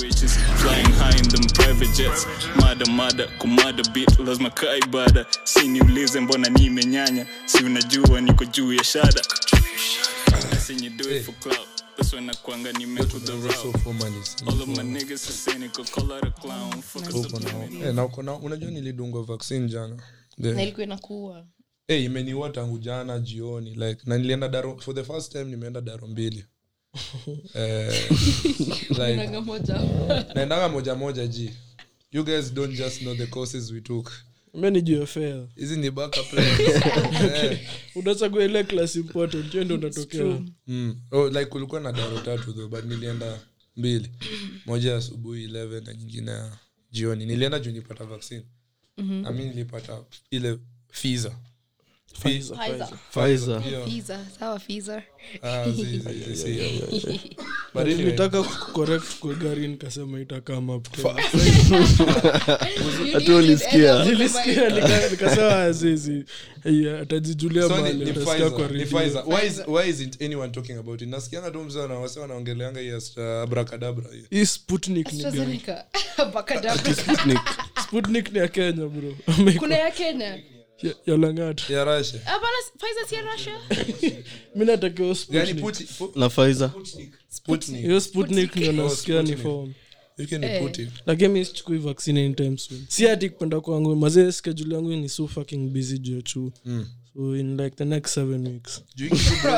Riches flying high in them private jets mada mada kumada bit lazima kaa ibada si niulize mbona nimenyanya si unajua niko juu ya shada Unless you do it for clout that's when nakwanga nimekudharau all of my niggas are cynical call out a clown fuck a subliminal. nakona Eh, unajua nilidungwa vaccine jana The- na ilikuwa inakuwa hey, imeniua tangu jana jioni like na nilienda daro for the first time nimeenda daro mbili eh, like, Unaga moja naendaga moja moja ji you guys don't just know the courses we took Mimi ni jfl hizi ni backup plans. Eh, unachagua ile class important hiyo ndio unatokea true. mm. oh, like kulikuwa na daro tatu though but nilienda mbili moja ya asubuhi 11 na nyingine ya jioni nilienda juu nipata vaccine mm-hmm. ami nilipata ile fiza Pfizer, Pfizer. Pfizer. Pfizer. hiyo Fiza, sawa Fiza. ah, zi, zi, zi, zi. But But anyway. nilitaka kucorrect kwa gari nikasema itakama You Hatu ulisikia. need to end up- nikasema "Ah, azizi eh, atajijulia So ni- mali ni atasikia Pfizer, kwa ni redio. Pfizer. Why is- why isn't anyone talking about it? nasikianga tu mzee wanawase wanaongeleanga hii hasta abracadabra hiyo. hii sputnik ni gani AstraZeneca. Bakadabra. sputnik ni ya kenya bro kuna ya kenya Ya- ya langata ya Russia. hapana Pfizer si ya russia mi natakiwa Yaani Putin- sputnik Pu- na Pfizer. Sputnik. hiyo sputnik ndio nasikia ni Sputnik. form You can be Eh. Putin. lakini mi sichukui vaccine anytime soon si hati kupenda kwangu mazee schedule yangu ni so fucking busy juu ya chuo Mm. so in like the next seven weeks Juu hiki kitu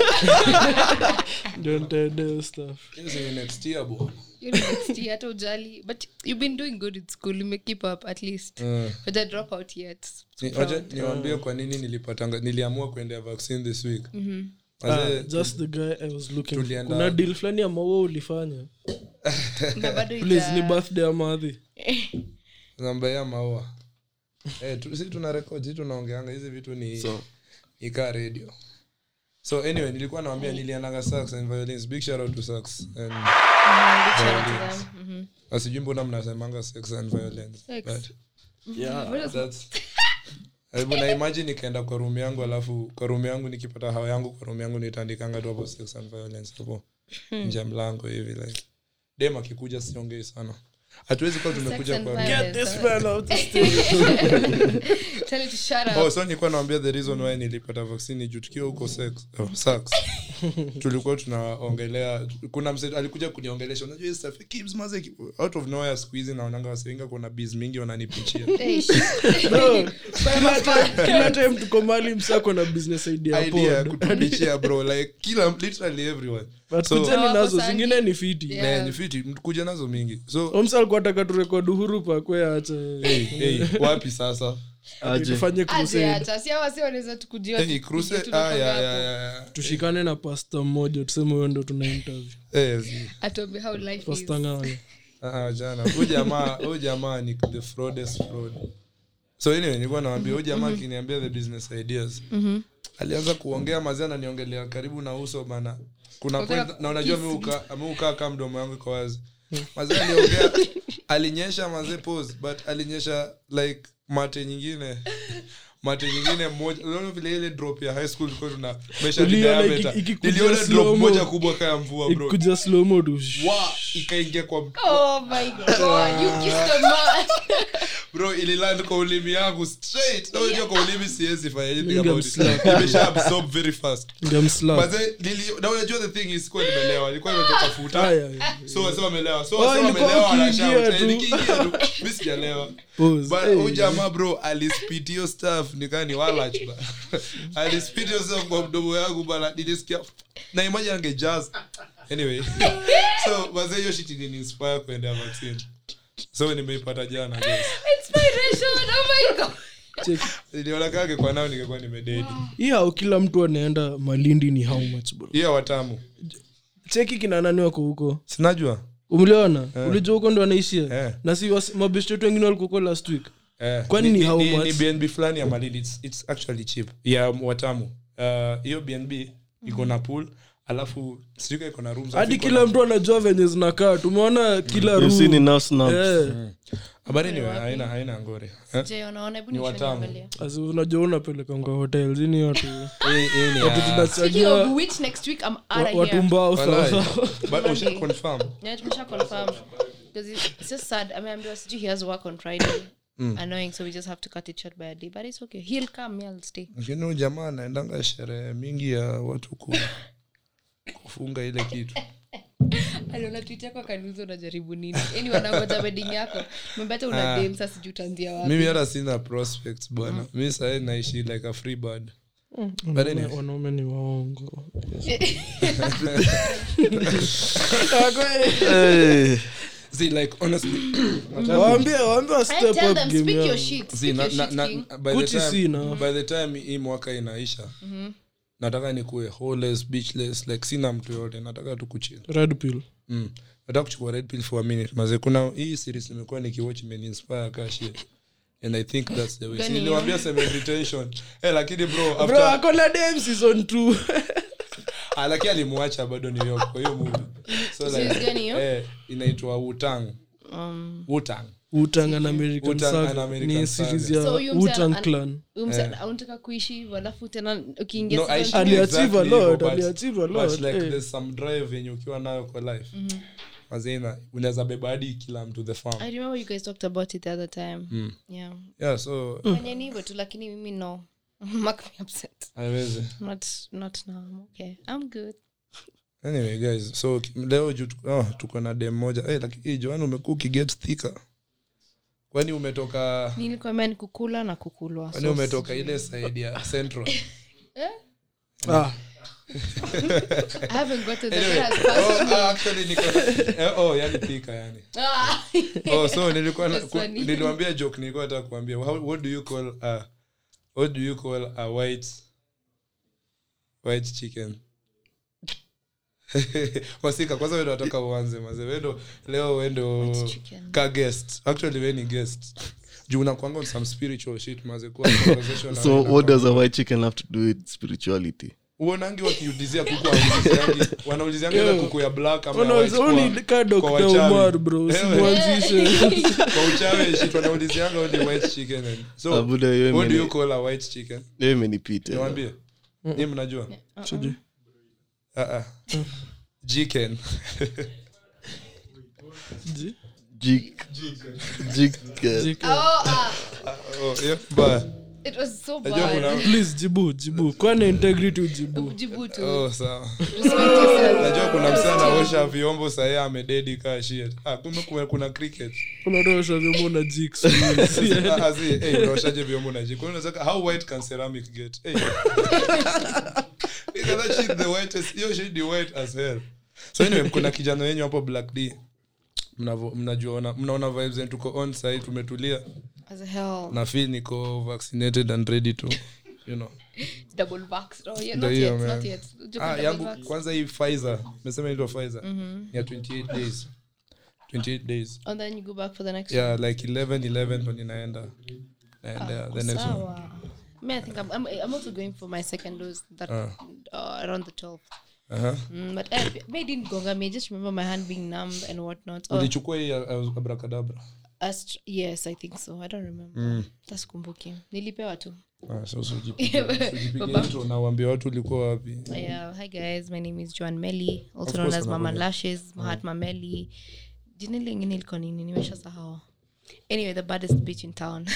ndio nitaendeo stuff ni next year, bo. You're next year, hata ujali but you've been doing good in school you may keep up at least Hmm. but I drop out yet Ni- wacha niwaambie kwa nini nilipatanga niliamua kuendea vaccine this week ah, Wazee, just the guy i was looking for. Tulienda- kuna deal fulani ya maua ulifanya na bado please ni ita birthday ya madhi namba ya maua Eh, tu- si tuna record si tunaongeanga hizi vitu ni So, ikaa radio so anyway nilikuwa nawambia nilianaga sax and violins big shout out to sax and Mhm. na sijui mbona mnasemanga sex and violence Sex. but What is- that's hebu na imagine nikaenda kwa room yangu alafu kwa room yangu nikipata hawa yangu kwa room yangu nitaandikanga tu hapo sex and violence hapo nje ya mlango hivi like dem akikuja siongei sana hatuwezi kuwa tumekuja and kwa room. violence. Get this man out Tell it to shut up. Oh, so nilikuwa naambia the reason why nilipata vaccine ni juu tukiwa huko sex oh, sax tulikuwa tunaongelea kuna mse alikuja kuniongelesha unajua hizi stuff keeps maze out of nowhere siku hizi naonanga wasinga kuna biz mingi wananipichia Hey, shh. kila time tuko mali msako na business idea idea ya hapo kutupichia bro like kila literally everyone but So- kujeni nazo Hawakosangi. zingine ni fiti Yeah. Oh. Eh, ni fiti mkuja nazo mingi so omsa alikuwa ataka turekodi uhuru pakwe hey, acha hey, wapi sasa aje. tufanye Aje crusade acha si hawa si wanaweza tukujua Hey, kruse tujue ah, tunatoka yeah, yeah, hapo. yeah. tushikane na pasta mmoja tuseme huyo ndo tuna interview Eh, zi- Atuambie how life is pasta ngana ah, ah, jana huyu jamaa huyu jamaa ni the fraudest fraud so anyway nilikuwa nawaambia huyu jamaa Mhm. akiniambia the business ideas alianza kuongea mazee ananiongelea karibu na uso bana kuna Unataka point na unajua ameuka- ameukaa kaa mdomo yangu iko wazi mazee aliongea alinyesha mazee pose but alinyesha like mate nyingine mate nyingine moja unaona vile ile drop ya high school tulikuwa tuna measure the Uliona iki- diameter. ikikuja niliona slow-mo. drop moja kubwa kaya mvua Oh, bro ikuja slomo tu wa ikaingia kwa m- Oh my god, you kissed a man. bro ililand kwa ulimi yangu straight na unajua kwa ulimi siwezi fanya anything Minga about it mslap. nimesha absorb very fast ngamslap Mazee, nili- na unajua the thing is, sikuwa nimelewa, nilikuwa nimetoka futa. So wasema wamelewa. So wasema ilikuwa wamelewa, ukiingia wanashout. tu. Eh, nikiingia tu, mi sijalewa. But huyu jamaa bro alispit hiyo stuff nikaa ni walach ba. alispit hiyo stuff kwa mdomo yangu bana nilisikia na imagine angejazz. anyway so mazee hiyo shit iliniinspire kuendea vaccine so nimeipata jana guys. Inspiration, oh my god. niliona kake kwa nao ningekuwa nimededi hii au kila mtu anaenda malindi ni how much bro hiyo watamu cheki kina nani wako huko sinajua umliona ulijua huko ndo anaishia Eh. na si wasi- mabeshte wetu wengine walikuwa huko last week Eh, Kwani ni how ni, much? ni bnb fulani ya malili it's, it's actually cheap ya watamu Uh, hiyo bnb iko na pool alafu sijui iko na rooms hadi kila mtu anajua venye zinakaa tumeona kila You've seen room. enough snaps. Eh, habari ni haina haina ngore Eh? Je, unaona hebu Ni nishoni watamu. angalia. as unajua unapelekanga hotels ini watu Hii- hii ni watu ya- Speaking of tunachajua which, next week I'm outta watu here. mbao Walai. sawasawa But usha confirm. Yeah, tumesha confirm. because it's, it's just sad ameambiwa sijui he has work on friday Mm. annoying so we just have to cut it short by a day but it's okay he'll come yeah, i'll stay lakini huyu jamaa anaendanga sherehe mingi ya watu ku, kufunga ile kitu aliona twit yako akaniuza unajaribu nini yani wanangoja wedding yako mambata una dem sasa sijui utaanzia wapi Ah. mimi hata sina prospects bwana mi sahii naishi like a free bird But Wanaume- anyway. Eh, wanaume ni waongo Ah, See, like honestly waambie waambie wa I step tell up them game speak your yao. shit See, speak na, your na, shit king na, by, Kuti the si time, enough. by the time hii mwaka inaisha Mhm. nataka nikuwe holeless beachless like sina mtu yoyote nataka tu kuchill Red pill. mm. nataka kuchukua red pill for a minute maze kuna hii series nimekuwa nikiwatch imeniinspire kashi and i think that's the way Si Gani? niliwaambia sema retention eh lakini bro after Bro, ako na dem season two. Ah, lakini alimwacha bado New York kwa hiyo movie so Series gani hiyo? eh inaitwa Wutang um Wutang Wu-Tang and American Wu-Tang Saga. and American Ni series Saga. ya So huyu mse Wu-Tang an- Clan. huyu mse unataka kuishi alafu tena ukiingia Eh. No, I season should two- Ali- exactly Aliachieve a hivyo, lot, but- aliachieve a but lot, like eh. there's some drive yenye ukiwa nayo kwa life mazina unaweza beba hadi kila mtu the farm i remember you guys talked about it the other time Hmm. yeah Hmm. yeah so kwenye ni hivyo tu lakini mimi no Mark me upset haiwezi not not now I'm okay i'm good anyway guys so ki- leo juu tuko- oh, tuko na dem moja Eh, lakini hey, joan umekuwa ukiget thika kwani umetoka nilikwambia ni kukula na kukulwa kwani umetoka ile side ya central Ah, i haven't gotten the anyway, chance. oh, ah, actually niko eh, oh yani thika yani Ah. oh so nilikuwa na- That's ku- funny. niliwaambia joke nilikuwa nataka kuambia how, what do you call a what do you call a white white chicken wasika kwanza wendo watoka uanze maze wendo leo wendo chicken. ka guest actually we ni guest juu unakwanga on some spiritual shit maze kuwa conversation na so wendo. what does a white chicken have to do with spirituality uonangi wakiulizia kuku wanauliziangi- wanauliziangi ile kuku ya black ama ya white unaweza- kwa- uni- ka Dr. kwa wachawi. Umar, bro, Ewe. usimwanzishe. kwa uchawi shit wanaulizianga only white chicken and- so Ah, buda, hiyo Oh, what do imeni- you call a white chicken hiyo imenipita niwaambie ni mnajua Sijui. Ah, ah. Chicken. Ji- Jik- Jik- jike. Oh, ah, Oh, yeah, ba- it was so najua bad kuna Please, jibu jibu kwana integrity ujibu jibu tu oh, sawa respect yourself najua kuna msee anaosha vyombo sahii amededi kaa shit ah, kumbe kuna- kuna cricket unaosha vyombo na jiks Ah, ah, see, eh, unaoshaje vyombo na jiko unaweza ka- how white can ceramic get Eh. Nigga, that shit the whitest- hiyo shit ni white as hell so anyway kuna kijana wenyu hapo black d Mnavo- mnajuana- mnaona vibes zetu, tuko on site tumetulia as hell na feel niko vaccinated and ready to you know double vax oh yeah Ndio not hiyo, yet man. not yet Ujuku ah, double yangu vax. kwanza hii Pfizer mesema inaitwa Pfizer Mhm. ya 28 days 28 days and then you go back for the next yeah like 11 11 ndo ninaenda naendea the next one Ah, Sawa. Me, I think I'm, I'm, I'm also going for my second dose that uh. around the 12th. uh-huh. Mm, but I, me it didn't gonga me. I just remember my hand being numb and whatnot. Oh, ulichukua hii ya- ya abrakadabra ast- yes, I think so. I don't remember. Sasa sikumbuki. Nilipewa tu. Ah, so usijipige- usijipige intro na uambie watu ulikuwa wapi Yeah. Hi guys, my name is Joan Melly, also Of known course as Mama unakuja. Lashes, Mahatma Melly. Jina lingine liko nini? Nimeshasahau. Anyway, the baddest bitch in town.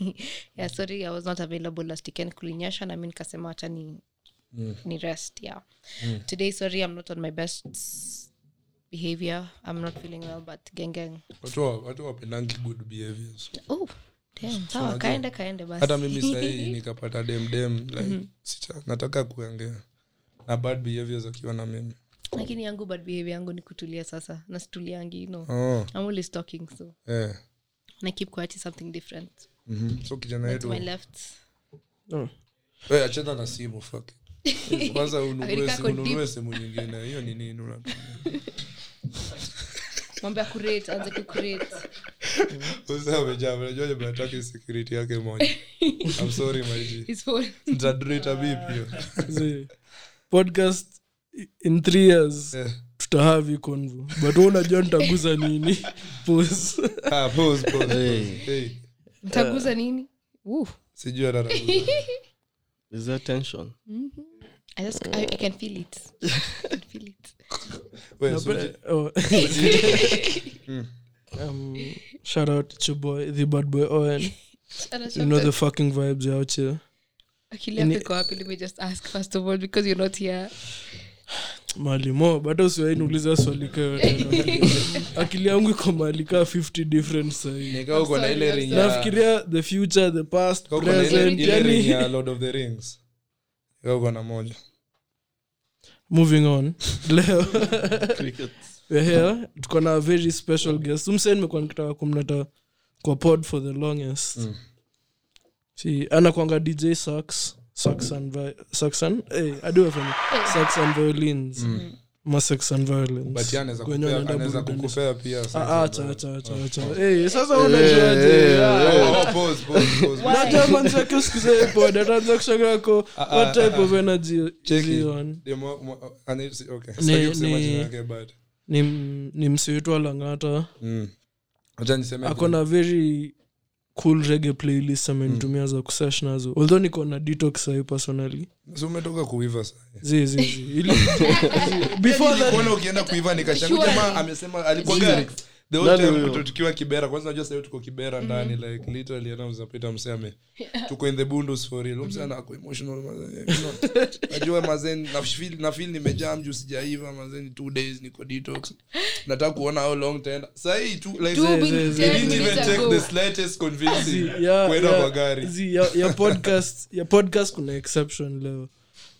yeah, sorry I was not available last weekend kulinyesha na mimi nikasema acha ni Mm. ni rest, yeah. Today sorry I'm not on my best behavior. I'm not feeling well but gang gang. watu wa- watu wapendangi good behaviors Oh, damn. Sawa, kaende kaende basi. hata mimi sahii nikapata demdem like Mhm. sicha- nataka kuongea na bad behaviors akiwa na mimi lakini yangu bad behavior yangu ni kutulia sasa nasituliangi you know. oh, I'm always talking so eh. and I keep quiet is something different. Mhm. so kijana To wetu my left. Eh, achana na simu fuck it. kwanza ununue Amerika simu- kwa deep. ununue simu nyingine hiyo ni nini unatumia? Mambo ya kurate, anza ku create. Usa umejaa, unajuaje mnataka security yake moja I'm sorry my G. His phone. Nitadrita vipi hiyo? Zi- podcast in three years Eh. tutahavi convo but wewe unajua nitaguza nini Pause. Ah, pause, pause, pause. Hey. Mtaguza nini? Woo. sijui atatakuja. is there tension I just I, I can feel it. I can feel it. Wewe, Nape- Suji, oh. um, shout out it's your boy the bad boy owen you know the fucking vibes are out here Any- malimo bado usiwainiuliza swali kayo tena akili yangu iko mahali kaa 50 different sahii Nika uko na sorry, ile I'm ring ya- nafikiria the future the past Nika uko na ile- present ile ring yani ya lord of the rings Nika uko na moja moving on leo we're here tuko na a very special guest umsee nimekuwa nikitaka kumleta kwa pod for the longest mm. si anakwanga dj sax saxon vi- eh, saxon hey, adiwafanya saxon violins mm. ma saxon but violins yeye anaweza Kwenye kupea- anaenda anaweza burudani. kukupea pia sasa. Ah, acha, acha, acha, acha. Eh, sasa eh, unajuaje Ah, Oh, oh, pause, pause, pause. najua kwanza kusikiza pod ataanza kushangaa ko ah, what type ah, of energy Check is it. he on The mo- mo- and it's- okay. Ni- Sitaki kusema ni- jina yake, but- ni, m- ni msiwitwa langata Mm. Acha niseme ako na very cool rege playlist Hmm. amenitumia za kusesh nazo although niko na detox sahi personally tu. Si umetoka kuiva sasa. zi zi zi Ili- zi. before that Nilikuona ukienda kuiva nikashangaa Surely. jamaa amesema alikuwa the whole Nani time huyo? tu- tukiwa kibera kwanza unajua sasa hivi tuko kibera ndani like literally ana uzapita mseme tuko in the bundles for real mseme ana ako emotional mazen, you know. najua mazen na feel na feel nimejaa mju sijaiva mazen 2 days niko detox nataka kuona how long taenda sasa hii tu like Two- we didn't even take the slightest convincing zi, ya- kwenda ya- kwa gari zi, ya- ya podcast ya podcast kuna exception leo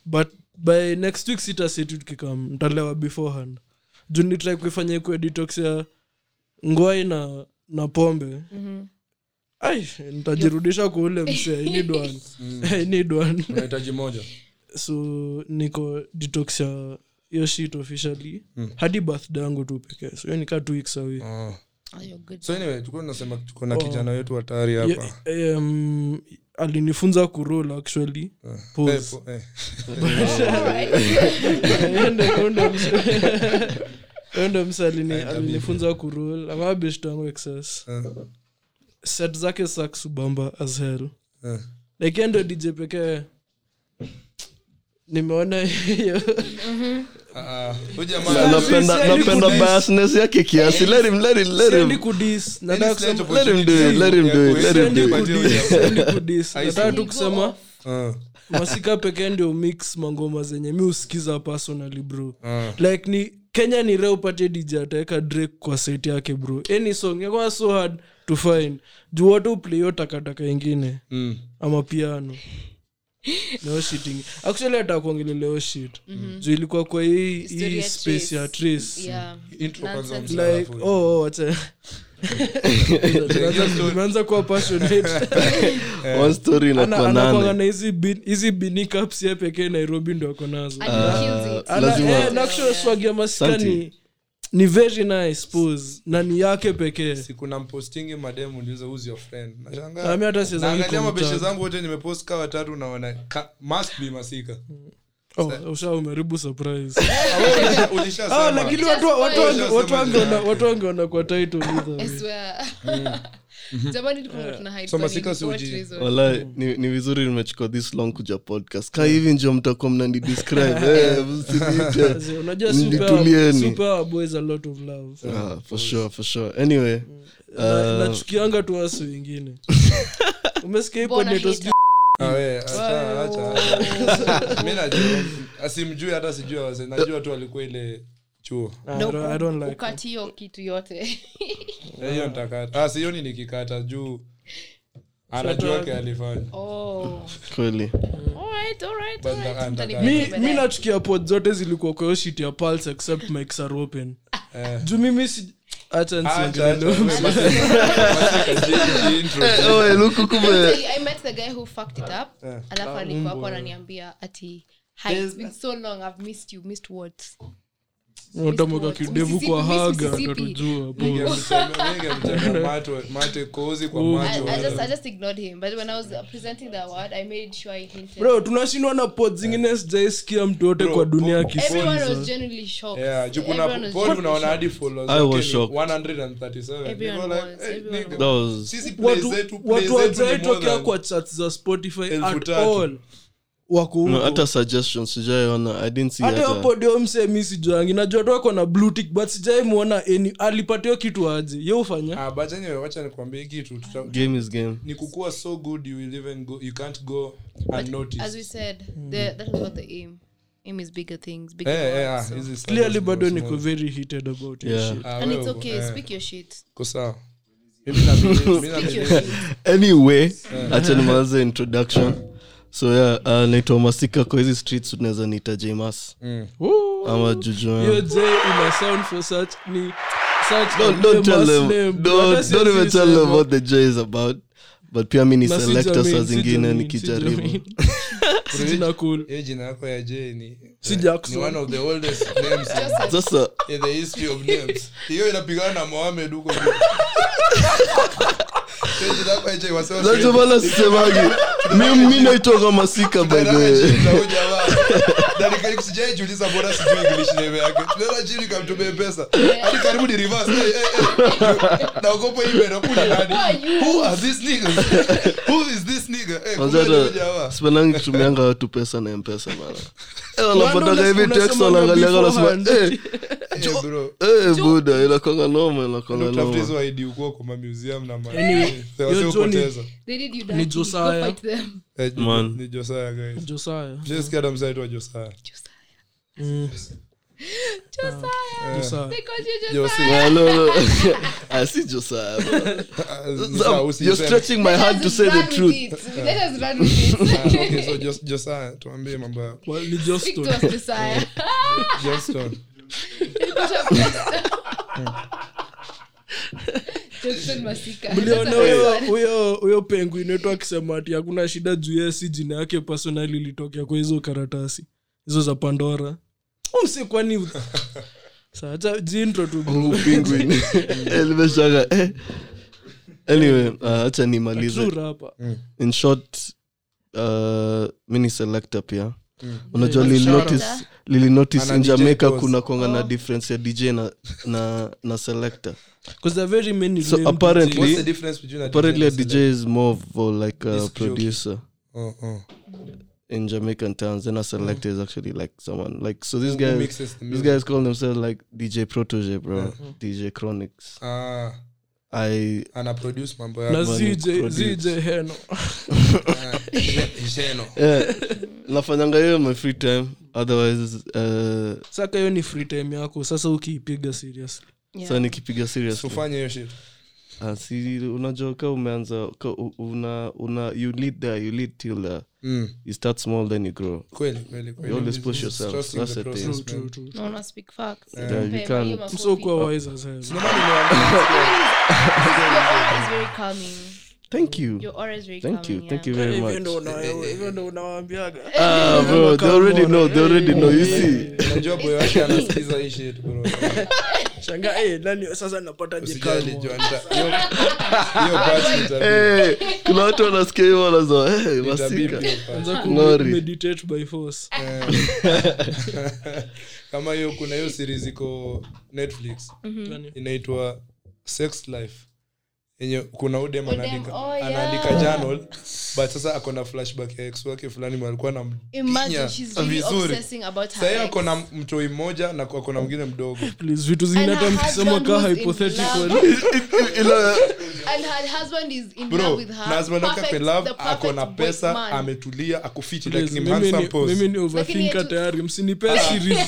but by next week sitasetu tukikam ntalewa beforehand juu nitrai kuifanya ikuwe detox ya ngwai na na pombe ai nitajirudisha kwa ule msee i need one Mm. i need one unahitaji moja so niko detox ya hiyo shit officially Mm. hadi birthday yangu tu pekee so hiyo nikaa two weeks away Ah. Oh, so anyway tulikuwa tunasema tuko Oh. na kijana wetu hatari Yo- hapa um, alinifunza kurol actually Eh, Pause. po- eh. ndo msa alinifunza kurol amabishtangu excess Eh, set zake saksubamba as hell eh. like yeye ndo dj pekee nimeona hiyo Ah, ah. Huyu Na- jamaa- napenda Sisi napenda alikuwa- biasness yake kiasi let him let him let sendi him kudis Any nataka slight kusema let him do it, let him do it, let him sendi do it. kudis sendi kudis nataka tu kusema Ah, masika pekee ndio mix mangoma zenye mi usikiza personally bro ah. like ni kenya ni reo upate dj ataweka drake kwa set yake bro any song yakuwa so hard to find juu watu uplayo takataka ingine Mm. ama piano Leo shit ingi- actually hata kuongeleleo shit juu ilikuwa kwa hii Mhm. Story hii ya space Trace. ya trace Intro kwanza Nonsense. msala like full. oh, oh, wacha- Tunaanza- tumeanza kuwa passionate Eh. one story Ana- inakuwa anakuanga nane na hizi bin- hizi binikaps ye pekee nairobi ndo ako nazo Uh, Ana- lazima- eh, na actual swag ya masika ni ni very nice pose na ni yake pekee siku nampostingi mademu niuliza who's your friend Na mi nashangaa hata siwezi naangalia kumtag. mabeshe zangu wote nimepost kaa watatu naona ka- must be masika Oh, usha umeharibu surprise Ah, wewe ulisha- ulishasema. Ah, lakini watu- watu- watu- Ulishasema watu wangeona- jina. watu wangeona kwa title either way. Mm. Mm-hmm. So masika si uji- wala Mm. ni, ni vizuri nimechukua this long kuja podcast ka hivi njo mtakuwa mnani describe eh, msiniite. Zee, unajua super- Nitulieni. super our boys a lot of love ah, for sure for sure anyway Mm. Na- uh, nachukianga tu wasi wengine umesikia hipo Bona neto hater. sijui- Ah, we, acha, acha, acha. Mi najua asimjui hata sijui awase najua tu alikuwa ile chuo Ah, I don't- I don't like it. ukatio kitu yote Eh, hiyo nitakata ah, sioni nikikata juu anajua yake alifanya Oh. kweli Alright, alright, But alright. I'm Mtani- not- mi mi nachukia pod zote zilikuwa kwa hiyo shit ya pulse except mics are open Eh. juu mimi si acha Ah, Acha, acha, nisiongelele acha, intro. oh, luku kumbe Actually, I met the guy who fucked it Ah, up. Alafu Ah, alikuwa hapo ananiambia ati "Hi, it's been so long I've missed you, missed what?" utamoka kidevu kwa Mississippi, haga Mississippi. atatujua po Ningemsema- ningemtaka mate- mate kozi kwa I- macho. I just- I just ignored him. But when I was uh, presenting the award, I made sure I hinted. bro tunashindwa na pod zingine sijaisikia mtu wote Eh. Bro, kwa dunia po- Everyone akisikiza was genuinely shocked. Yeah, juu kuna Everyone was pod genuinely unaona shocked. hadi followers I was wake ni shocked. 137. Everyone Niko like, was, hey, everyone nigga, that was sisi play watu zetu- play watu zetu ni wajaitokea more kwa chat za spotify elfu at tatu. all wako huko. No, hata suggestions sijaiona i didn't see uh, hata hata- hiyo podio msee mi sijuangi najua tu ako na blue tick but sijai mwona any alipatiwa kitu aje ye ufanya Ah, but anyway, wacha nikwambie kitu tuta- game is game ni kukuwa so good you will even go you can't go as unnoticed Eh, we said Hmm. the, that is not the aim aim is bigger things bigger eh eh goals, ah so- hizi stuff clearly ziko bado small. niko very heated about Yeah. yeah. shit. Ah, and it's wewe, okay eh, speak your shit uko sawa mimi na mimi Eh, na speak your mimi shit anyway acha nimaanze introduction so yeah, uh, naitwa masika kwa hizi streets unaweza niita jmas Mm. Woo. ama juju hiyo j ina sound for such ni such Don't- a don't tell famous them- name, don't- brother, si don't even sisi tell them hapa. what the J is about but pia mi ni Na si selector saa Jermaine, si zingine Jermaine, si nikijaribu Jermaine. Si jina cool. hiyo eh, jina yako ya Jay ni eh, Si ni Jackson. one of the oldest names in sasa in the history of names hiyo inapigana na Mohamed huko juu. Hiyo jina yako ya Jay wasema That's why sisemagi mi mi naitwa kama masika by the way sijaejuliza mbona sijui english name yake tunaenda chini kamtumie pesa hadi karibu ni reverse Eh, hey, hey, hey. naogopa hii meno kuni nani who are these niggas who is this nigga Eh, hey, Kwanza kumbe ni hata hujawa sipendangi kutumianga watu pesa na mpesa bana Eh, Wanda wanapataga hivi unasema text ndio wanaangaliaga beforehand. wanasema eh, hey, bro eh, buda inakwanga noma inakwanga Utafuta noma hizo ID uko kwa ma museum na ma Eh, Anyway, Sasa hiyo Johnny- upoteza. they did you Ni dirty go Josiah. fight them Eh, ni- Man. ni Josiah guys Josiah. Jessica Adams aitwa Josiah Mm. Josiah Uh, Eh, Josiah. they called you Josiah Josiah Ah, no, no. Ah, si Josiah, bro. Ah, Sasa Sam, you're usiseme. stretching my hand to say Let us the run truth with it. Let us run with Ah, it. okay, so Jos- Josiah tuambie mambo yako Well, ni Speak Joston. to us, Josiah. Johnston Joseph Masika. mliona That's huyo- our- huyo huyo pengu inetu akisema ati hakuna shida juu yeye si jina yake personali ilitokea kwa hizo karatasi hizo za pandora umse kwani Sawa, acha jiintro tu bro. Oh, penguin. Eh, nimeshangaa, eh. anyway ah, acha nimalize True rapper. in short uh, mi ni selector pia Hmm. unajua Yeah. lilinotice Shout out. lilinotice Ana in DJ "Oh." jamaica pose. kuna kwanga na difference ya dj na, na, na selector 'Cause there are very many So lame apparently- DJs. What's the difference between a apparently a and a dj select? is more for like a Disc jockey. producer Oh, oh. in jamaican towns and a selector is actually like someone like so this Who- guy who mixes the these music? guys call themselves like dj protege bro dj chronics Ah, i anaproduce mambo na yako. ZJ produce. ZJ heno Ah, Jen- Jeno. yeah, nafanyanga hiyo in my free time otherwise uh, saka hiyo ni free time yako sasa ukiipiga seriously sa nikipiga serious Usifanye hiyo shit. Ah, si unajua ka umeanza ka u- una una you lead there you lead till there Mm, you start small then you grow kweli, kweli, kweli. You always push yourself. Trusting That's the the thing. process, True, man. true, true. No, no, speak facts. Yeah, you Mpema, can. hiyo mafupi. msokuwa wise as hell. Ndio maana nimewaambia. Your aura is very calming. thank you Your aura is very thank you calming, yeah. thank you very Hivyo ndo much una- hivyo ndo unawaambiaga ah bro they already know they already know you see Eh, Unajua boy wake anasikiza hii shit, bro. Shangaa, eh, nani sasa napata Usijali, Joe, nita- hiyo- hiyo batch nita- Eh, kuna watu wanasikia hivo wanazaa hey, nitabeep masika hiyo batch. Glory. meditate by force kama hiyo kuna hiyo series iko netflix Yaani, inaitwa sex life yenye kuna udem Udem, anaandika oh, yeah. anaandika journal but sasa akona flashback ya ex wake fulani walikuwa na Imagine she's really obsessing about her sahii ex. akona mtoi mmoja na akona mwingine mdogo please vitu zingine hata And her mkisema husband kaa who's in hypothetical love. ila And her husband is in love bro with her. na husband wake Perfect- apelove the perfect akona pesa boy's man. ametulia akufiti Please, like ni mimi handsome ni- mimi pose ni Lakini overthinker yetu- tayari msinipea series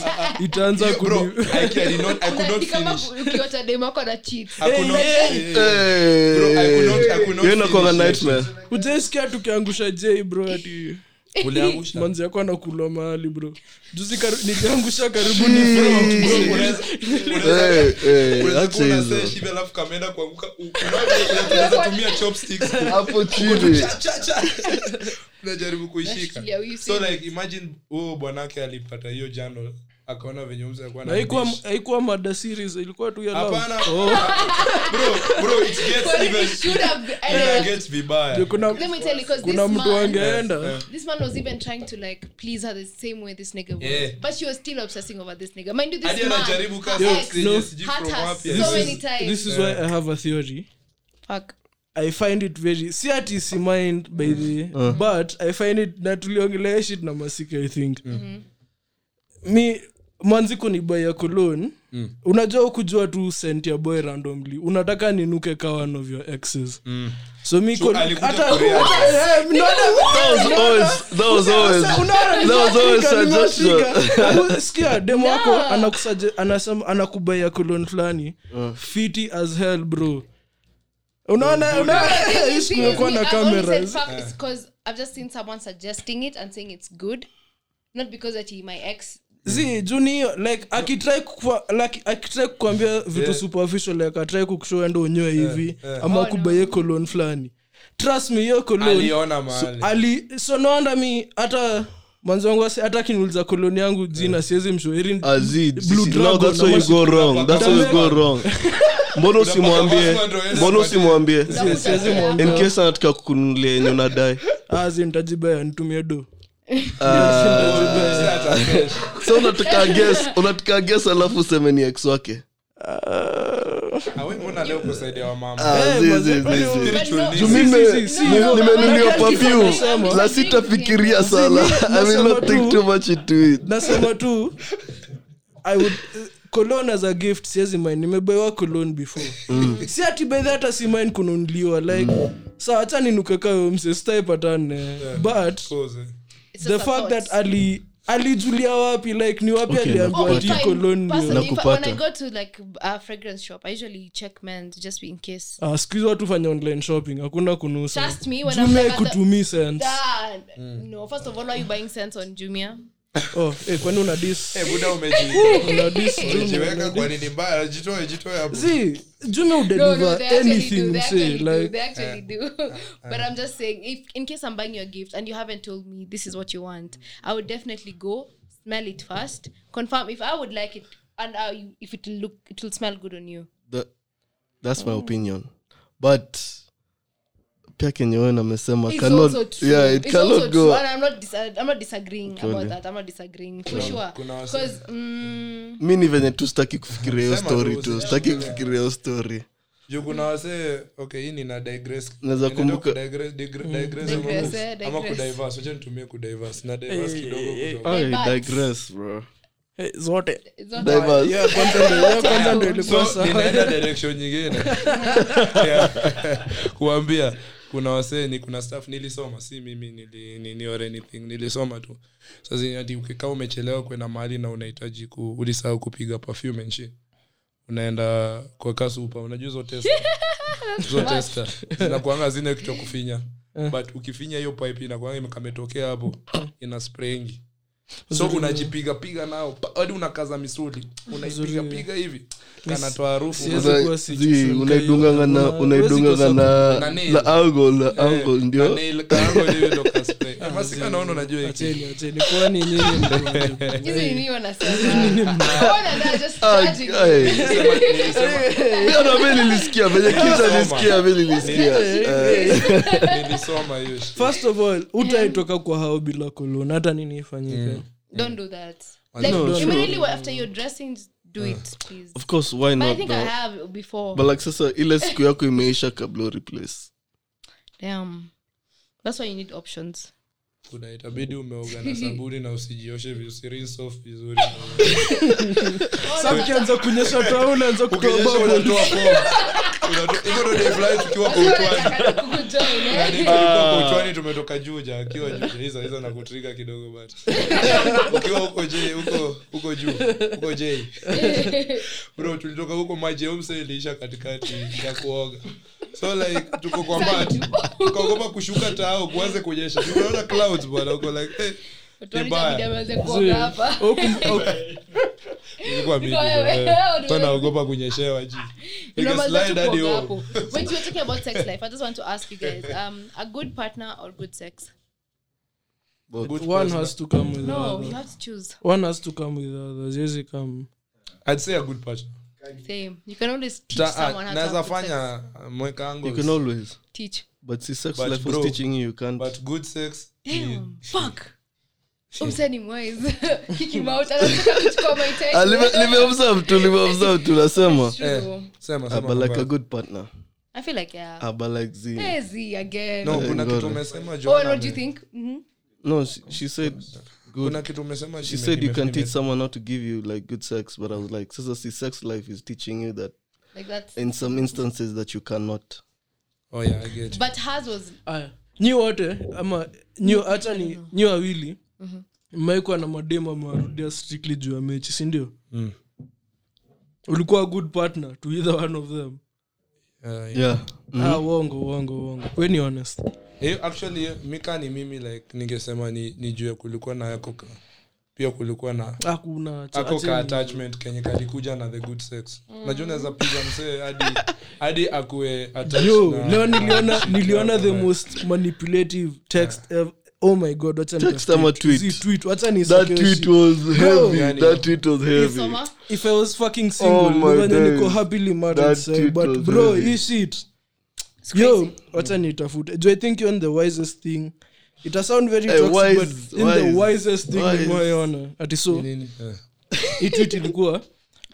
itaanza Hiyo, bro, kuni- I can- I did not- I could not Ni kama finish. ukiota dem wako ana cheat. I could not- eh, Bro, I could not- I could not hiyo nakwanga finish nightmare ujaiskia tukiangusha j bro ati uliangusha. manzi yako anakula mahali bro juzi kar- niliangusha karibu ni front, bro. Unaweza- unaweza- Eh, eh, Unaweza acha kuwa na hizo sesh hivi alafu kamera kuanguka. U- unaweza- unaweza tumia chopsticks ku- hapo chini cha- cha- cha. unajaribu kuishika Nashikilia huyu so simu. like imagine huyo bwanake alipata hiyo jano akaona venye mzi alikuwa Na na haikuwa- dish. haikuwa mada series ilikuwa tu ya love. Hapana. Oh, Bro, bro, it gets Kwani he even- should have- it gets vibaya ndio kuna Let me tell you, 'cause kuna this mtu man- Eh, angeenda this man was even trying to like please her the same way this nigga was. Yeah. But she was still obsessing over this nigga. Mind you, this hadi man anajaribu her kaa ex sijui no. from hurt her wapi so This many is- times. this is why i have a theory Fuck. i find it very si ati si mind by the Mm. Uh. but i find it natuliongelea shit na masika i think Mm. Mm-hmm. mi mwanzi kunibaya cologne Mm. unajua ukujua tu sent ya boy randomly unataka ninuke ka one of your exes so mi Mm. So col- alikuja hata- kureact. Eh, mnaona- was always- that was always- Unaona, that was always nimeandika, suggestion. nimeandika. Alafu, sikia demo wako anakusuggest- anasema anakubaya kolon fulani fiti as hell bro unaona unaona Thing is, sikuwekwa me, na I've only said cameras fuck because I've just seen someone suggesting it and saying it's good, not because that he my ex. zi juu ni hiyo like akitrai kukwa- like, akitrai kukwambia vitu Yeah. superficial like atrai kukushow endo unyoe hivi ama Oh, no. akubaie kolon fulani trust me hiyo kolon aliona mahali ali so no wonder mi hata mwanzo wangu asi- hata akiniuliza koloni yangu jina siwezi mshoiri Aziz, Blue see, now Dragon that's na where you mashi- go wrong. That's where you go Unapaka- wrong. mbona usimwambie Unapaka password waende mbona usimwambie siwezi in mwambia case anataka kukununulia yenye unadai azi mtajibaya nitumie do Ah. Sasa hata kesho. so unataka guess unataka guess alafu useme ni ex wake Ah, wewe mbona leo kusaidia wamama Ah, Eh, zi, manze, zi, zi, bado- zi. But no, Juu Si, mimi si, si, ni- no. nimenunulia Unataka kitu perfume. nasema. la sitafikiria sana i will not think too much into it nasema tu i would cologne as a gift siwezi mind nimebewa cologne before Mm. si ati bedhe hata si mind kununuliwa like saa hacha ninukekayo msestaipatane but Pause. It's the just a fact thought. that ali alijulia wapi like ni wapi Okay, aliambiwa nakupata. Oh, ati fine. cologne ndio. Personally, if I- when I Nakupata. go to like a fragrance shop, I usually check men's just in case. Ah, siku hizi watu fanya online shopping hakuna kunusa Trust me when I'm jumia like at the- ikutumi cents Dad. Mm. No, first of all, why are you buying scents on Jumia? oh, eh, kwani una dis Eh, buda umeji- una dis Jumia, umejiweka una kwa dis- nini mbaya jitoe jitoe hapo zi jumia No, no, udeliver they actually anything do. They msee, actually do. like They actually do. but I'm just saying, if in case I'm buying you a gift and you haven't told me this is what you want, I would definitely go smell it first, confirm if I would like it and uh, you- if it will look, it will smell good on you. That- that's my opinion but pia kenyewen amesema It's cannot- also true. yeah, it it's cannot also true. go And I'm not, dis- I'm not disagreeing about that. I'm not disagreeing for sure. kuna wase- Because mm, mi ni venye tu sitaki kufikiria hiyo Sema story tu, tu sema sitaki kufikiria hiyo story juu kuna wasee okay hii nina digress Naweza Inaitwa kumbuka- Mm. kudigress- digre- digress ama Digress, ku- eh, ama digress. kudiverse wacha nitumie kudiverse na diverse kidogo kutoka- I But- digress, bro. eh, zote it's not Diverse. kwanza ndio- hiyo kwanza ndio ilikuwa so sawa. ninaenda direction nyingine Yeah. kuambia kuna wasee ni kuna staff nilisoma si mimi nili, nini or anything nilisoma tu sasa ati ukikaa umechelewa kwenda mahali na unahitaji ku, ulisahau kupiga perfume and shit unaenda kwa kasupa unajua hizo tester hizo tester zinakuanga zina kitu ya kufinya Eh. but ukifinya hiyo pipe inakuanga kametokea hapo ina sprengi so unajipiga piga nao pa- hadi unakaza misuli unaipiga piga hivi kanatoa harufu Siwezi Sasa, kuwa situation zi, kama unaidunganga na hiyo. unaidunganga Huwezi na Na nail. la angle la Eh, angle na ndio nail kango ni hiyo ndo ka spray. Eh, masika naona unajua hiki. Acheni, acheni. kwani nyinyi mko- Hizi ni nini wanasema? Ona, they're just Ah, charging. Ay, Nilisema- nilisema- pia na mimi nilisikia venye kisha nilisikia mimi nilisikia Eh, nilisoma hiyo shit. first of all utaitoka kwa hao bila kolon hata nini ifanyike Don't do that. Like, No, sure. immediately wa- after you're dressing, just do it, please. of course why But I not think I though? have before. but like sasa ile siku yako imeisha kabla ureplace Damn. That's why you need options. Kuna itabidi umeoga na sabuni na usijioshe vi- usirinse off vizuri Sasa Oh, ukianza kunyesha tau unaanza kutoa Ukinyesha bubble. unatoa foam. Unatoa- hivyo ndo day fly tukiwa Oh, kwa utwani Kujoin, eh? Yaani tulikuwa kwa utwani tumetoka juja akiwa juja hizo hizo na kutriga kidogo but ukiwa huko j huko huko juu huko j bro tulitoka huko maji omse iliisha katikati ya kuoga so like tuko kwa mat tukaogopa kushuka tao kuanze kunyesha unaona clouds bwana uko like eh Utwani Vibaya. itabidi ameanze kuoga hapa. Au kum- au- ilikuwa mimi Wewe, bro, eh. wewe, tunaogopa kunyeshewa ji Unamaliza tu nikaslide hadi kuoga home hapo. Wait, you were talking about sex life. I just want to ask you guys, um, a good partner or good sex? Good one partner. has to come with the No, you other. have to choose. One has to come with the other. Siwezi come. I'd say a good partner Same. You can always teach uh, Ta- ah, someone how to have naweza good sex. fanya mweka you can angle always Teach. but see sex But life was bro, teaching you you can't but good sex ni- Damn, fuck. Umsani mwezi. Kick him out. Anataka kuchukua my time. Ah, lime- limeobserve tu limeobserve tu True. nasema sema Ah, Eh, sema but like a mabaya. good partner i feel like yeah aba like z Hey, Z again no kuna Ngoro. kitu umesema oh what do Joanna, you think Mhm. no she, she said good kuna kitu umesema she nime- said you nime- can teach nime- someone how to give you like good sex but i was like sasa si sex life is teaching you that like that's in some instances that you cannot oh yeah i get you. but hers was aya nyi wote ama nyi hacha ni nyi wawili mmaikuwa na mademu amewarudia strictly juu ya mechi sindio Mm. ulikuwa a good partner to either one of them Uh, Yeah, yeah. yeah mm. ah, uongo uongo uongo we ni honest Eh, actually mika ni mimi like ningesema ni nijue kulikuwa na akoka pia kulikuka na hakuna cha- akoka acheni. attachment kenye kalikuja na the good sex Mm. najua naweza piga msee hadi hadi akuwe attached yo na- leo niliona na- niliona the na- most manipulative text ev- oh my god wacha Text nitafute ama tu- tweet? si tweet wacha that nisokee tweet shit. was heavy Yani- that tweet was heavy soma if i was fucking Oh single my nadhani niko days. happily married That sir, tweet but was bro heavy. hii shit It's yo crazy. wacha nitafute do i think you're the wisest thing it a sound very Eh, toxic, wise- but in wise- the wisest thing wise. nimewaona ati so nini Eh. hii tweet ilikuwa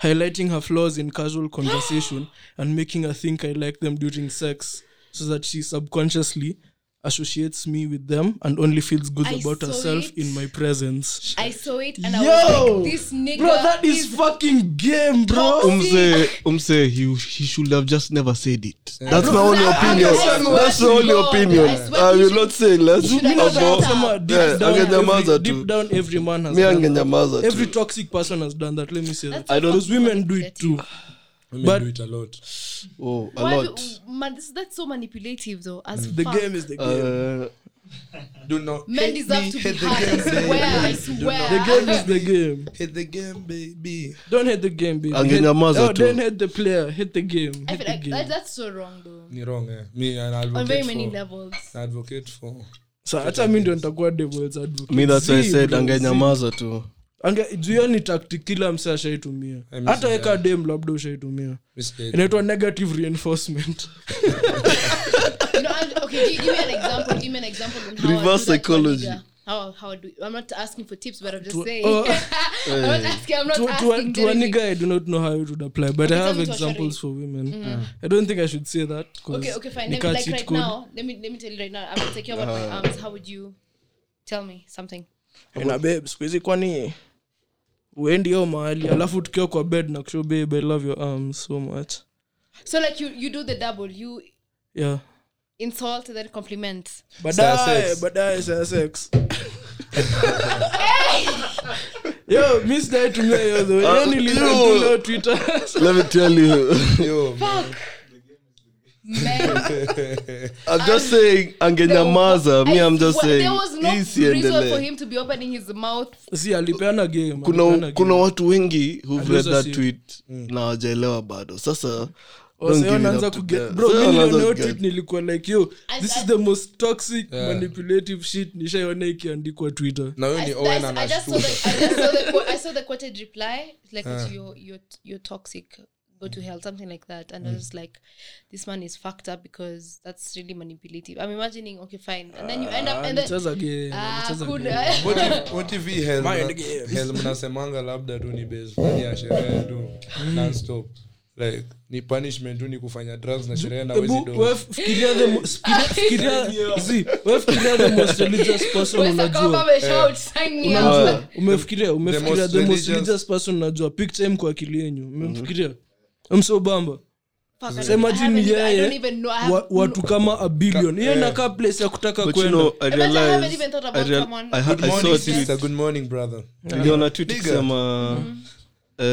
highlighting her flaws in casual conversation and making her think i like them during sex so that she subconsciously associates me with them and only feels good I about saw herself it. in my presence i saw it and i was yo like this nigga bro that is fucking game bro Oh, umse umse he, he should have just never said it that's my only Exactly. opinion Yes, that's my only God. opinion I swear i he will should- not say less should have about- shut up. Sema deep Yeah, down angenyamaza every- tu. deep down every man has mi done that. angenyamaza every tu toxic person has done that let me say that That's I don't- because women do it too Women But- do it a lot. oh a Why do- lot man, this- that's so manipulative though as the fuck. game is the game Uh, Do not men hate deserve me, to be hate the hurt i game, baby. swear i the game is swear the game Hate the game, baby. don't hate the game baby Angenyamaza Hate- oh, tu. don't hate the player hate the game i hate feel the like game that, that's so wrong though Ni wrong, eh. Me, an on advocate very many for- levels an advocate for- so hata mi ndio nitakuwa devil's advocate me that's why i See, said bro, angenyamaza tu see. Ange- juu hiyo ni tactic kila msee ashaitumia I miss hata it, eka dem labda ushaitumia Miss Kate. inaitwa negative reinforcement you know, I- okay, give, give me an example. Give me an example on how I do that Reverse to a psychology. nigga. How how do I'm not asking for tips, but I'm just To- saying. oh. I'm not asking. I'm not to, to, a, asking. to a directly. nigga i do not know how it would apply but i tell have me to a examples shari. for women i don't think i should say that 'cause Okay, okay, fine. ni Let me, ka like cheat right code. now, let me let me tell you right now. I'm insecure about Uh-huh. my arms. How would you tell me something? na babe siku hizi kwani uendi yo mahali alafu tukiwa kwa bed na kusho babe i love your arms so much So like you you do the double. You yeah insult then compliment. baadaye sex. baadaye saa sex yo mi sijaitumia hiyo though. Hiyo Ah, niliona yo. tu leo Twitter. let me tell you Yo, man. Man, i'm just saying angenyamaza me i'm just Well, saying there was no hii reason for siendelee him to be opening his mouth. si alipeana game kuna alipeana kuna game. watu wengi who've read Aliweza that si- tweet na hawajaelewa bado sasa don't Wasee give it wanaanza up to kuge- them. bro, Sasa mi wanaanza nilionea kuge- tweet nilikuwa like yo I- this I- is the most toxic manipulative shit nishaiona ikiandikwa twitter na huyo I, ni I- Owen I just saw anashtuka. the, I just saw the, qu- I saw the quoted reply, like it's you're you're you're toxic, go to hell, something like that. And I was like, this man is fucked up because that's really manipulative. I'm imagining, okay, fine, and then you end up Ah, and then alicheza game, ah, alicheza could, game. What if- what if hii hell Mind mna- games. hell mnasemanga labda tu ni base fulani ya sherehe tu nonstop. Like, ni punishment tu ni kufanya drugs na sherehe na Ebu, wezi do. wewe fikiria the mo- fikiria- fikiria- zi, wewe fikiria the most religious person unajua unajua umefikiria umefikiria most the most religious- Mhm. religious person unajua picture him kwa akili yenyu umemfikiria msobamba imagine yeye, Ah, wa, watu kama a billion hiyo eh. inakaa place ya kutaka but you know kwenda i Imagine I haven't realized even thought i, about real, someone. I, ha- Good I saw morning, a tweet sister. Good morning, brother. niliona tweet Nigga. ikisema Mm-hmm. uh,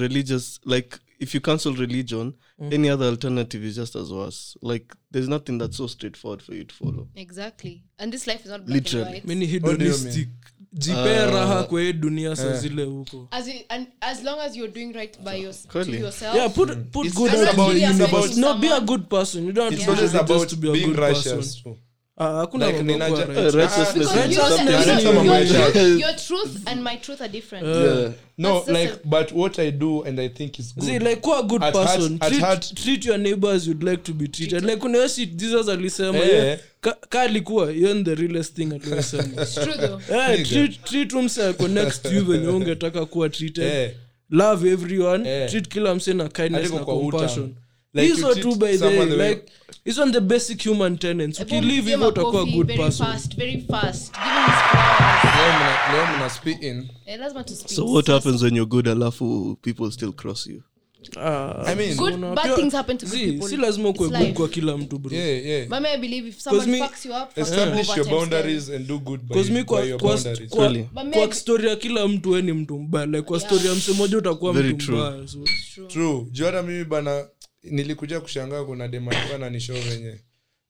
religious like if you cancel religion any other alternative is just as worse like there's nothing that's so straightforward for you to follow exactly and this life is not black Literally. and mi white ni What do you hedonistic jipee Ah. raha kwa hii dunia Eh. saa zile huko as, you, and as long as you're doing right by your, to Kweli. yourself yeah Mm. put, put good it's out about- in the it's universe. about- no be a good person you don't have It's to be always religious about to be a being good righteous person too. Ah, hakuna Like, Ah, mambo ya kuwa ninaja- right. uh, Because righteousness you- is Righteousness your- something is your- something that- about your- righteous. your truth and my truth are different Uh, yeah. No, That's just like, a- but what I do and I think is See, good. like kuwa a good At heart- person at treat, heart- treat your neighbors you'd like to be treated like kuna hiyo shit jesus alisema Eh. yeah, ka ka alikuwa hiyo ni the realest thing aliyosema It's true though. Eh, treat- treat mse ako next to you venye ungetaka kuwa treated Eh. love everyone Eh. treat kila mse na kindness Andiko na kwa utam. compassion Like hizo you tu treat by the someone the way- like hizo ni the basic human tenants ukilive hivyo utakuwa good very person fast, very fast. Give him his flowers. Leo mna- leo mna speak in. Eh, lazima tu speak. so what happens when you're good alafu people still cross you Ah, I mean, Good, Una- bad pia- things happen to good zi, people. si lazima It's ukuwe good life. kwa kila mtu bro yeah, yeah. Mami, I believe if 'Cause someone me- eh, fucks you up, fuck Establish you your over times ten. boundaries and do good by, Cause me by kwa, your kwa, boundaries. kwa, Really? But me, I- kwa story ya kila mtu we ni mtu mbaya like kwa story ya msemoja utakuwa Very mtu true. mbaya so. true juu hata mimi bana nilikuja kushangaa kuna demalikuwa na nisho venye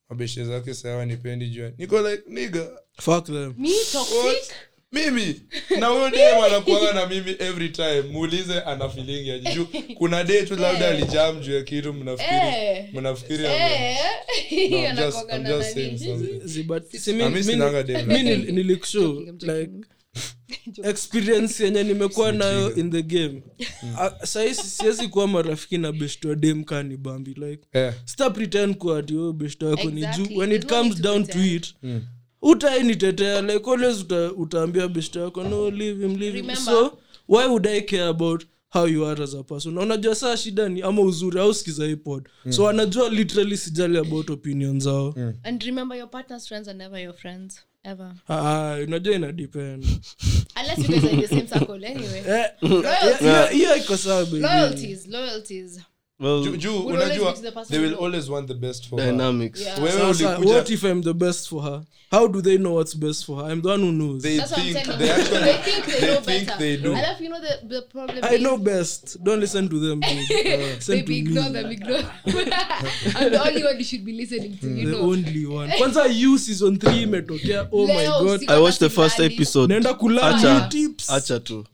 mabeshe zake sawa nipendi jua niko like niga fuck them Me, toxic? mimi na huyo dem anakuaga na mimi every time muulize ana feeling ya juu kuna day tu labda alijam juu ya kitu mnafikiri Eh. mnafikiri ame- Eh, No, I'm just- anakuwaga I'm na just saying nani. something. Zi, but- si mi- Na mimi mi- Ah, sinanga dem mi like nil- nilikushow like experience yenye nimekuwa nayo in the game Ah, sahi si- siwezi kuwa marafiki na beshto dem kani bambi like Eh, stop pretend kuwa ati "Oh, wewe beshto yako ni juu Exactly. when it There's no need comes to down to pretend. it Hmm. utainitetea like always uta, utaambia beshto yako no leave him leave him Remember- so why would i care about how you are as a person na unajua saa shida ni ama uzuri au sikiza hii pod so Hmm. wanajua literally sijali about opinion zao and remember your partner's friends are never your friends ever Ah, unajua ina depend unless you guys are in the same circle anyway Eh, hiyo- hiyo- hiyo iko sawa baby. loyalties loyalties well juu- juu We'll always unajua be the person they will who- always want the best for her. dynamics Yeah. wewe Sasa, ulikuja what if i'm the best for her how do they know what's best for her i'm the one who knows they that's what i'm think telling they you actually they think they, they know think better they do. i love you know the, the problem i is know best don't listen to them babe. Uh, listen to Baby, ignore me them, ignore them. I'm the only one you should be listening to, you the know. only one kwanza you season 3 imetokea oh my Leo god usiku i watched the first nani- episode naenda kulala Acha. new tips acha tu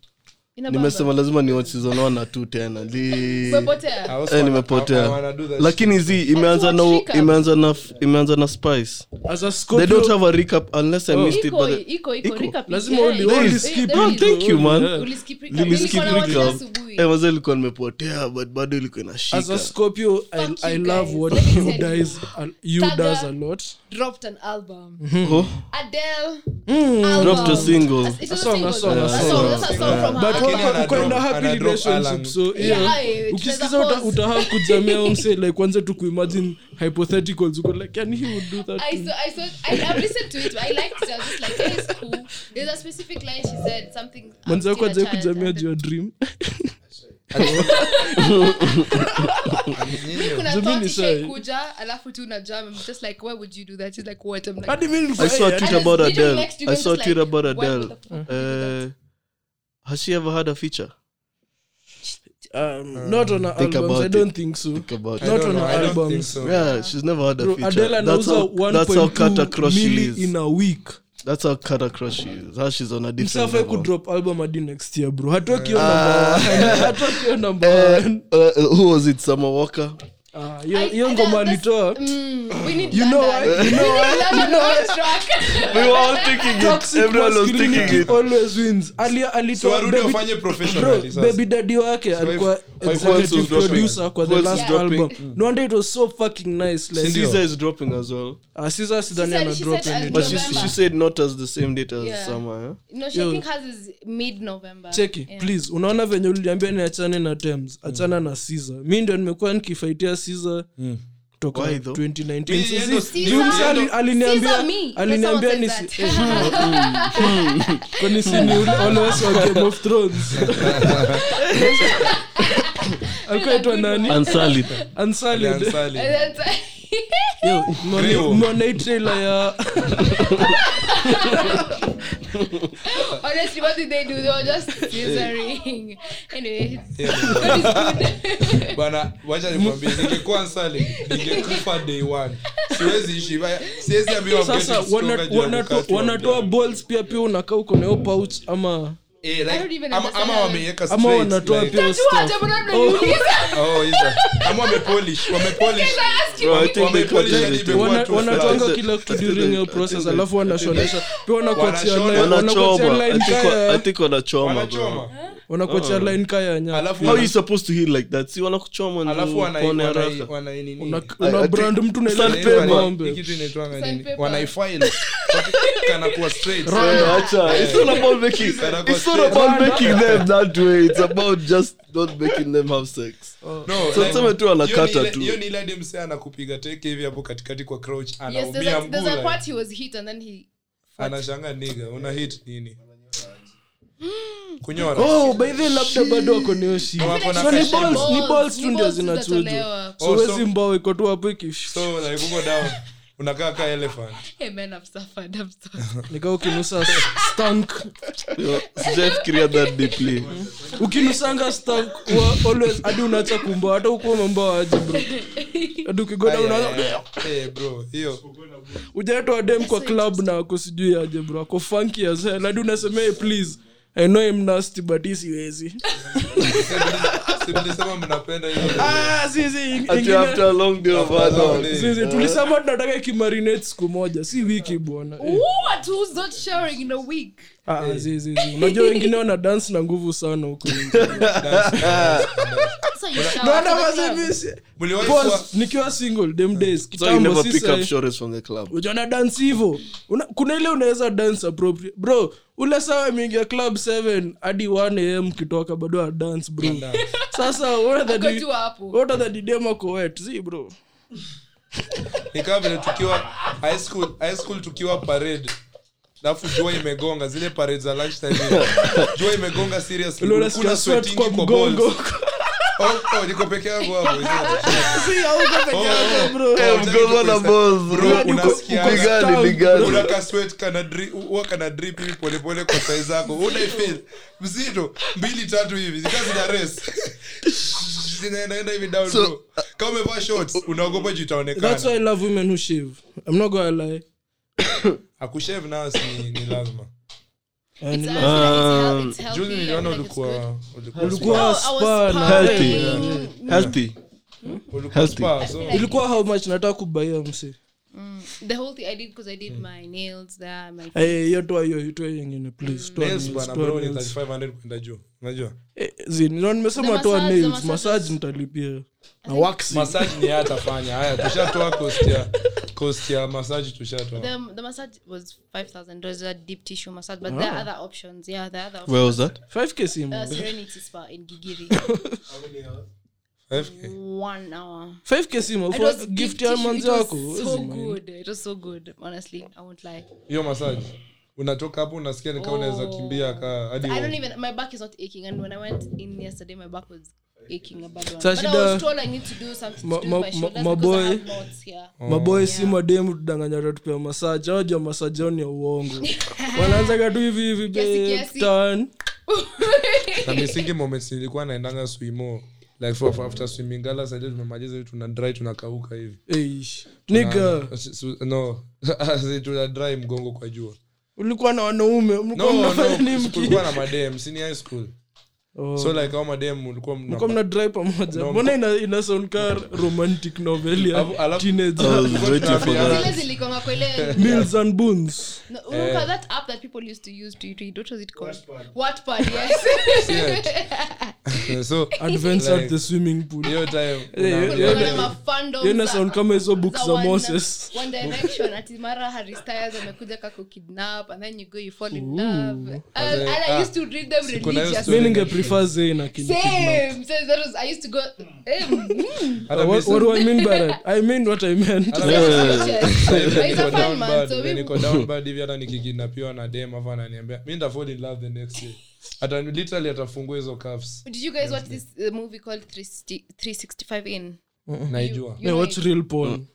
Inabamba. nimesema lazima ni watch season 1 na 2 tena Li- Umepotea. I also Eh, wanna- I- I nimepotea wanna do that lakini zi imeanza na Hatuwatch recap. imeanza na imeanza na spice as a they don't scorpio have a recap unless i Oh. missed it Iko- but the- iko- iko, Iko. recap lazima is only- there. There only is- There skip is- Oh, thank you, man. Yeah. Uliskip recap. niliskip Nilikuwa na watch recap asubuhi. Eh, mazee ilikuwa nimepotea but bado ilikuwa as a inashika scorpio i, Fuck you I love guys. what Let me you tell you. does a, you Taga. does a lot dropped an album. Oh. Adele album. dropped a single It's a, A song, single. a song, a That's song. That's a song from her but Lakini album. uko- uko- uko in a anadrop- happy anadrop Alan. relationship so Yeah, yeah. aye, it was ukisikiza a uta- pause. utahave kujamia umse like kwanza tu kuimagine hypotheticals uko like yani he would do that I to saw, I saw, I, I've listened to it. I liked it. I was just like, hey, it's cool. There's a specific line she said something. I'm manzi wako still a ajai child, kujamia and juu ya dream then- Kuna Jamini thought said- ishaikuja, alafu tu unajua, I'm just like, why would you do that? She's like, what? I'm like, hadi mi I saw a nilikuwa- tweet just about didn't Adele. like to I even saw a just tweet like, about why would Adele. Mm. the fuck Uh, has she ever had a feature? Um, not on her Think albums about i it. don't think so Think about I it. not don't on know, her I don't think albums. so. Yeah, she's never had a Bro, feature. Adele that's anauza how that's how Kata 1.2 Crush she milli in is. a week That's how Kata Crush she is. How she's on a different msafai level. kudrop album hadi next year bro hatoki Ah. hiyo number one. Hatoki hiyo number Uh, one. uh, who was it? Summer Walker. Ah, I- hiyo- hiyo I- ngoma that's- alitoa uh, Mm, we need You know that. what? We You know need what? that You on know our what? track. We were all thinking it. Toxic Everyone was masculinity thinking it. always wins Ali- So alitoa warudi baby- wafanye bro professionally sasa. baby daddy wake alikuwa if Juan was executive dropping- producer kwa the Juan last was dropping- album no wonder it was so fucking nice like Sindio? Caesar is dropping as well, uh, Caesar sidhani She said- ana she drop said any I'll but drop. she November. she said not as the same date as Yeah. Summer. Yeah? No, she, I Yo. think hers is mid-November. cheki Yeah. please unaona venye uliambia niachane na tems achana na Caesar mi ndio nimekuwa nikifaitia Caesar toka Why though? Mi 2019 So yendo- zi- mi juu msa ali- yendo- aliniambia Caesar me. aliniambia When ni someone si- eh, kwani si ni ule always wa Game of Thrones alikuwa aitwa nani Unsullied. Unsullied. Ansali. And then it's- Yo, mwana- Grill. mwana hii trailer ya Honestly, what did they do? They were just scissoring. Anyway, bana wacha nikwambie ningekuwa Ansali, ningekufa day one siwezi ishi ba- siwezi ambiwa sasa mgeni kutoka wana- juu ya wanato- mkate wa wanatoa mjane. balls pia pia unakaa uko na hiyo pouch ama Eh, like, I don't even ama- ama understand. wameiweka ama straight, wanatoa like- pia hiyo stuff. Wacha, mbona unaniuliza? Oh, hizo. ama wamepolish wamepolish Bro, I think they Wamepolish cut hadi it. Yaani imekuwa Yaani Wana- too wanatwanga fast. kila kitu during your Yaani process alafu wanashonesha pia wanakuachia Wanashona- line- wanakuachia Wanachoma. I line think kaya wa- I think wanachoma, bro. Wanachoma. wanakuachia line kaya ya nyanya. Oh. Alafu How are you supposed to heal like that? See, wanakuchoma ndio alafu wana- upone wana- haraka. wana- nini- Una- I- I una think- brand mtu na ile Sandpaper. ng'ombe. Hii kitu inaitwanga nini? Sandpaper. Wanaifile. kana kuwa straight Eh, Acha. It's not about making. It's not about making them that way. It's about just not making them have sex. No, So like, tuseme tu anakata hiyo ni ile- tu. hiyo ni ile hadi msee anakupiga teke hivi hapo katikati kwa crouch Yes, anaumia there's a, mguu there's a like, part he was hit and then he. anashanga niga una hit nini kunyora oh by the way, labda bado wako na hiyo shida. Wako na So ni fashion balls- balls. ni balls Ni tu ndio balls zinachujwa zitatolewa. so Oh, so- wezi mbao iko tu hapo ikish so like uko down unakaa ka elephant Hey man, I've suffered. I've suffered. nikaa ukinusa stank Yo, sijafikiria that deeply. ukinusanga stank wa- always hadi unaacha kumba hata ukuwa mambo aje bro hadi ukigoda una Eh, bro hiyo ujaitwa dem kwa club na ako sijui aje bro ako funky as hell hadi unasemea "Hey, please i know im nasty but hii siwezi si mlisema mnapenda hiyo ah sisi Ati after a long day of hard work. Eh. sisi tulisema tunataka ikimarinate siku moja si wiki bwana eh. What? Who's not showering in a week? Ah, ah, zi, zi, zi. unajua wengine wana dance na nguvu sana huko nje. That's how you shower. Na hata for the club. wasemi si- mliwahi kuwa Boss, nikiwa single dem days So you kitambo never pick up sisi shorts from the club. ujana dance hivo Una- kuna ile unaweza dance appropriate bro ule sawa imeingia club 7 hadi 1 am kitoka bado adance bro sasa Go to Apple. wotadhadidemakowetzibro ni kama vile tukiwa high school high school tukiwa parade alafu jua imegonga zile parade za lunchtime hivi. jua imegonga seriously kuna ulionasikia sweating sweat kwa kwa balls mgongo oh, oh, niko peke yangu hapo is it? si auko peke Oh, yako oh. bro Hey, mgongo na balls, bro. Bro, Uko- unasikia- uko gani, ni gani? Kuna ka sweat kana dri- huwa kana drip hivi polepole kwa size zako unaifeel mzito mbili tatu hivi zikaa zina race. zinaendaenda hivi down So- uh, bro. kama umevaa shorts unaogopa juu that's why itaonekana i love women who shave i'm not gonna lie akushave nayo si ni lazima It's, I feel like it's, hel- it's juzi healthy. niliona and, like, it's good. ulikuwa ulikuwa Ulikuwa No, I was spa na- sparring. Healthy. Healthy. ulikuwa Healthy. spa so ilikuwa how much nataka kubaia msi The whole thing I did because I did my nails there, my Eh, hiyo toa hiyo toa hiyo nyingine please toa nails nails, bana toa bro ni nails. 3500 kwenda juu unajua Eh, zini no nimesema The toa massage, the nails massage massages. nitalipia na waxing massage ni yeye atafanya haya tushatoa cost ya cost ya massage tushatoa The, the massage was five thousand dollars. A deep tissue massage, but there are other options. Yeah, there are other options. Where was that? 5k uh, simu Serenity Spa in Gigiri, 5k one hour. 5k simu It for was gift deep ya tissue. manzi It wako was huwezi so mind. good. It was so good. Honestly, I won't lie. hiyo massage unatoka hapo unasikia nikaa unaweza kimbia ka hadi Oh. I wa- don't even. My back is not aching, and when I went in yesterday, my back was aching a bad one. So uh, But shida- I was told I need to do something Ma- to do ma- with my ma- shoulders ma- because I boy. Oh, have knots here. maboy si mademu tudanganya tatupea masaji awajua masaji ao ni ya uongo wanaanzaga tu hivi hivi Kiasi, babe, kiasi. turn. na misingi moments nilikuwa naendanga swimo like for after swimming gala sasa tumemaliza hivi tuna dry tunakauka hivi Eish. nigga Na- s- s- no Ah, tuna dry mgongo kwa jua ulikuwa na wanaume mlikuwa no mnafanya no nini mki- kulikuwa na madem sini high school Oh. so like hao madem ulikuwa Mlikuwa mna dry pamoja No, mbona ina, ina sound ka romantic novel ya Alafu- Oh, alafu- teenager. I was waiting for that. Zile zilikuwanga kwa ile- Meals and boons No, remember that app that people used to use to read? What was it called? Wattpad. yes. so advents Like- at the swimming pool hiyo time Eh, una- eh, Kulikuwa na eh. mafandoms Hiyo ina za- sound kama hizo books za za One- moses One Direction, ati mara Harry Styles amekuja kakukidnap, and then you go, you fall in love. And- As a- and I ah, used to read them siku na hiyo religiously. mi story. ninge prefer zain Same. So that was- I used to go, eh, mm, hata mi what do i mean by that i mean what i meant But it's Niko a fun down man, bad, so then we- niko down bad hivi hata nikikidnapiwa na dem afu ananiambia mi nitafall in love the next day Ata- literally atafungua hizo cuffs Did you guys watch this uh, movie called 360 365 in? naijua You Yeah, know what's it. real porn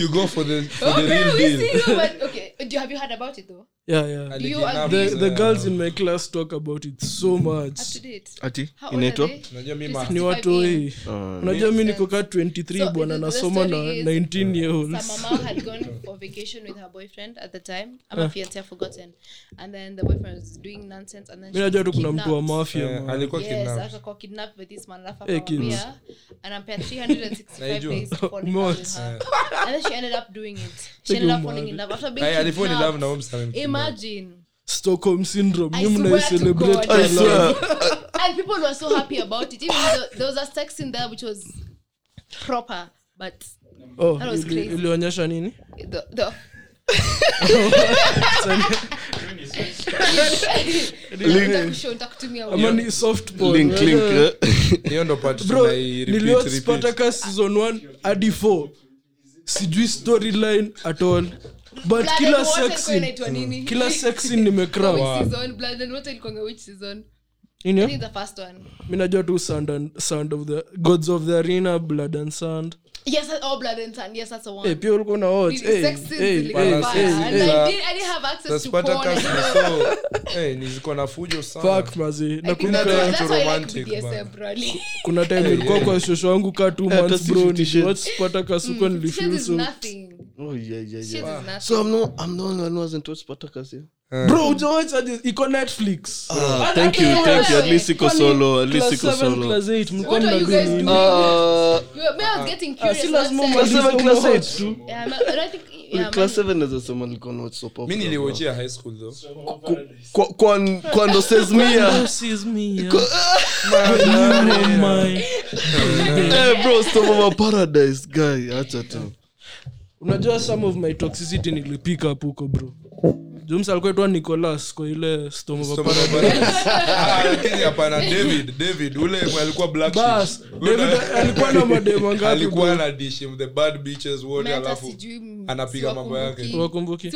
you go for the, for the Okay, real we see deal you, but- okay. Do you- have you heard about it though? yeah yeah You Alikidnap are the, hizo- the girls in my class talk about it so much Up uh, Mm. to date. Ati? How old are Inaitwa? they? Unajua mi ma- 365 ni in. watoi unajua mi niko ka 23 So, bwana the- the nasoma na story is- 19 year Sa olds mama had gone for vacation with her boyfriend at the time. Eh. I'm a fiance, I've forgotten. And then the boyfriend was doing nonsense. And then mi she najua was tu kuna mtu wa kidnapped. mafia Eh, Eh, man. alikuwa Yes, kidnapped. akakuwa kidnapped by this man, alafu Hey, kids. akamwambia, anampea 365 Naijua. days to fall in love with her. And then she ended up doing it. She ended up falling in love after being Ay, alifall in love kidnapped. na huyo msichana mkubwa. Imagine. stockholm syndrome I ni swear to mnaicelebrate God. I I swear. And people were so happy about it. Even though there was a sex in there which was proper, but oh, That was ili- crazy. ilionyesha nini the the Nataka kushow, nataka kutumia ama ni soft porn, link link whether- eh? hiyo ndo part bro tunai repeat, repeat. niliwachpata ka season 1 hadi 4 sijui storyline at all but Blood kila and water sex ilikuwa scene- inaitwa nini? kila sex scene nimecram Which season? Blood and water ilikuwanga which season? Nini? I think the first one. mi najua tu sound, and, sound of the gods of the arena blood and sand Yes, that's- oh, blood and sand. Yes, that's the one. hey, pia ulikuwa na watch Eh, Really, hey, sex scenes hey, zilikuwa hey, Balance mbaya. hey, scenes. And hey. I did- I didn't have access to porn. I Spartacus didn't ni know- so- eh, ni ziko na fujo sana Fuck, mazi I think that's why- nakumbuka that's why I like romantic, BDSM, man. really. kuna time nilikuwa kwa shosho wangu ka two Eh, hata months si bro Fifty Shades. niliwachpata kasuko Shit nilifeel Mm, is so nothing. oh yeah yeah Shit yeah is nothing. so i'm no i'm the only one who hasn't watched Spartacus yeah bro ujawachaje iko netflix ah, thank you thank you at least iko solo at least iko solo What are you guys doing? uh You- me, Ah. I was getting curious si lazima last time. class umalize seven, kwa class eight watch. tu. Yeah, I'm not- I don't think- yeah, class man. seven naweza sema nilikuwa na watch soap opera, mi bro. niliwochia high school though Kwa- kwan- kwando sesmia Eh, bro stop over paradise guy acha tu unajua some of my toxicity nilipick up huko bro jums alikuwa aitwa nicolas kwa ile storm of Soma Apollo. Barnes. Ah, lakini hapana david david ule mwe alikuwa black bas sheep. Huyo david na- alikuwa na mademo ngapi alikuwa na dish him the bad bitches wote Hata alafu sijui anapiga mambo yake. siwakumbuki.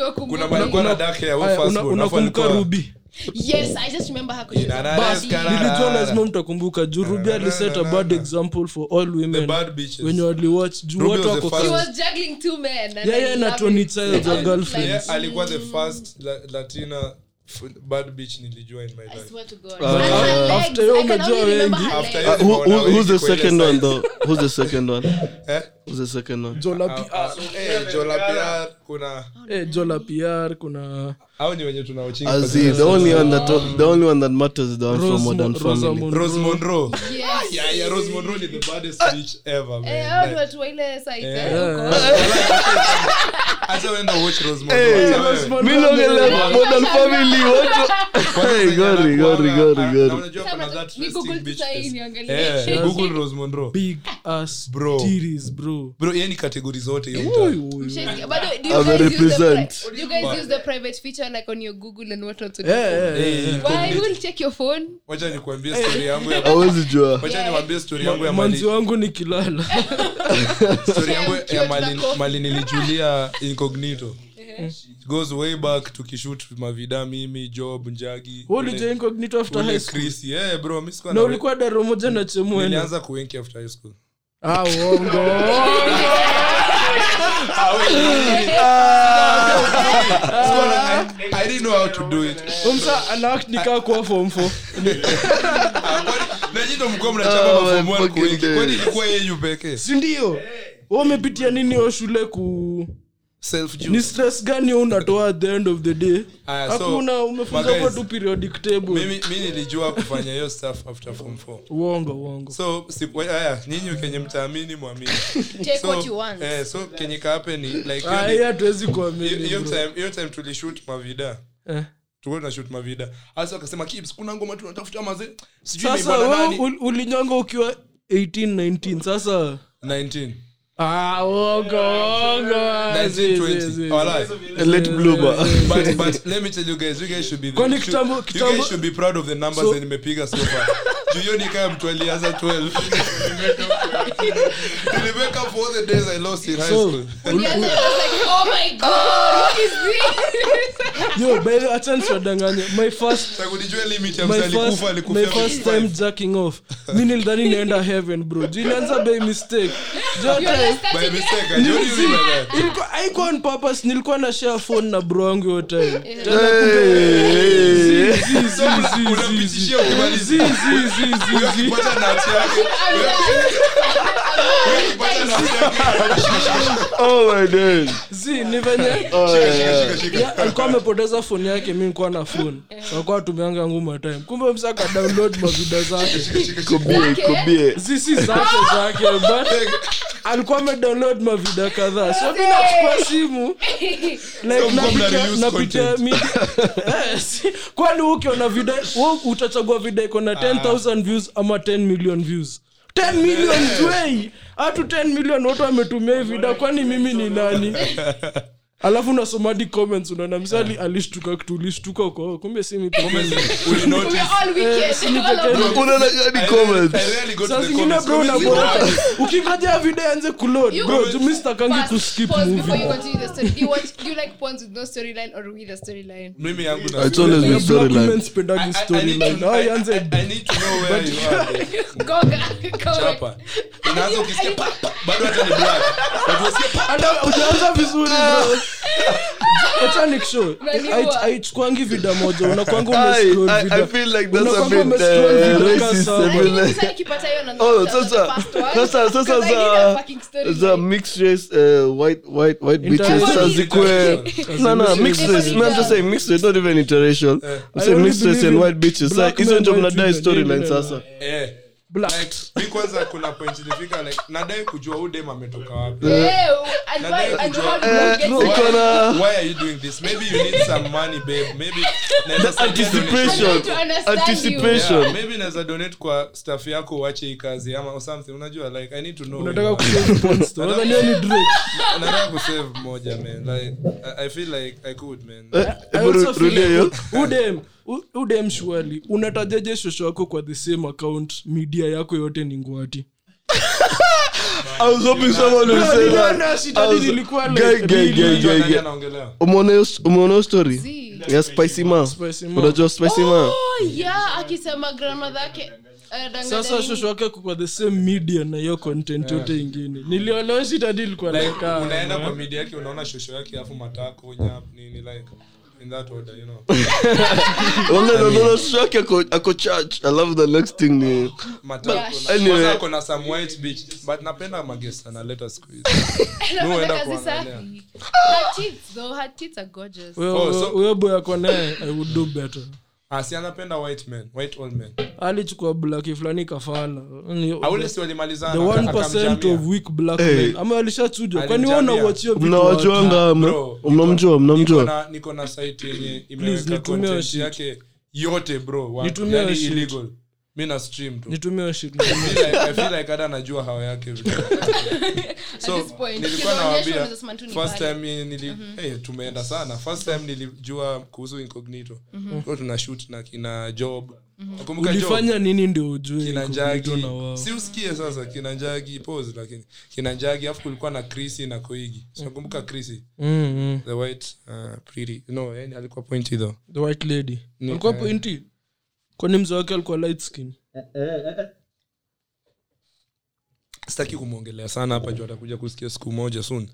wakumbuki Siwakumbuki. kuna mali alikuwa na dark hair huyo fast ball, alafu unakumbuka alikuwa- rubi Yes, I just remember her Ina- kushika Bas, body. Na- nilijua na- lazima mtakumbuka juu rubi aliset a bad example for all the women bad bitches. wenye waliwatch juu Ruby watu was the wako first- She was juggling two men and Yeah, I yeah, na love Tony it. Childs, I her was girlfriend. like, Yeah, alikuwa the first la- latina f- bad bitch nilijua in my I life swear to God. Uh, And her legs, after hiyo I can umejua only remember wengi. her After legs. hiyo- Uh, who, who, who's the Kwa ile second one size. though who's the second one Eh? who's the second one jola Ah, pr eh, Jola Piar, kuna eh, jola pr kuna au ni wenye tunaochinga As in, the only one that the only one that matters is the one from Modern Family. Rose rosemond Monroe. Yes. Yeah, yeah, Rose Monroe ni the baddest bitch ever, man. Eh, hao ni Like, watu wa ile site, eh, Yeah. huko. acha wenda watch Rose Monroe, acha wewe. Mi naongelea Modern Family, watu- Hey, gori, gori, gori, Na gori. unajua Ah, kuna that Ni Google resting bitch sasa hii face. niangalie. Eh, Google Rose Monroe. big ass Bro. titties, bro Bro, yeye ni category zote hiyo Oi, mtaa. oi, oi. Mshasikia. But do you I'm a guys use the represent. pri- do you guys use the private feature like on your Google and whatnot to do? Eh, eh, eh. Eh, iko Why? complete. Who'll check your phone? Wacha nikuambie story yangu ya Hawezi jua. Wacha niwaambie story yangu ya Oh. manzi Mali. wangu nikilala Story yangu I'm ya cute Mali na Mali nilijulia incognito. Uh-huh. Eh. It goes way back tukishoot mavida mimi Job Njagi. Wewe ulija incognito after ule high school Chris. Yeah, bro, mimi sikuwa na na- ulikuwa daro moja na chemwena nilianza kuwenki after high school. ah uongo Ah, Sikuwa na- I- I didn't know how to do it. umsa anaakt nikaa kuwa form 4 Najito mko mnachapa Oh, mafomu my wako wengi. fucking Kwani ilikuwa yeye yu pekee? si ndio wewe umepitia nini yo shule ku Self juice. ni stress gani wewe unatoa at the end of the day Aya, so, hakuna my umefunza guys, kwa tu periodic table mimi mi nilijua kufanya hiyo stuff after form 4 uongo uongo so si, we- aya nyinyi kenye mtaamini mwamini Take so, what you want. eh, so kenye kaapeni like Ah, hii hiyo hatuwezi ni- hiyo- kuamini hiyo bro. time hiyo time tulishut mavida Eh. tulikuwa tunashoot mavida hasa akasema kips kuna ngoma tunatafuta mazee sijui sasa imeibana wewe nani ul- ulinyonga ukiwa 18 19 sasa 19 ah uongo uongo ah, zi, zi, zi. 1920 walai Late bloomer. but but let me tell you guys you guys should be Kwani should- kitambo- you guys kitambo- should be proud of the numbers So- so, nimepiga so far juu ni kama mtu alianza 12 niliweka for the days i lost in high So, school Yes, I was like, oh my God, what is this? yo by the way, acha nisiwadanganye my first Takunijua limit ya my msali first, kufa alikufia my first time jacking off mi nilidhani naenda heaven bro juu ilianza by mistake Juu You're hata- just by starting mistake I don't Nilisi- remember that. ilikuwa- haikuwa on purpose nilikuwa na share phone na bro wangu hiyo time Hey. So, una- unapitishia Zi, kumaliza zi, zi, zi. Huyo akipata nut yake huyo akipata nut yake Oh my days. Zi, ni venye Oh, yeah. shika shika Ya, alikuwa amepoteza foni yake mi nikuwa na foni akuwa tumeanga nguma time kumbe msa akadownload mavida zake Kobie, kobie. zisi zake zake but alikuwa amedownload mavida kadhaa so mi nachukua simu like Some vocabulary napitia- use napitia content. mi Yes. kwani wewe ukiona vida wewe utachagua vida iko Ah. na 10000 views ama 10 million views 10 million Eh. wey hatu 10 million watu wametumia hii vida kwani mimi ni nani alafu nasomadi comments unaona msali alishtuka kitu ulishtuka kwa kumbe si mimi peke yangu. Will notice. all eh, weekend. all of us. unaona gani I comments? rarely- I rarely go to saa the zingine comments. bro Comments is unabora bad. ukingoja video anze kulod You- bro jumi sitakangi Pause- kuskip pause before movie you continue the story. Do you watch? Do you like porns with no storyline or with a storyline? Mimi yangu na- It's always been storyline. I- I- I spendagi need to- storyline I- I- au ianze I need to know where you are, bro. Go, go, go. Chapa. Inaanza ukisikia pa, pa, bado hata ni black. Watu wasikia pa. Hata ujaanza vizuri bro acha nikushow Unaniua. aichukwangi vida moja unakwanga I, umescroll I, I vida feel like that's a Unakwamba bit umescroll uh, vibaya racist. sana. I feel like- nikipata hiyo na Oh, not- sasa- not the first one. sasa- sasa 'Cause I need za- a fucking storyline. za mixed race uh, white white white bitches Interracial. sazikwe no no mixed race no I'm just saying mixed race not even interracial I'm saying Eh. only mixed race believe and in white bitches sa black hizo men, ndio white mnadai women, storyline yeah, yeah, sasa Eh, black like, mi kwanza kuna point ilifika like nadai kujua huu dem ametoka wapi Eh, and why- and how do you Eh, get no, to- iko na why are you doing this maybe you need some money babe maybe naweza saidia anticipation. donation. I need to understand Anticipation. Yeah, maybe naweza donate kwa staff yako uache hii kazi ama or something unajua like i need to know unataka where you are. kushonadhani ni drake Na- nataka kusave moja man like i, I feel like i could man Eh, I hebu also ru- rudia feel hiyo like, u- udem u- udem shuali unatajaje shosho yako kwa the same account media yako yote ni ngwati I was hoping someone would say Niliona that shida, I was- nilikuwa like, Guy, guy, really guy, guy, Nani guy. anaongelea? Umeona hiyo s- umeona hiyo story See. ya spicy ma Spicy Ma. unajua spicy ma Oh, yeah, akisema grandmother yake, eh, danganya sasa nini? shosho yake ako kwa the same media na hiyo content yote ingine niliolewa shida di ilikuwa Like, like, ah, unaenda man. kwa media yake unaona shosho yake afu matako nyap nini like in that order you know Unaona- unaona shock ako ako church I love the next thing ni matako But na- anyway- kwanza ako na some white bitch but napenda magest analeta siku hizi Anafanya uenda kazi kuangalia. safi. Her tits, though, her tits are gorgeous. Wewe- Oh, so- wewe boy ako naye i would do better asi Ah, anapenda white men white all men alichukua blaki fulani kafala Ni- aule si the walimalizana aka- 1 of akamjamia. weak black Hey. men ama alishachujwa kwani wewe Alimjamia. unawachia vitu wapi? mnawajuanga Bro, mna- mnamjua Niko mnamjua na- niko na site yenye Please, imeweka nitumie hiyo content shit. yake yote bro wa- Nitumie hiyo yani shit. illegal mi na stream tu nitumie hiyo shit nitumie. I feel like- I feel like hata najua hawa yake vile. At so this point, nilikuwa ukiwaonyesha nawaambia unaweza sema tu ni Mhm. first bad. time yenye nili hey, tumeenda sana first time nilijua kuhusu incognito Mhm. Kwa tuna shoot na kina job nakumbuka job ulifanya nini ndio ujue kina iko njagi kuitwa na wao si usikie sasa kina njagi pause lakini kina njagi afu kulikuwa na krisi na koigi So nakumbuka krisi Mm, mm. the white uh, pretty no yani alikuwa pointy though the white lady alikuwa eh. pointi kwani mzee wake alikuwa light skin Oh. sitaki kumwongelea sana hapa juu atakuja kusikia siku moja soon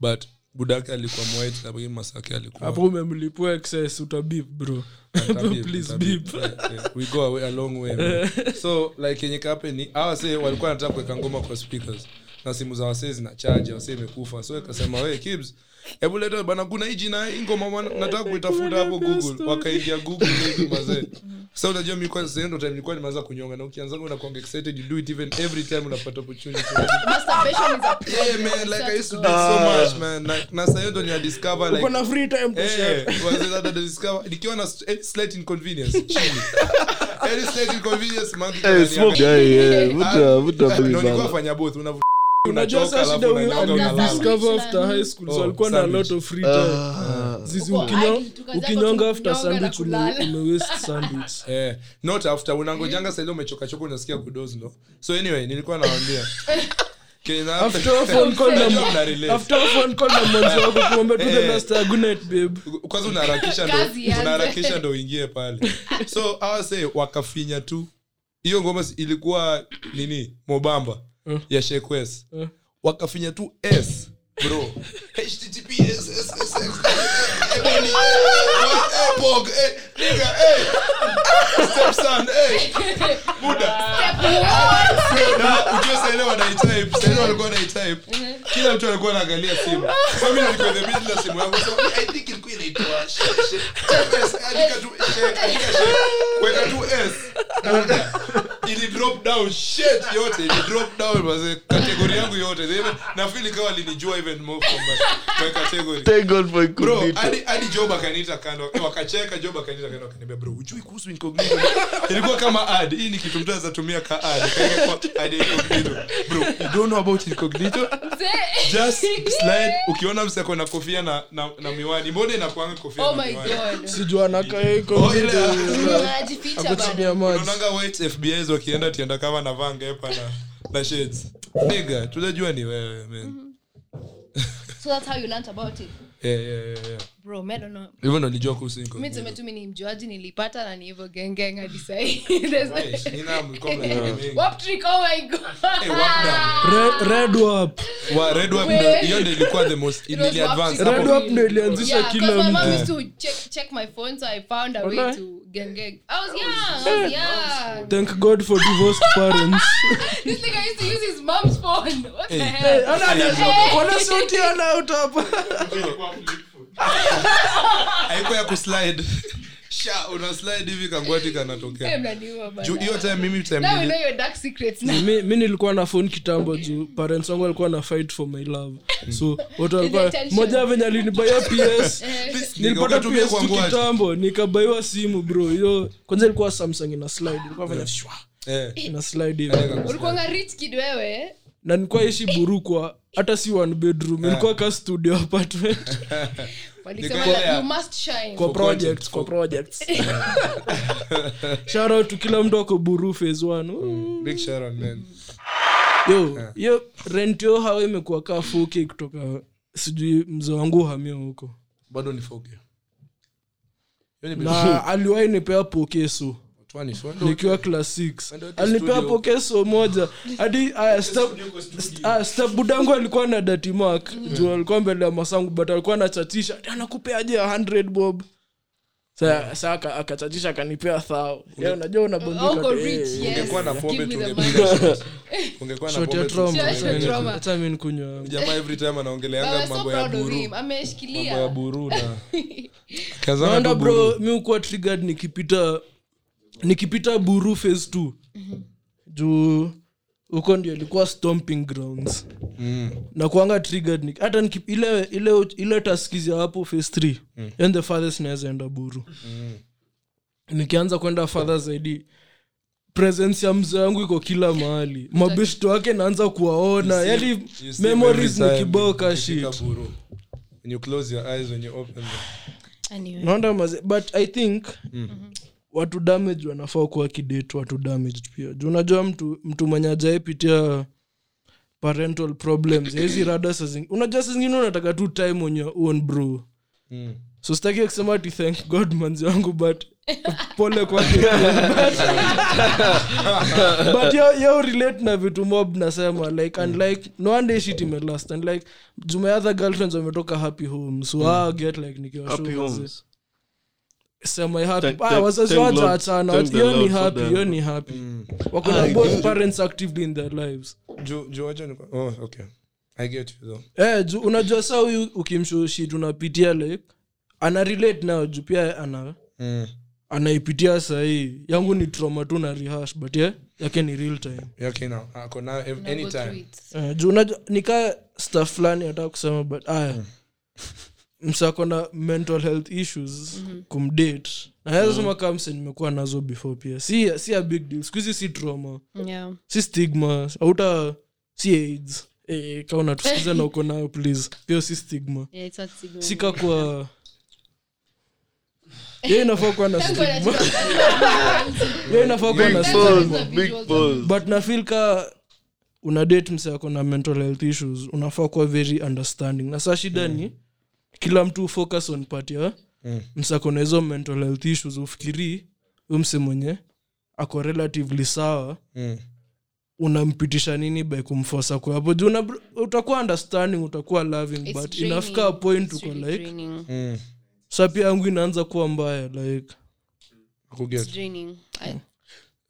but budake alikuwa mwhite lakini masake alikuwa hapo umemlipua excess utabip bro Tabib, please tabib. bip Yeah, yeah. We go away- a long way, man. so like yenye kapeni awase walikuwa nataka kuweka ngoma kwa speakers na simu za wasee zinachaji wasee imekufa so ikasema we kibs hebu leta bana kuna hii jina hii ngoma bwana, nataka kuitafuta hapo google wakaingia google hivi mazee sasa unajua mi kwanza sasa ndo time nilikuwa nimeanza kunyonga na ukianzanga unakuanga excited you do it even every time unapata opportunity Masturbation is a yeah man like i used to do it so Ah. much man like na sasa hiyo ndo ni discover like uko na free time tosha Eh, wazee dada discover- nikiwa na st- any slight inconvenience, chini. Any slight inconvenience, monkey Eh, kaniangalia. smoke guy eh, vuta Ah, vuta ah, pili ndio nilikuwa bana nafanya both, unavu- unajua unachoka, saa shida alafu unanyonga, huyo unalala. discover Sandwich after na- high school so Oh, alikuwa na a sandwich. lot of free time Ah. zizi Uko ukinyonga- idle, tukaanza ukinyonga after kunyonga sandwich na ume- kulala. umewaste sandwich Eh, not after unangojanga saa ile umechokachoka unasikia kudozi no so anyway nilikuwa nawambia Kenya after- After phone call na- Unajua unarelate. after a phone call na mwenzi wako kumwambia tu the Eh. last time, good night babe kwanza unaharakisha ndo- Kazi ianze. unaharakisha ndo uingie pale so awase wakafinya tu hiyo ngoma si- ilikuwa nini mobamba Mm. ya shekwes Mm. wakafinya tu s bro https Eh, na ujue saile wanaitype saile walikuwa wanaitype kila mtu alikuwa anaangalia simu so mi nalikuwa in the middle ya simu yangu so i think ilikuwa inaitwa she- she- she- andika tu she- andika she- weka tu s Dada, ilidrop drop down shit yote ni drop down mazee category yangu yote They even- na feel kama linijua even more from my, my category Thank God for bro incognito. hadi hadi job akaniita kando eh, wakacheka job akaniita kando akaniambia bro hujui kuhusu incognito ilikuwa kama ad hii ni kitu mtu anaweza tumia ka ad kaeka kwa ad ya incognito bro you don't know about incognito just slide ukiona mseko na kofia na na, na miwani mbona inakuanga kofia oh na my miwani god oh ile Unajificha bana. unaonanga white fbis wakienda tienda kama navaa ngepa na na shades niga tunajua ni wewe Mm-hmm. man so that's how you learnt about it yeah yeah yeah yeah bro me I don't know hivyo ndo nilijua kuhusu mi incognito tuseme tu mi ni mjuaji nilipata na ni hivyo gengeng hadi sahii Nice. Nina mlikuwa mnajua mengi. Eh, wap down. oh Wa red wap ndo- Wait. hiyo ndo ilikuwa the most It was ili wap advance to- hapo. Red wap ndo ilianzisha Yeah, 'cause my kila mom mtu used to check check my phone, so I found a way Walai. to gang gang. I was young, I was young. thank god for divorced parents This nigga used to use his mom's phone. What the Hey. Eh, hell? haikuwa ya kuslide sha una slide hivi kangwati kanatokea Hey, mnaniua bana. juu hiyo time mimi time Now we nili- know your dark secrets now. mi mi nilikuwa na phone kitambo juu parents wangu walikuwa na fight for my love so watu walikuwa tension. moja venye alinibaia ps Please, nilipata nikakutumia kwa ps2 ngwati. kitambo nikabaiwa simu bro hiyo kwanza ilikuwa samsung ina slide ilikuwa venye shwa, Eh, ina slide hivi Ulikuwanga rich kid wewe. eh? na nilikuwa ishi burukwa hata si one bedroom ilikuwa ka studio apartment Walisema Nikakuwa- that you must shine. kwa projects kwa projects shout out to kila mtu ako buru phase 1 big shout out, man. yo hiyo rent yo hawa imekuwa kaa 4k kutoka sijui mzee wangu uhamia huko bado ni 4K. Hiyo ni na aliwahi nipea pokeso Twani, so- nikiwa class 6 Enda alinipea studio. pokeso moja hadi aya, step- st- aya, step budangu alikuwa na datimak Mm. juu alikuwa mbele ya masangu but alikuwa anachatisha "Ati anakupeaje ya 100 bob Sa- sa aka- akachatisha akanipea thao Ya, unajua Eh, Uncle rich, yes. ungekuwa na Give pombe me the tungepiga shot. Ungekuwa na pombe tungepiga Shot ya shot. trauma. unabongeaminkunywa jamaa every time But anaongeleanga we're so mambo ya proud of buru him. mambo ya Ameshikilia. buru na naona kazana bro mi ukuwa triggered nikipita nikipita buru phase t juu huko ndio ilikuwa stomping grounds na kuanga triggered ni- hata niki- ile ile ile taskizi ya hapo phase three mm. the farthest naweza enda buru nikianza kwenda fadha zaidi presence ya mzee wangu iko kila mahali mabeshto wake naanza kuwaona yani memories ni kiboka shit when you close your eyes when you open them anyway. naona maze but i think Mm. watu damage wanafaa kuwa kidate watu damaged pia juu unajua mtu mtu mwenye ajaipitia parental problems hizi rada sazing unajua saa zingine unataka tu time on your own bro Mm. so sitaki kusema ti thank god manzi wangu but pole kwake but yo, yo relate na vitu mob nasema like Mm. and like no wonder shit imelast and like juu my other girlfriends wametoka happy home so I'll get like nikiwa Mm. Happy show mazee homes. sema hi happy Thank- ah, thank- wazazi thank wacha Lord- achana thank the hiyo ni Lord for happy them. hiyo ni happy wako na both parents actively in their lives Ju- ju- wacha ni- oh okay i get you though eh ju, unajua saa huyu ukimshow shit unapitia like ana relate nayo juu pia ana mm. anaipitia sahii yangu ni trauma tu na rehash but yeah, yake ni real time okay now Ah, ako now ev- anytime eh, juu unajua nikaa staff fulani hata kusema but aya msako na mental health issues kumdate naweza sema kamse nimekuwa nazo before pia si, si a big deal sikuhizi si trauma Yeah. si stigma auta si aids e, ka unatusikiza na uko nayo please pia si stigma Yeah, it's not signal. sikakwa yo inafaa kuwa na stigma yo inafaa kuwa na Big stigma balls, big balls. but nafil ka una date mse ako na mental health issues unafaa kuwa very understanding na saa shida ni kila mtu focus on part ya Mm. msako na hizo mental health issues ufikiri huyu mse mwenye ako relatively sawa mm. unampitisha nini by kumfosa kwa hapo juu una- utakuwa understanding utakuwa loving It's but draining. inafika a point It's uko really like Draining. mm. sa pia yangu inaanza kuwa mbaya like Aku It's get draining. I-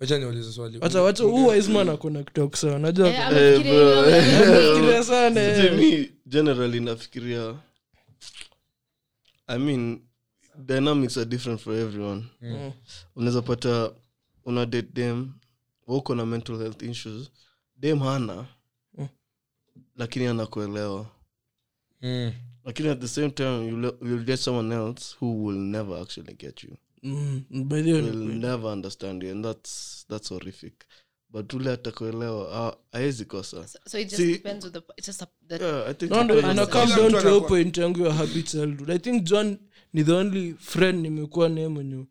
wacha niulize swali hata wacha huu waisman akona kitok sana najua Eh, ako- amefikiria hiyo, eh. Anafikiria sana Sijui eh. mi generally nafikiria i mean dynamics are different for everyone Mm. unaweza pata una date them wauko na mental health issues dem hana Mm. lakini anakuelewa Mm. lakini at the same time you'll, you'll get someone else who will never actually get you Mm, by the way, will never understand you and that's that's horrific but ule atakuelewa aezi kosa So, so it just See- depends on the. It's just a, the yeah, I think No, ndo it depends. ina come Kila down mtu to your anakuwa- point yangu ya happy childhood i think john ni the only friend nimekuwa naye mwenye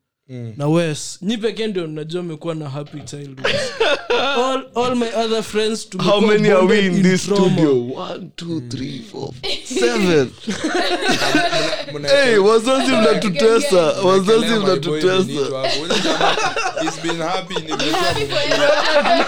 na wes nyi pekee ndio najua mekuwa na happy childhood all, all my other friends how tumekuwa many are we bonded in this trauma. studio one two three four seven Mna- hey wazazi mnatutesa wazazi Kelea my boy Benito mnatutesa hapo. Huyo jamaa, he's been happy, nimekuwa-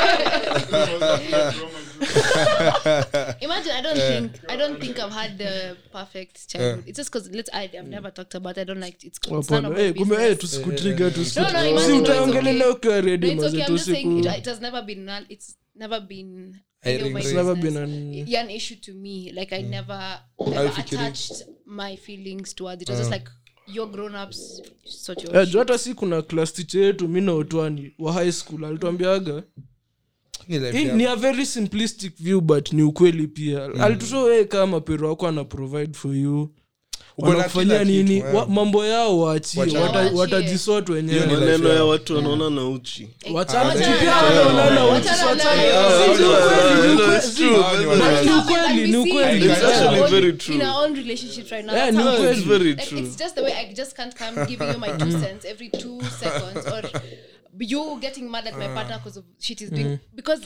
Imagine I don't think I don't think I've had the perfect childhood. It's just because let's I Mm. I've never talked about. It. I don't like it. it's it's none Hapana. of my Eh, kumbe eh, business. tusikutrigger, No, no, tusikutrigger. imagine Si it's utaongelelea okay. ukiwa No, ready, it's maze, okay. I'm tu just saying it, siku- it has never been null- it's never been I any of my think it's never business. been an- yeah, an issue to me. Like Mm. I never, Oh, never Haifikirii. attached my feelings towards it. It was Mm. just like you're grown ups, sort your Eh, shit. juu hata si kuna class teacher yetu mi na otwani wa high school alituambiaga Ni life Hii yangu. Eh, ni a very simplistic view but ni ukweli pia mm. alitutoe kama mapero wako ana provide for you Uko na wanakufanyia kila kitu, nini eh. wa, mambo yao waachie Wacha- wata- Waachie. watajisort Hiyo ni Ah, wenyewe life maneno ya yangu. watu wanaona na uchi Wacha- Wacha- pia Wacha- wanaona Wacha- uchi, Wacha- wacha- Ah, Si ni ah, ukweli, ni ah, ukweli, it's si- true, Ah, ni very wanaona. ni Now, ukweli ni and we see ukweli it It's in our actually own- very true. In our own relationships right now. Eh, that's ni how it ukweli. true. It's very like, true. Mm. it's just the way I just can't come giving you my two cents every two seconds or you getting mad at my Mm. partner because of shit he's doing because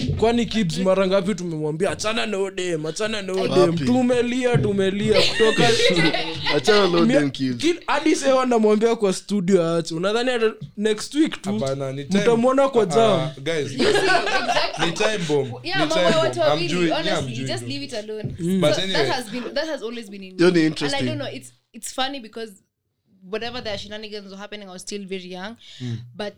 kwani kibs mara ngapi tumemwambia achana na odem achana na odem Wapi? tumelia tumelia kutoka achana na Mia- Odem Kids. kil- hadi sewa namwambia kwa studio aache unadhani hata next week tu Hapana, ni time. mtamwona kwa jam Ah, guys, exactly ni time bomb. yeah Ni mama time wa bomb. watu wawili Hamjui- yeah, honestly hamjui just tu. leave it Mm. alone But so anyway. that has been that has always been in Hiyo ni me. and I interesting. don't know it's it's funny because whatever the shenanigans were happening I was still very young but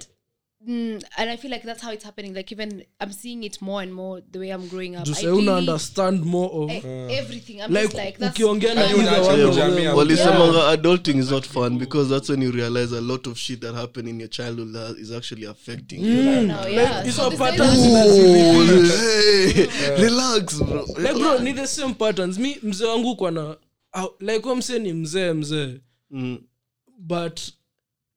mm, and I feel like that's how it's happening like even I'm seeing it more and more the way I'm growing up I juse una really, understand more of I- everything I'm just like like that's ukiongea na Hadi either unaacha one hiyo of jamii them. ambayo- walisemanga adulting is not fun because that's when you realize a lot of shit that happened in your childhood that is actually affecting you right now yeah Like, So hizo this patterns is- Oh, hey, relax bro like bro ni the same patterns mi mzee wangu kwa na au- like huyo msee ni mzee mzee Mm. but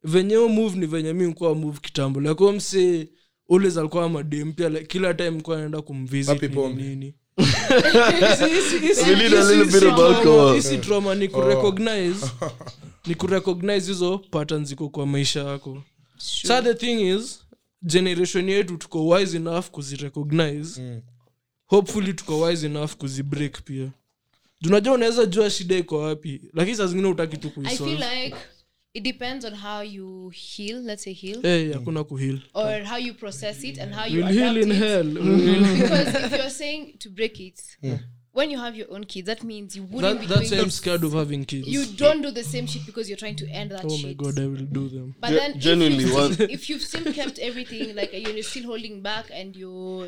venye huyo move ni venye mi nkuwa move kitambo like huyo msee always alikuwa madem pia like, kila time kuwa naenda kumvisit Wapi nini pombe? nini. Si- si- si- We need a si- si little bit of trauma- alcohol. hii si trauma ni kurecognize ni kurecognize hizo patterns ziko kwa maisha yako so the thing is generation yetu tuko wise enough kuzirecognize mm. hopefully tuko wise enough kuzibreak pia tunajua unaweza jua shida iko wapi lakini saa zingine utaki tu I feel kuisolve like it depends on how you heal let's say heal Eh, hakuna kuheal or how you process it and how you We'll heal adapt in it hell. We'll heal- because if you're saying to break it when you have your own kids that means you wouldn't be That- that's why doing I'm scared of having kids. you don't do the same shit because you're trying to end that oh shit my god i will do them but Ge- then genuinely, if, you've one- still, if you've still kept everything like you're still holding back and you're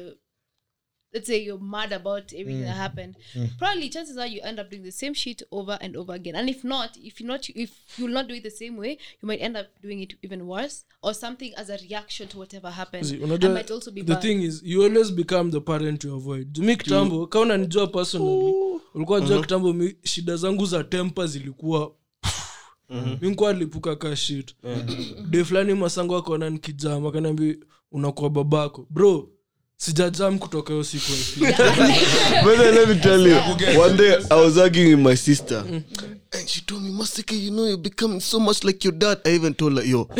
let's say you're mad about everything Mm. that happened probably chances are you end up doing the same shit over and over again and if not if you're not if you'll not do it the same way you might end up doing it even worse or something as a reaction to whatever happened See, and unajua might also be the bad. thing is you always become the parent you avoid jumi kitambo ka unanijua personally ulikuwa jua kitambo mi, shida zangu za tempa zilikuwa mi nkuwa alipuka ka shit de fulani masango akaona nikijam akaniambia unakuwa babako bro sijajam kutoka hiyo siku I feel. Brother, let me tell you. One day I was arguing with my sister. Mm. And she told me, Masike, you know, you're becoming so much like your dad. I even told her, yo,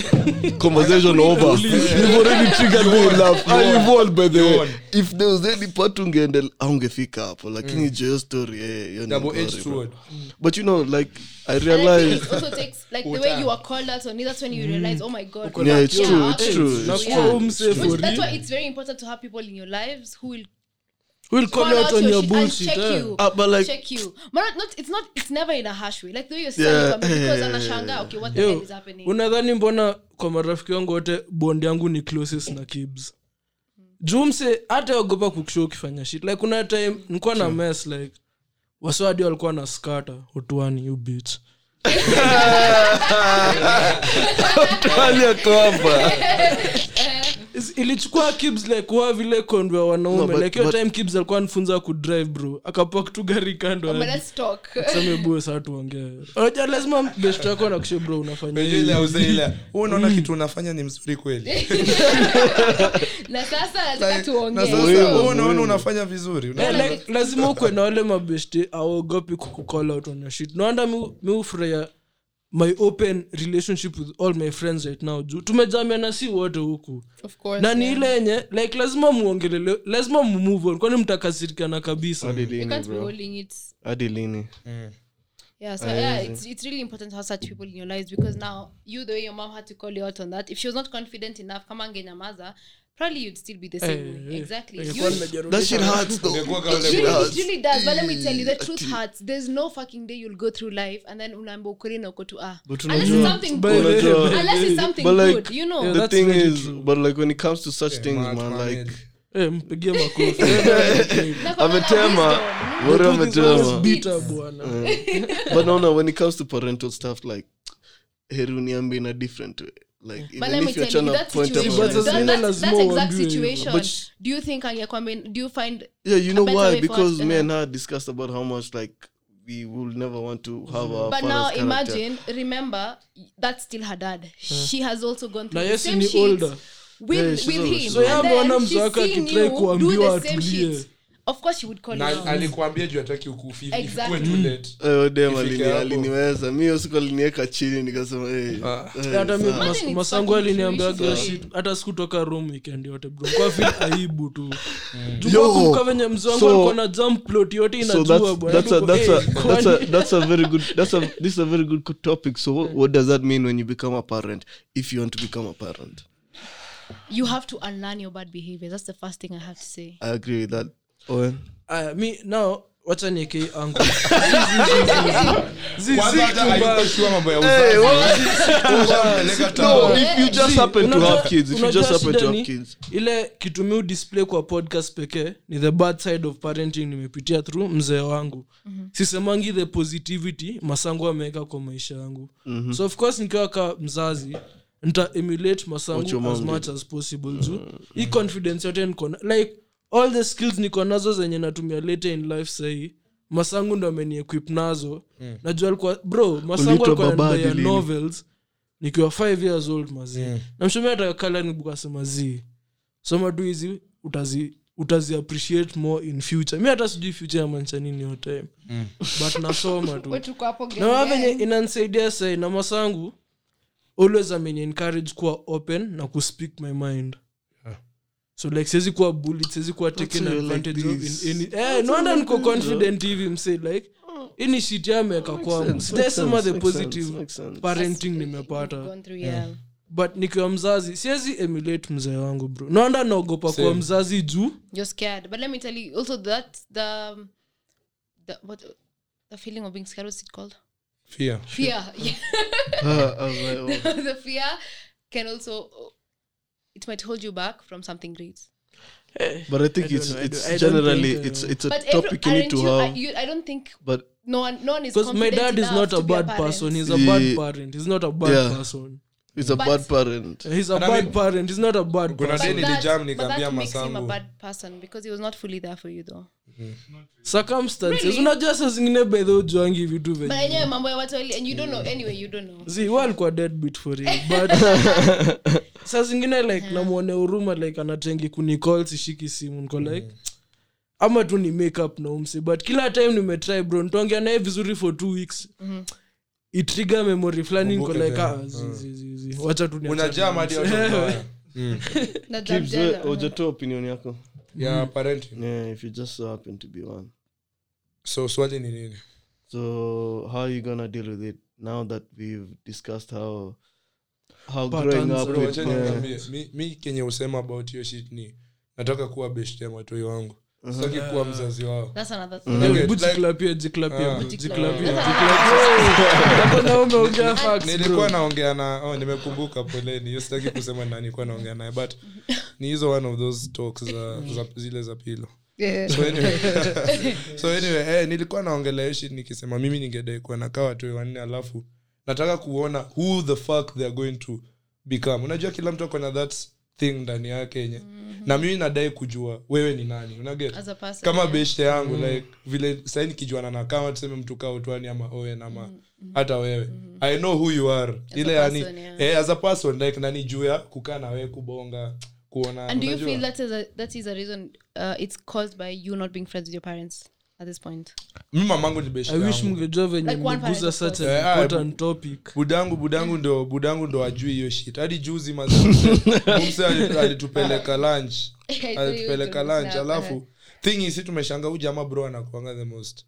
conversation over. You've already triggered me laugh. And you've won, by the way. If there was any part ungeende, aungefika hapo. Lakini juu hiyo story, eh, hiyo ni Double-edged story, sword. bro. But you know, like, I And I think realized, it also takes like the way you are called out on it. That's when you realize, oh my god, Mm. yeah, it's yeah, true, I it's can true, do it's this. nakuwa Yeah. huu msee for Which, that's why real it's very important to have people in your lives who will will call call out on your bullshit shit and check eh. you. Ah, but like- check you. But not, not, it's not. It's never in a harsh way. Like the way you're Yeah. saying, but because anashanga, okay, what the Yo, hell is happening? unadhani mbona kwa marafiki wangu wote bond yangu ni closest na kibs juu mse hata ogopa kukushow ukifanya shit like kuna time nikuwa na mess like waswadi walikuwa na skata utuani you bitch Hali yako hapa. Is- ilichukua kibs like kuwa vile kondwe wanaume No, but- like hiyo but- time kibs alikuwa anfunza kudrive bro akapak tu gari kando But hadi. let's talk. Tuseme bue saa tuongee unajua lazima best yako anakushe bro unafanya Unajua ile hivi." ya uzee ile, "Wewe oh, Mm. unaona kitu unafanya ni mzuri kweli na sasa nataka na tuongee sasa Muhimu, wewe unaona muhimu. unafanya vizuri Eh, unaona- like, lazima ukwe na wale ah, mabeshte awaogopi kukucall out on your shit naanda mi hufurahia my open relationship with all my friends right now juu tumejamiana si wote huku Of course, na ni yeah. ile yenye like lazima muongelele lazima mumove on kwani mtakasirikana kabisa Hadi You lini, can't be bro? holding it Hadi lini? Yeah, so yeah, it's, it's really important to have such people in your lives because now you, the way your mom had to call you out on that, if she was not confident enough, kama angenyamaza, probably you'd still be the same Eh, way. eh, Exactly. eh, You- kwa nimejarudisha. That shit hurts though. Ungekuwa That kama shit ule- Really, it hurts. really does. But let me tell you, the truth Ati- hurts. There's no fucking day you'll go through life and then unaambiwa ukweli na uko tu ah. But Unless unajua- it's something By the good. way, Unajua- Unless it's something But like- good, you know. Yeah, The that's thing very is, true. but like when it comes to such things, Mat- man, Mohamed. like Eh, mpigie makofi Nakwambia na ametema, wisdom, you know? what Truth is always ametema. bitter, bwana. Eh. But no, no, when it comes to parental stuff, like heri uniambe in a different way. Like But even let me if you're tell you, trying to that point situation, But out, sasa that, zingine that's, lazima that exact uambiwe. situation, But sh- do you think angekwambia, do you find yeah, you know better why? way forward, Because me uh-huh. and her discussed about how much like we will never want to have our but father's now character. imagine remember that's still her dad she has also gone na through the yesi same ni shit older with, Yeah, with she's older. him So And yeah, then bwana she's mzako seeing akitry you do kuambiwa the same atulie. shit. of course she would call you na out alikuambia juu ataki ukufi Mm. Exactly. ikue too late Eh, dem Ifike alini- hapo. aliniweza mi yosiko aliniweka chini nikasema eh, Ah. eh, hata mi- sawa. mas- Imagine it's masangu fucking aliniambiaga true. shit hata sikutoka rom weekend yote bro kwa fil aibu tu Juu Yo, kumbuka venye mzee wangu so- alikuwa na jump plot yote so inajua that's bwana that's a Tuko, that's "Hey, a that's kwani-" a that's a very good that's a this is a very good co- topic so what, what does that mean when you become a parent if you want to become a parent you have to unlearn your bad behavior that's the first thing i have to say i agree with that Owen. Aya, mi now wacha niekei angu Kwanza hata hayuko sure mambo ya Hey, uzazi. Kwanza ampeleka Eh, no tawa. if you just See, happen to unajua- have kids if you unajua just happen shida to ni, have kids ile kitumiu display kwa podcast pekee ni the bad side of parenting nimepitia through mzee wangu mm-hmm. sisemangi the positivity masangu ameweka kwa maisha yangu Mhm. mm-hmm. so of course nikiwa ka mzazi nta emulate What Mm. masangu your mom as did. much as possible juu hii confidence yote niko na- like all the skills niko nazo zenye natumia later in life sahii masangu ndo ameniequip nazo mm. najua alikuwa bro masangu Uliitwa alikuwa baba ananibuyia hadi lini? novels nikiwa five years old mazii mm. namshomea takakalanibuka zii soma tu hizi utazi utazi appreciate more in future mi hata sijui future yamaanisha nini yo time but nasoma tu tuko hapo na wa venye inansaidia sai na masangu always ameniencourage kuwa open na kuspeak my mind so like siwezi kuwa bullied siwezi kuwa taken why I like advantage of this. in any eh, naona niko confident hivi mse like ini shit yameweka kwangu sense, Oh. makes sijaisema sense, the makes sense, positive makes sense. parenting nimepata gone through yeah but nikiwa mzazi siwezi emulate mzee wangu bro naanda naogopa kuwa mzazi juu you're scared but let me tell you also that the um, the what the feeling of being scared what's it called Fear. fear yeah Ah, I was like, oh. Mm-hmm. the fear can also it might hold you back from something great but i think I it's don't know, I it's don't- I don't generally think, uh, it's it's a but topic you every, need aren't to you, have are you, i don't think but no one no one is because my confident dad is enough not to a be bad parent. person he's a Yeah. bad parent he's not a bad Yeah. person it's a But- bad parent he's a And I bad mean- parent he's not a bad Kuna person deni- but Nili that, jam but nikaambia that makes him a masangu. bad person because he was not fully there for you though circumstances Really? unajua saa zingine bedhe ujuangi vitu but venye anyway mambo ya watu wali- and you don't know anyway you don't know zi wa alikuwa deadbeat for real, but saa zingine like namwone huruma like anatengi kunicall sishiki simu niko like ama tu ni makeup na umse but kila time nimetry bro nitaongea naye vizuri for two weeks Mm-hmm. itriga memory fulani niko Kumbuke like tena. "Ah, zi- zi- zi- zi, wacha tu niachane unajaa na madi umse." Eh. ya Na that uh, Kibs, gender, we- hujatoa opinion yako Mm. ya parenting yeah if you just so happen to be one so swali ni nini So how are you gonna deal with it now that we've discussed how how Patterns growing up or Bro, with wacheni yeah. nikwambie, mi- mi kenye usema about hiyo shit ni nataka kuwa best ya matoi wangu Uh-huh. sitaki kuwa mzazi wao that's another thing Yo, Okay, hebu like- jiklapie, jiklapie, Ah. jiklapie, jiklapie. Hapo na umeongea facts, bro. nilikuwa naongea na oh, nimekumbuka poleni hiyo sitaki kusema nani nilikuwa naongea naye but ni hizo one of those talks za, za zile za pilo yeah so anyway, so anyway eh, nilikuwa naongelea hiyo shit nikisema mimi ningedai kuwa nakaa watoi wanne alafu nataka kuona who the fuck they are going to become unajua kila mtu ako na that thing ndani yake yenye na mimi nadai kujua wewe ni nani unaget as a person kama yeah. beshte yangu Mm. like vile sahii nikijuana na kama tuseme mtu kaa utwani ama owen ama Mm. hata wewe i know who you are ile yani person, yeah. eh, as a person like nani juu ya kukaa na wewe kubonga kuona and do you unajua? feel that is a, that is a reason uh, it's caused by you not being friends with your parents at this point mi mamangu ni beshte i wish yangu. mngejua venye Like one mmeguza parent, of course. certain Eh, ah, important topic budangu budangu ndo budangu ndo ajui hiyo shit hadi juzi mazi mse ali- alitupeleka lunch alitupeleka lunch alafu thing is si tumeshanga huu jamaa bro anakuanga the most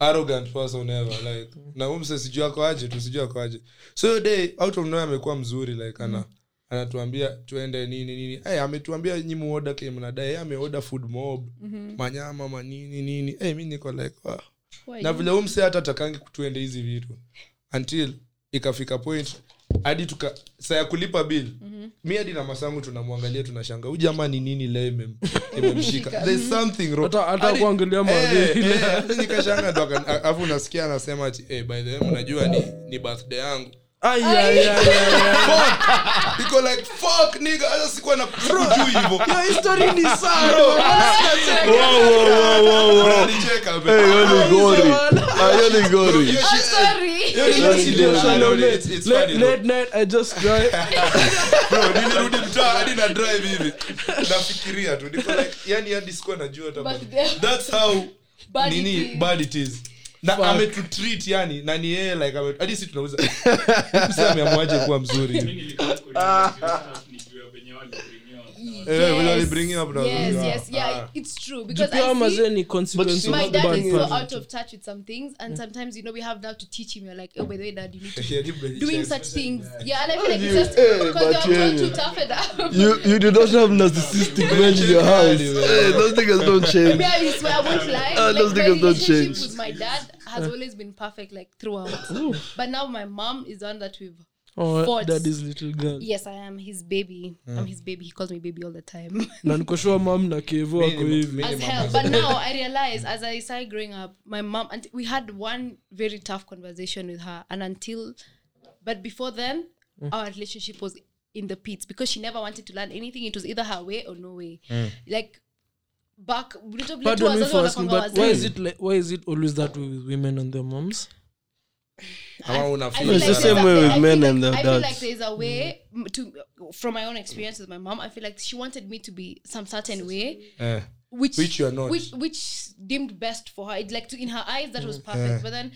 arrogant person ever like na huu mse sijui ako aje tu sijui ako aje so hiyo day out of nowhere amekuwa mzuri like ana anatuambia tuende nini nini hey, ametuambia nyi muoda kenye mnadai hey, ameoda eh, food mob manyama manini nini hey, mi niko like ah. wow Why na you- vile umse hata takangi tuende hizi vitu until ikafika point hadi tuka saa ya kulipa bill mm-hmm. mi hadi na masangu tunamwangalia tunashanga huu jamaa ni nini leo imem- imemshika There's something wrong. Hata- hata Hadi- kuangalia maadili. Eh, eh, hadi nikashanga ndo aka- a- alafu unasikia anasema ati hey, by the way mnajua ni, ni birthday yangu Ai, ai, ai, ai, ai. iko like fuck nigga hata sikuwa na sikujui hivyo Yo, hii story ni sad. ah, Unanicheka, man. Hey, Ah, hiyo ni gori. Bwana. Ah, hiyo ni gori. Hiyo shit- sorry hiyo shit- it's- it's Late- funny, though. late night, I just cry. Bro, nilirudi mtaa hadi na drive hivi nafikiria tu niko like yani hadi sikuwa najua hata But bad. there- that's how Bad it nini is. bad it is na ametutreat yani na ni yeye like ame- hadi si tunauza msa ameamwaje kuwa mzuri eh Yes. wewe bring it up na yes Ah, yes yeah ah. it's true Ju because pia I mazee see ni consequence But my of dad bad is so parents. out of touch with some things and sometimes you know we have now to teach him you're like oh by the way dad you need to Yeah, ni bloody doing chest. such things yeah and I feel like it's you- just eh, because but you're told yeah. to toughen up You, you do not have narcissistic men in your house. Hey, those niggas don't change. Yeah, I swear I won't lie. Ah, like, those my niggas don't relationship change. with my dad has always been perfect, like throughout. but now my mom is the one that we've. Oh, Forts. that is little girl. Yes, I am his baby. Mm. I'm his baby. He calls me baby all the time. na nikoshua mam na kevo Mimi wako ni- hivi mimi ni as hell. mama. But now I realize as I started growing up, my mom and we had one very tough conversation with her, and until, but before then, our relationship was in the pits because she never wanted to learn anything. It was either her way or no way. Like back, little bit pardon me for asking but why is it like, why is it always that way with women and their moms Ama una I feel feel It's the like sana. same there's a- way I with feel men like- and their I feel dads. like there's a way m- to, from my own experience with my mom, I feel like she wanted me to be some certain way, Eh. which Which you are not. which, which deemed best for her. It, like to, in her eyes, that Mm. was perfect. But then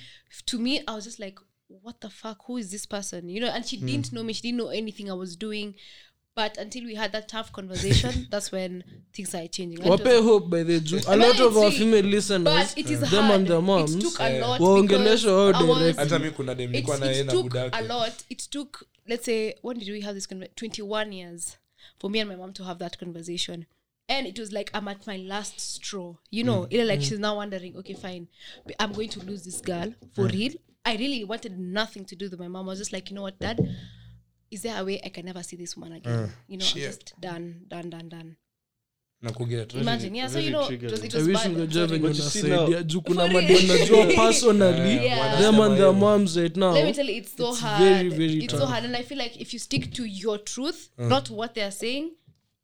to me, I was just like, what the fuck? Who is this person? You know? And Mm. she didn't know me. She didn't know anything I was doing. But until we had that tough conversation, that's when things started changing. I just- wape hope by the ju a But lot of it's- our female but listeners it is them hard. and their moms it took a lot waongeleshe because wao I was- direct hata mi kuna dem nilikuwa it's, naye it na took budake a lot. It took, let's say, when did we have this conversation? 21 years for me and my mom to have that conversation. And it was like, I'm at my last straw. You know, Mm. Ile like she's now wondering, okay, fine, but I'm going to lose this girl for Mm. real. I really wanted nothing to do with my mom. I was just like, you know what, dad, is there a way I can never see this woman again? You know, I'm Mm. Shit. just done, done, done, done. na kuget Imagine, yeah. So, you know, it was, it i was wish bad. ngejua Sorry. venye But you see unasaidia now- juu kuna For madi real. wanajua personally Yeah. them and their Wanasema moms right now let me tell you it's so It's hard very, very it's so tough. hard and i feel like if you stick to your truth not what they're saying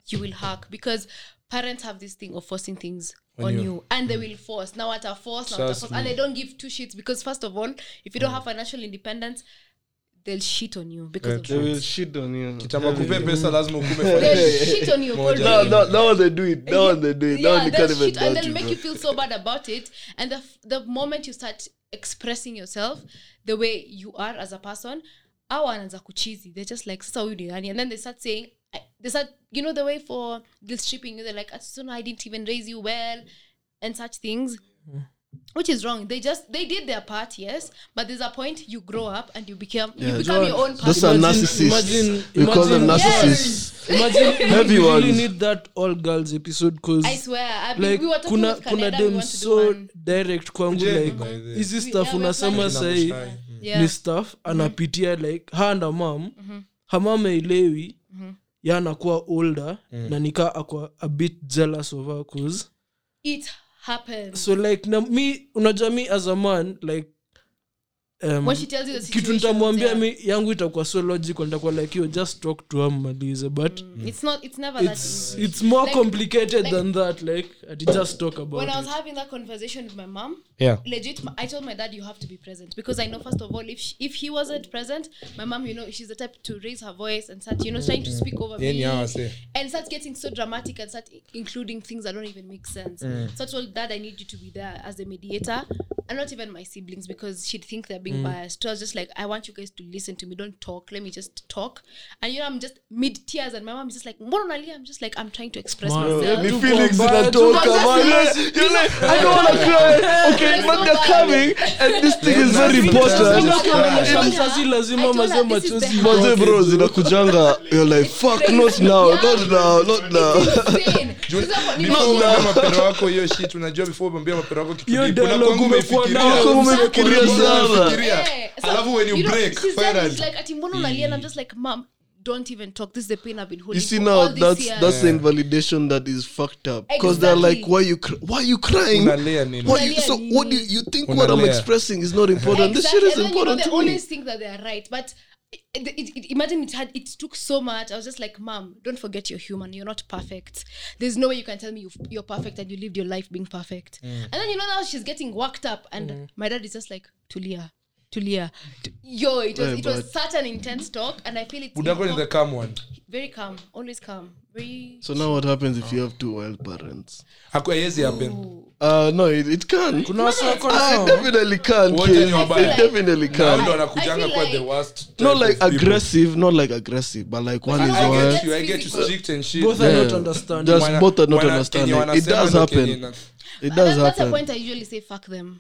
you will hack because parents have this thing of forcing things on you, you. and they will force now at a force now at a Trust force and me. they don't give two shits because first of all if you don't have financial independence they'll shit on you because of They that. will shit on you. kitamba kupe pesa lazima they'll ukume shit on you for Moja. No, real. no, now they do it. Now they do it. Now yeah, they they'll can't shit even and doubt they'll you, make bro. you feel so bad about it. And the f- the moment you start expressing yourself the way you are as a person, our wanaanza kuchizi. They're just like sasa huyu ni nani? And then they start saying I- they start you know the way for guilt stripping you. They're like, "Ah, so I didn't even raise you well, and such things. Which is wrong. They just they did their part, yes, but there's a point you grow up and you become you Yeah, become John, your own Those person. are Imagine- narcissists. imagine- You call them imagine- narcissists. imagine we Heavy really ones. need that all girls episode cause I swear. I mean, like we were talking kuna with Canada, kuna we dem want to do so one. direct kwangu Je, like by the- hizi yeah, stuff we're unasema planning. sahii Mm. Mm. Yeah. Mm-hmm. ni staff anapitia like ha na mam hamama elewi Mm-hmm. ya anakuwa older na nikaa akwa a bit jealous of her cause It happens. so like na mi unajua mi as a man like um, when she tells you the kitu situation, nitamwambia yeah. mi yangu itakuwa so logical nitakuwa like yo just talk to her mmalize but it's not it's never Mm. that it's, easy. it's more Like- complicated than that like ati just talk about when I was it having that conversation with my mom, Yeah. legit, my- I told my dad you have to be present because I know first of all, if she, if he wasn't present, my mom, you know, she's the type to raise her voice and start, you know, trying to speak over Mm. Yeah, me yeah, I see. and start getting so dramatic and start i- including things that don't even make sense. Mm. So I told dad I need you to be there as a mediator and not even my siblings because she'd think they're Mm. being biased. So I was just like, I want you guys to listen to me. Don't talk. Let me just talk. And you know, I'm just mid tears and my mom is just like, "Mbona unalia?" I'm just like, I'm trying to express myself. ni Tuko feelings mbaya, zinatoka tuko man. mbaya. You're like, I don't wanna cry. Okay, Tuko but they're mbaya. coming and this thing is very important. Lazima kuongelesha mzazi, I lazima told mazee her, this is machozi the itoke. Mazee bro zinakujanga you're like fuck not now not now not now Insane. Sasa kwa nini- Before unaambia mapero wako hiyo shit unajua before umeambia mapero wako kitu Hiyo deep, dialogue unakuanga umekuwa umefikiria. nayo. Unakuwa umefikiria Unakuwa sana. umefikiria. Yeah. Eh, So, alafu when you you know, break she's like- finally. she's like, "Ati mbona unalia?" And I'm just like, "Mom, don't even talk. This is the pain I've been you holding see for now all these that's years." that's the invalidation that is fucked up because they're Exactly. like why you cr- why you crying Unalea nini? What you, Unalea so nini? what do you, you think what I'm Unalea. expressing is not important this shit Exactly. is And then, you know, important they to me always think that they are right, but it- it- it- imagine it had it took so much. I was just like, "Mom, don't forget you're human. You're not perfect. There's no way you can tell me you've, you're perfect and you lived your life being perfect." Mm. And then you know now she's getting worked up, and my dad is just like, "Tulia, Tulia, T- yo." It was Yeah, it was but- such an intense talk, and I feel it's Budako ni the calm one. very calm, always calm, very. so now what happens if you have two wild parents Haku- haiwezi happen. uh no it, it can Kuna wasa wako Ah, it nao. definitely can Wote kid. ni wabaya. it definitely Hao ndo can wanakujanga I feel kuwa like- the worst not type like of people. aggressive not like aggressive but like one I is I Well, wild get you, I get you physical. strict and shit. Both are Yeah. not understanding. just Wana- both are not wana- understanding Kenya it wanasema does ndo Kenya happen ina- it That- does that's the happen Mm. point I usually say fuck them.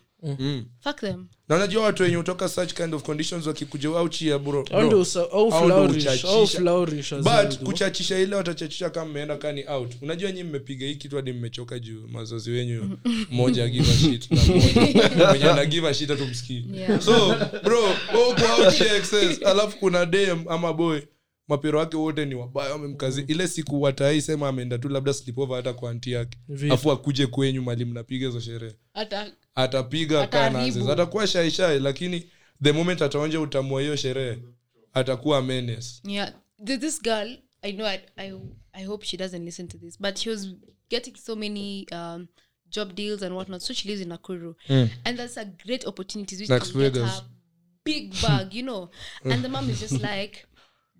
Fuck them. Na unajua watu wenye utoka such kind of conditions wakikuja wao chia bro Au No. ndio usa- au Au ndio flourish, au uchachisha. flourish as well, but though. kuchachisha ile watachachisha kama mmeenda kani out unajua nyi mmepiga hii kitu hadi mmechoka juu mazozi wenyu mmoja agiva shit na mmoja- mwenye anagiva shit hatumsikii Yeah. so bro wewe uko out here excess alafu kuna dem ama boy mapero wake wote ni wabaya wamemkazi Mm. ile siku watai sema ameenda tu labda slipover hata kwa anti yake Vipi? afu akuje kwenyu mali mnapiga hizo sherehe Ata, atapiga Ataharibu. kanazes atakuwa shaishai lakini the moment ataonja utamua hiyo sherehe atakuwa menes yeah. Th- This girl, I know. I, I I hope she doesn't listen to this, but she was getting so many um, job deals and whatnot. So she lives in Nakuru, and that's a great opportunity which Next can get Vegas. her big bag, you know. and the mom is just like,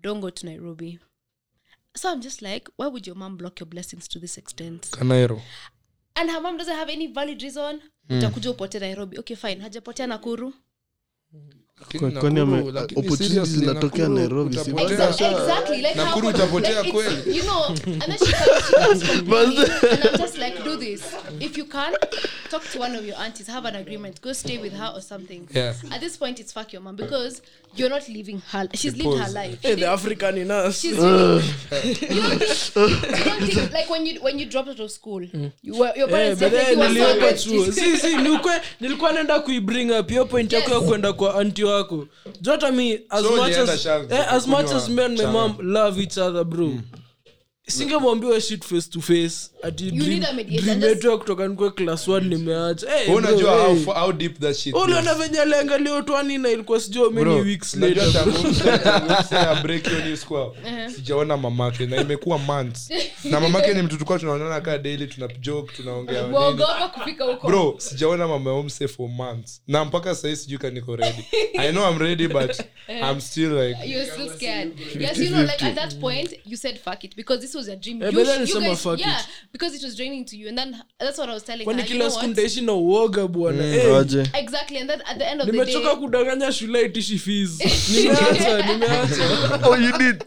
"Don't go to Nairobi." So I'm just like, why would your mom block your blessings to this extent? kanairo and her mom doesn't have any valid reason utakuja upote nairobi okay fine hajapotea nakuru Kwa- kwani ame- opportunities zinatokea Nairobi, si utapotea. Exa- exactly like Nakuru how- utapotea like, kweli. it's- you know and then she comes, she comes from me, and I'm just like do this if you can talk to one of your aunties have an agreement go stay with her or something Yeah. at this point it's fuck your mom because you're not living her she's lived her Pause. life Hey, Eh, the African in us. She's really, you don't think, you don't think like when you when you dropped out of school, you were your Eh, parents but definitely then were so niliomba rich. chuo si si nilikuwa nilikuwa naenda kuibring up hiyo point yako ya Yes. kwenda kwa anti wako jota mi as So much ulienda as, shango, eh, as much kunywa as me and my chai. mom love each other bro Hmm. singemwambiwa shit face to face ati need a mediator, dream just- yetu ya kutoka nikuwa class 1 nimeacha Eh, bro, unajua eh. how fa- how deep that shit Oh, is. uliona venye aliangalia utwani na ilikuwa sijua many Bro, weeks unajua later tangu- tangu mse ya break hiyo news kwao, sijaona mamake na imekuwa months na mamake ni mtu tulikuwa tunaonana kaa daily tuna joke tunaongea nini. Waogopa kufika huko. bro sijaona mama omse for months na mpaka sahii sijui ka niko ready i know i'm ready but i'm still like You're still scared. Yes, you know, like at that point, you said fuck it because this was your dream. Eh, you but then sh- you sema guys, fuck yeah, it. because it was draining to you, and then that's what I was telling kwani her. You know kila siku what? nitaishi na uoga bwana Hmm. Eh, aje Exactly, and then at the end of the day, nimechoka kudanganya shule itishi fees nimeacha nimeacha oh you need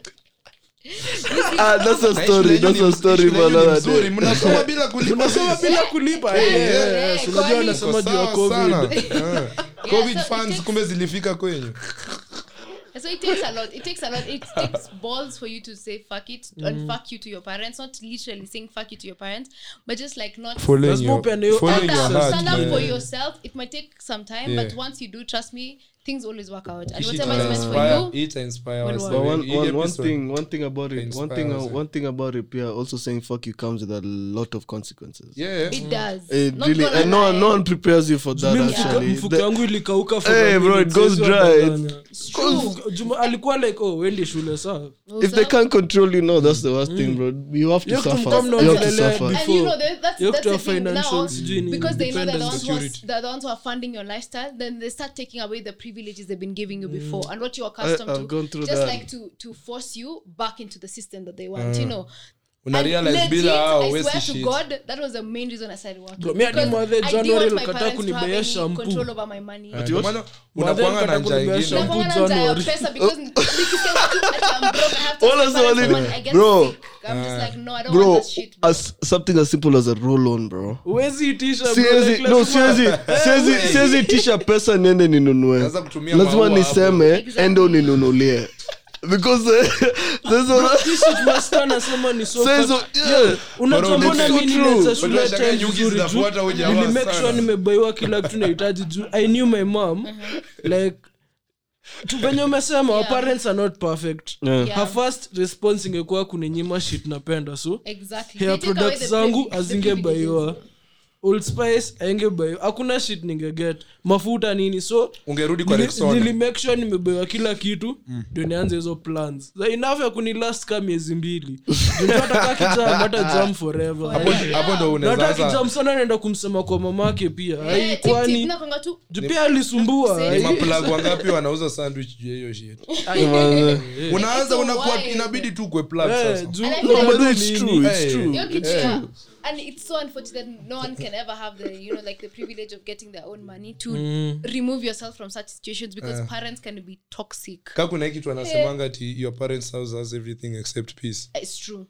ah that's a Na hii story shule yenu that's ni- a story shule yenu ni man mzuri, mnasoma bila kulipa Soma fees. bila kulipa Eh, Eh, eh, eh, eh, si unajua kwani- Iko wanasema juu ya sawa sana. covid Eh. Yeah, covid so it funds takes- kumbe zilifika kwenyu so it takes a lot. It takes a lot. It takes balls for you to say fuck it and fuck you to your parents. Not literally saying fuck you to your parents, but just like not Following Lazima your- upende hiyo following stand your up, heart, stand up for man. yourself. It might take some time, Yeah. but once you do, trust me, things always work out and She whatever is meant inspire- for you it inspire will us. work. But one, Hii one, one episode- thing, one thing about it, one thing, Inspires, yeah. one thing about it, yeah, also saying fuck you comes with a lot of consequences. Yeah, yeah. it does It Not really, gonna and no, lie. one- no one prepares you for that Mi mfuko- actually. mfuko The- yangu ilikauka for Hey, one bro, it minute, goes siwezi dry. wadanganya. Mfuko- Juma- alikuwa like oh wendi shule saa if they Usa- can't control you, no, that's the worst thing, bro. You have to You have to suffer. come down you to have to the level suffer. before. and you know that- that's, You have that's to the have thing now financial sijui because they know that the ones, independence. who are, the ones who are funding your lifestyle then they start taking away the privileges they've been giving you Mm. before and what you're accustomed I've to gone through just that. like to to force you back into the system that they want Ah. you know Una And realize legit, bila hao I hawezi swear to shit. God, that was the main reason I started working. Bro, me hadi Because mwadhe I January didn't want my alikataa parents to have kunibuyia any shampoo. control over my money. Ndio maana Mwadhe unakuanga na alikataa njaa kunibuyia ingine. shampoo. Nakuanga na njaa ya Ah, January. pesa because nikisema tu ati I'm broke, I have to All ask my of a parents sudden, when I get bro. sick. I'm just like, no, I don't bro, want that shit, bro. as something as simple as a roll on, bro. Huwezi itisha, bro, Siwezi- like no, lazima- siwezi- siwezi- siwezi tisha pesa niende ninunue Naweza kutumia lazima maua niseme Exactly. ende uninunulie because eh, there's a- This shit master anasema ni so says, fat. yeah. Unajua Bro, mbona it's so mimi true. nilianza shule Unajua time nyuki vizuri juu, zinafuata huja hawa nili make sana. sure nimebaiwa kila kitu nahitaji juu i knew my mom like tu venye umesema our parents are not perfect Yeah. Yeah. her first response ingekuwa kuninyima shit napenda so Exactly. They hair take away products the zangu privileges, the azingebaiwa old spice aingebaiwa hakuna shit ningeget mafuta nini so ungerudi kwa Rexona. Mm. nilimake sure nimebewa kila kitu ndio nianze hizo plans Za enough ya kunilast ka miezi mbili nitatakaa kijam hata jam forever Hapo- hapo ndo Na hata unaweza sasa- kijam sana naenda kumsema kwa mamake pia Eh, ai tip, tip, kwani nakuanga tu, juu pia alisumbua Ni ai. maplug wangapi wanauza sandwich juu ya hiyo shit eh. unaanza so unakuwa why? inabidi tu kwe plug Eh, sasa juu- And I feel No, but Unajua it's nini? true, Eh. it's Hey. true. hiyo kitu ya- and it's so unfortunate that no one can ever have the you know like the privilege of getting their own money to remove yourself from such situations because parents can be toxic ka kuna hii kitu anasemanga Eh. ti your parents house has everything except peace it's true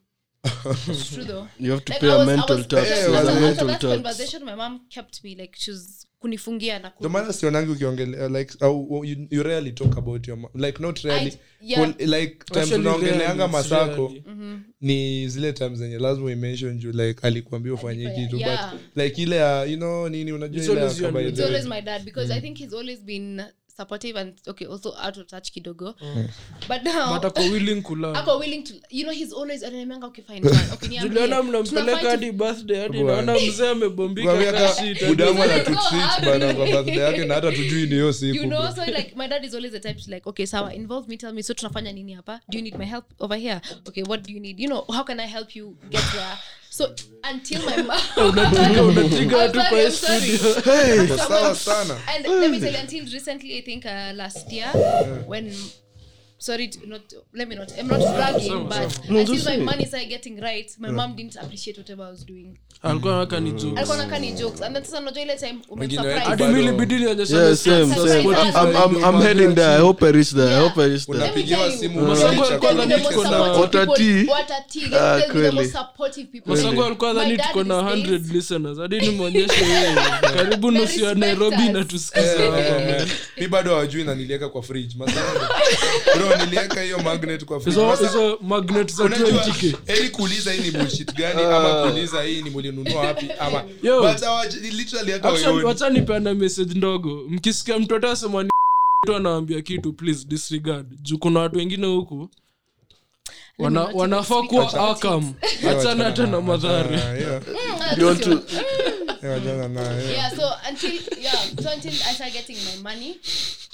it's true though you have to Like, pay I a was- I mental was- tax yeah, there's after- a after mental that tax conversation, my mom kept me, like, she was kunifungia na ku- ndo maana sionangi ukiongelea like au- au- you, you rarely talk about your mom. like not rarely yeah. Mm-hmm. Well, like times Actually, unaongeleanga rarely, masako rarely. ni zile times zenye lazima uimention juu like alikuambia ufanye Alikuwa- kitu yeah. but like ile ya you know nini unajua It's ile ya always you and kawaida. It's always my dad because I think he's always been supportive and okay, also out of touch kidogo. But now But ako willing kulearn. ako willing to you know he's always ananiambia okay fine fine okay niambie. Juliana Tunafanya mnampeleka hadi birthday hadi Bwana. naona mzee amebombika Kuambia ka ka shit. budamu Let's anatu go treat out. bana kwa birthday yake na hata tujui ni hiyo siku you know bro. so like my dad is always the type to like okay sawa involve me tell me so tunafanya nini hapa do you need my help over here okay what do you need you know how can i help you get there so until my mom Unataka- unatika I'm tu kwa sorry, hii I'm sorry. studio. Kwa sawa sana and let me tell you until recently i think uh, last year when sorry to not let me not i'm not bragging but No, until just my say it. money started getting right my mom didn't appreciate whatever i was doing alikuwa anataka ni joke. alikuwa nakaa ni jokes and then sasa unajua ile time Wengine umemsurprise. wetu Hadi bado- mi ilibidi nionyeshane yeah stats same za Surprise, same I'm, I'm, Spotify. I'm, I'm heading there I hope I reach there I Yeah. hope I reach there unapigiwa Let me tell simu you. unasema Masango They'll chakula be the most kiko na- supportive people. Watati. Watati. They'll Ah, be the kweli. most supportive people. masango alikuwa My dhani dad tuko na these 100 days- listeners hadi nimwonyeshe yeye karibu They nusu ya respect nairobi us. inatusikiza hapa man. mi bado hawajui na nilieka kwa fridge Masango. bro nilieka hiyo magnet kwa fridge hizo Masa- hizo magnet za unajua 20k eli kuuliza hii ni bullshit gani ama kuuliza hii ni mulinunua wapi ama Ah. Yo. but hawaji- literally hata Actually, waoni. wacha nipeana message ndogo mkisikia mtoto asema ni mtu anaambia kitu please disregard juu kuna watu wengine huku wana, not even wanafaa speak kuwa about akam Yeah, achana hata na madhara Ah, yeah. Mm, you want that's to your- Yeah, wachana na- yeah. Yeah, so until- yeah, so until I started getting my money,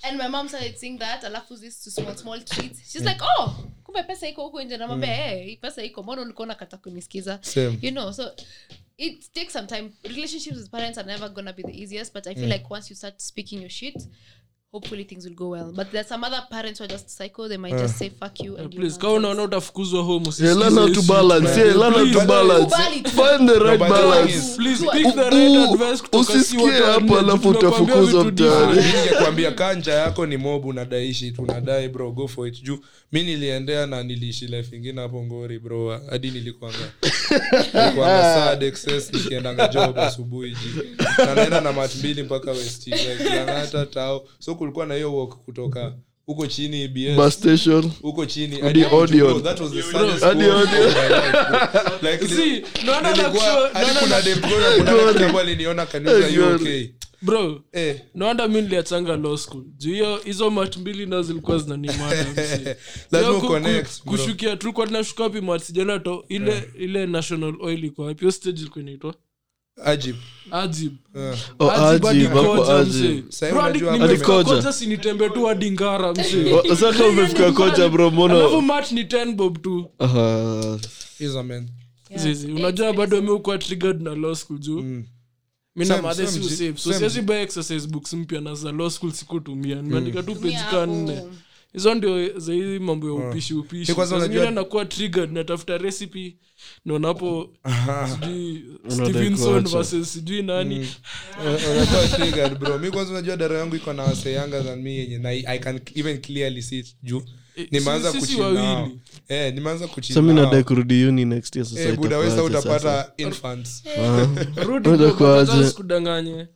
and my mom started seeing that, alafu these two small, small treats. She's like, "Oh, kumbe pesa iko huku nje." Mm. Namwambia, "Eh, hii pesa iko. Mbona ulikuwa unakataa kunisikiza?" Same. You know, so it takes some time. Relationships with parents are never gonna be the easiest, but I Mm. feel like once you start speaking your shit, hopefully things will go well. But there's some other parents who are just psycho. They might Uh. just say, "Fuck you," and you please nonsense. kama unaona utafukuzwa home yeah, usisikize learn how to issue. balance yeah learn how to Please. balance Kubali tu. find the right No, but the thing balance is, Please Jua- pick the U- right u- advice kutoka si usisikie watu hapo wanne, alafu juu tunakwambia utafukuzwa vitu mtaani. different. ningekwambia kanja yako ni mob unadaishi tunadai bro go for it juu mi niliendea na niliishi life ingine hapo ngori bro hadi nilikwanga nilikwanga sad excess nikiendanga job asubuhi ji Na naenda na mat mbili mpaka west Hill, like, na hata tao so kulikuwa na hiyo walk kutoka huko chini EBS, bus station huko chini Hadi hadi- Odeon. bro, that was the saddest Hadi walk Odeon. of my life, bro. Like, See, naona nilikuwa- nakusho- hadi naona kuna dem- kuna- kuna dem ambaye aliniona kanisa God. UK bro Eh. no wonder mi niliachanga law school juu hiyo hizo mat mbili nao zilikuwa zinanimada msee. Lazima Yo, ku- ku- uconnect, bro. Eh. kushukia tulikuwa tunashuka wapi mat sijana to ile ile national oil iko wapi hiyo stage ilikuwa inaitwa Ajib. ajib Eh. Oh, Ajib hadi Ajib, hapo Koja, Ajib. msee. Sahii Bro, hadi unajua nimefika Hadi Koja. Koja, si nitembe tu hadi ngara msee. Wa- sasa kama umefika koja bro Alafu mbona mat ni 10 bob tu Aha. Hizo men. zizi unajua bado mi ukuwa triggered na law school juu Mm. mi na Same, madhe si same, usafe. so same. Mm. siwezi buy exercise books mpya na za law school sikutumia nimeandika tu page Tumia ka hapo. nne hizo ndio za hizi mambo ya upishi upishi Ni Oh. kwanza Saa zingine unajua- nakuwa triggered natafuta recipe naonapo sijui Unadai stevenson kuacha. versus sijui Mm. nani Eh, Unakuwa triggered, bro mi kwanza unajua dara yangu iko na wase younger than me yenye na i can even clearly see it juu Eh, nimeanza sisi- sisi kuchill nao. wawili. Eh, nimeanza kuchill sasa mi nao. nadai kurudi uni next year Eh, sasa buda wewe sasa itakuwaje sasa? utapata infants Rudi Unaweza kwa kuacha. kwanza sikudanganye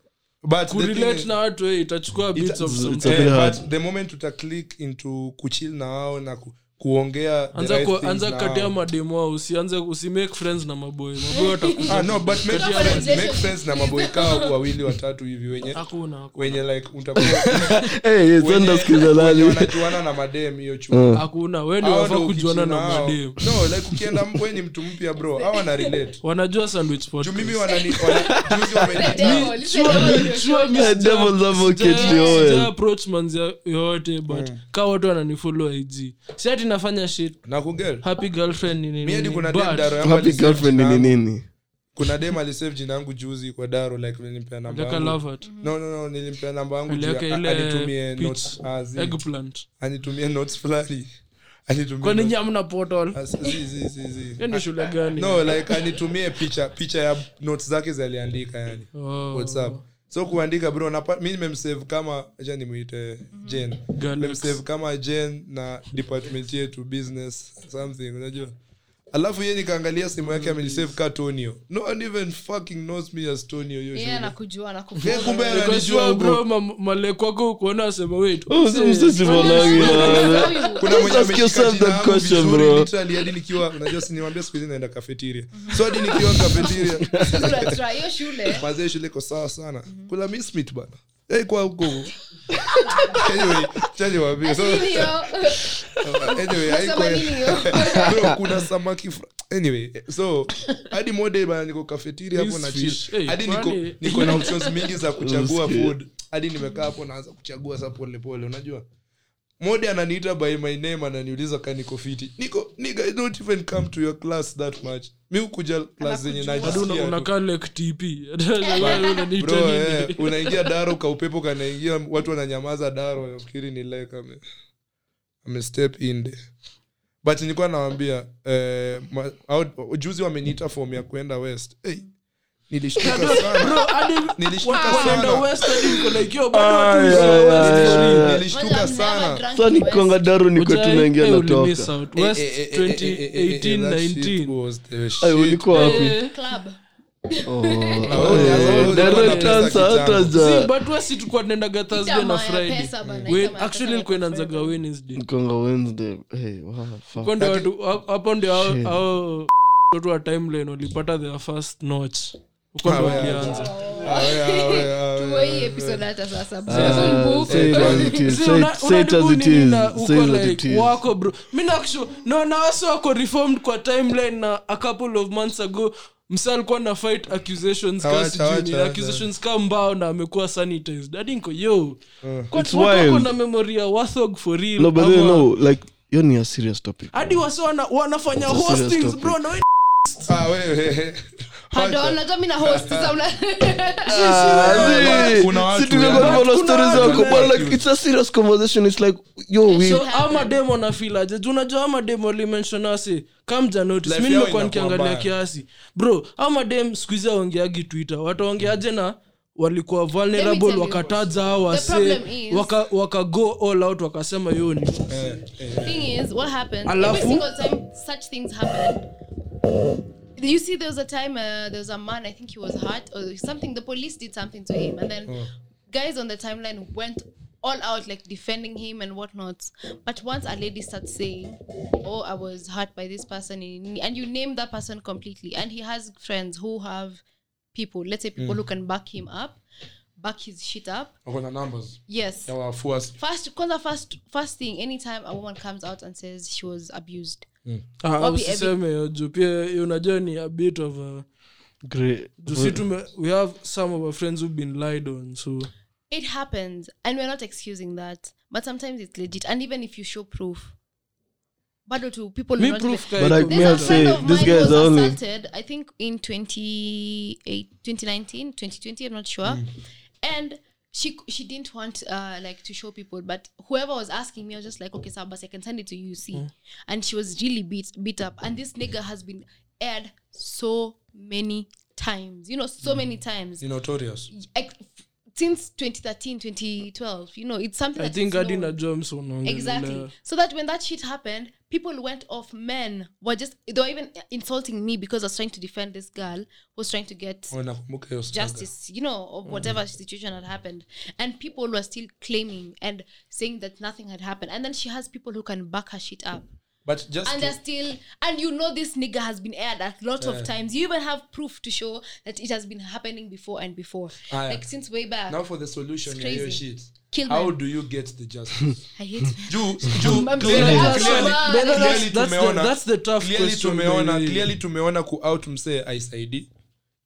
but the thing kurelate is- na watu eh, itachukua bits of some it's time. a- Eh, Very hard. but the moment uta click into kuchill na wao na ku, kuongea the anza right ku- things anza na katia wao. mademo au usianze usimake friends na maboy maboy watakuja Ah, no, but make Katia friends, mademo. make friends na maboy kao wawili watatu hivi wenye hakuna hakuna. wenye like utakuwa Eh, yes, wenye- enda sikiza wenye nani. wanajuana na madem hiyo chuo Ah. hakuna we ndio Hao wafaa ndio kujuana na ukichill nao. madem No, like ukienda mwe ni mtu mpya bro hao wana relate wanajua sandwich juu podcast. mimi wanani wana- juzi wameni- Devil, Mi- is sure- the devil. sure mi Yeah, sija- devil's advocate, sija- yo, sija yeah. approach manzi ya- yoyote but Mm. ka watu wananifollow ig si ati nafanya shit na kugel happy girlfriend ni nini, mi hadi nini, kuna but- dem daro yangu happy alisave girlfriend jina ni yangu. nini kuna dem alisave jina yangu juzi kwa daro like nilimpea namba like a yangu love it. no, no, no, nilimpea namba yangu juu Aliweka ya- ile anitumie peach, notes ah, zi- eggplant. anitumie notes fulani Kwa nini anitumie hamna portal notes- ah, zi- zi- zi- zi. Hiyo ni shule gani Ah, no like anitumie picha picha ya notes zake zaliandika yani Oh. whatsapp so kuandika bro napa, mi nimemsave kama acha nimwite jen Galax. nimemsave kama jen na department yetu business something unajua alafu ye nikaangalia simu yake amenisave ka tonio no one even fucking knows me as tonio hiyo Yeye shughuli. anakujua Eh, anakufaa. kumbe Because ananijua you are bro bro, ma- male kwako kuona asema wait Oh, mse, mse sibolangi, man. kuna mwenye Just ask ameshika yourself jina that yangu question, vizuri, bro. literally, hadi nikiwa unajua si niwaambia siku hizi naenda cafeteria so hadi nikiwa cafeteria Tunatry hiyo shule. mazee shule iko sawa sana kuna mismit bana Hey, kwa huko anyway chali waambie so Nini hiyo? anyway haiko Sema nini hiyo? bro kuna samaki fra- anyway so hadi mode bana niko cafeteria hapo na chill Fish. Hey, hadi niko kwani- niko na options mingi za kuchagua food hadi nimekaa hapo naanza kuchagua sa pole pole unajua mode ananiita by my name ananiuliza ka niko fiti niko nigga i don't even come to your class that much mi hukuja class zenye hadi una- najisikia tu. unakaa like TP. Unaniita Bro, nini? eh, unaingia daro kaupepo kanaingia watu wananyamaza daro nafikiri ni like ame, ame step in there. but nilikuwa nawambia eh, ma- au- juzi wameniita fom ya kuenda west hey, nilishtuka sana Nilishtuka Wa- wanaenda sana. west hadi uko like, yo, bado watu Ah, uso yeah, west yeah, ni yeah, nini? yeah. nilishtuka sana sasa nikikonga daru niko tu Ujai- naingia eh, ulimiss natoka out. West Eh, eh, eh, eh, eh, eh, eh, eh, that shit 2018-19. was the Ay, shit. ulikuwa wapi Eh, Club. Oh, Oh, yeah, yeah, direct yeah. answer, hata Si, za- si, but we si tulikuwa tunaendaga Thursday na Jamaa ya Friday. pesa bana, We- jamaa ya actually pesa ilikuwa na inaanzaga Wednesday. Nikonga Wednesday. Hey, wow, fuck. Hapo ndio watu- hapo- hapo ndio hao- Shit. hao watoto wa timeline walipata their first notch huko Ah, ndo yeah. walianza Ah, yeah, ah, yeah, ah, Tuwe hii yeah. episode hata sasa. Ah, say it as it is, Si, say una- it- say it as unajua it nini is, na say uko it as it like is. wako bro mi nakushu naona wasi wako reformed kwa timeline na a couple of months ago msa alikuwa na fight accusations ka Awacha, sijui nini, awacha, accusations ka mbao na amekuwa sanitized hadi niko yo Kwa It's watu wako wild. na memory ya Warthog for real No, but ama- Ah, then, no, like, hiyo ni a serious topic. hadi wasi wana, wanafanya It's a serious hostings topic. bro na we- Ah, wewe. Pardon, najua mi na host, sasa una- Ah, Kuna si- watu, si tuko yeah. kwa follow Kuna stories watu, zako, yeah. but, like, it's a serious conversation. It's like, yo, we- so ama demo nafilaje juu unajua ama demo alimenshonasi kamja notice Life mi yao nimekuwa inakuwa nikiangalia mbaya. kiasi bro ama dem skuizi aongeagi twitter wataongeaje na walikuwa Let me tell vulnerable you. wakataja hao wase problem is- waka, waka go all out wakasema yo ni Eh, thing is what happens Alafu? every single time such things happen you see there was a time uh, there was a man i think he was hurt or something the police did something to him and then guys on the timeline went all out like defending him and whatnot but once a lady starts saying oh i was hurt by this person and you name that person completely and he has friends who have people let's say people who can back him up back his shit up wako na numbers yes ya wafuasi first kwanza first first thing anytime a woman comes out and says she was abused Ah, Wapi usiseme hiyo juu pia hiyo unajua ni a bit of a juu si tume we have some of our friends who've been lied on so it happens and we're not excusing that but sometimes it's legit and even if you show proof bado to people will me not proof even- ka But iko- I- There's May a I friend say, of these mine guys was are only- assaulted, I think in 28, 2019, 2020, I'm not sure. Mm. And she she didn't want uh, like to show people, but whoever was asking me, I was just like, okay, sir, but I can send it to you, see. Mm. And she was really beat beat up. And this nigga has been aired so many times, you know, Mm. so many times. ni notorious Like, f- since 2013, 2012, you know, it's something i that is think hadi known. na joms unaongelelea. Exactly. So that when that shit happened, people went off. Men were just they were even insulting me because I was trying to defend this girl who's trying to get Wewe nakumbuka hiyo struggle. justice, you know, of whatever situation had happened. And people were still claiming and saying that nothing had happened. And then she has people who can back her shit up. but just And to- they're still and you know this nigga has been aired a lot of times. You even have proof to show that it has been happening before and before. Aya. Like since way back. now for the solution It's ya hiyo crazy. shit Kill how men. do you get the justice I hate men. juu juu I'm clearly- sorry, I'm clearly- sorry. But that's- clearly that's the- tumeona- that's the tough clearly question tumeona by the way. clearly tumeona kuout msee aisaidii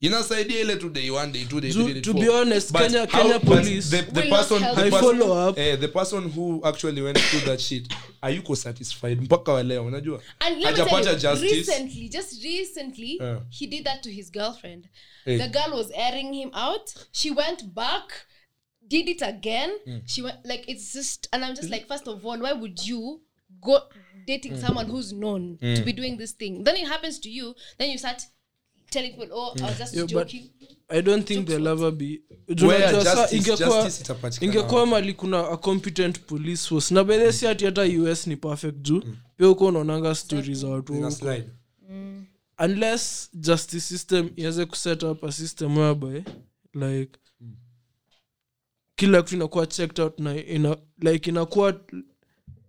inasaidia ile tu day one day two day Ju- three day to four. be honest, But Kenya- how- Kenya but police the, the will not person, help. the I person, follow up. eh, the person who actually went through that shit ayuko satisfied mpaka waleo unajua And let me Hajapata tell you, justice. recently, just recently, Yeah. he did that to his girlfriend. Hey. The girl was airing him out. She went back, did it again. Mm. She went like it's just, and I'm just like, first of all, why would you go dating Mm. someone who's known to be doing this thing? Then it happens to you. Then you start telling people, oh, I Mm. was just Yeah, but- joking. i don't think they'll ever be Juu Where unajua saa justice- ingekuwa- justice itapatikana ingekuwa mali kuna a competent police force na by the way, si ati hata us ni perfect juu Mm. pia huko unaonanga stori za watu Ina wa huko. slide. unless justice system iweze kuset up a system whereby like kila kitu inakuwa checked out na ina, like inakuwa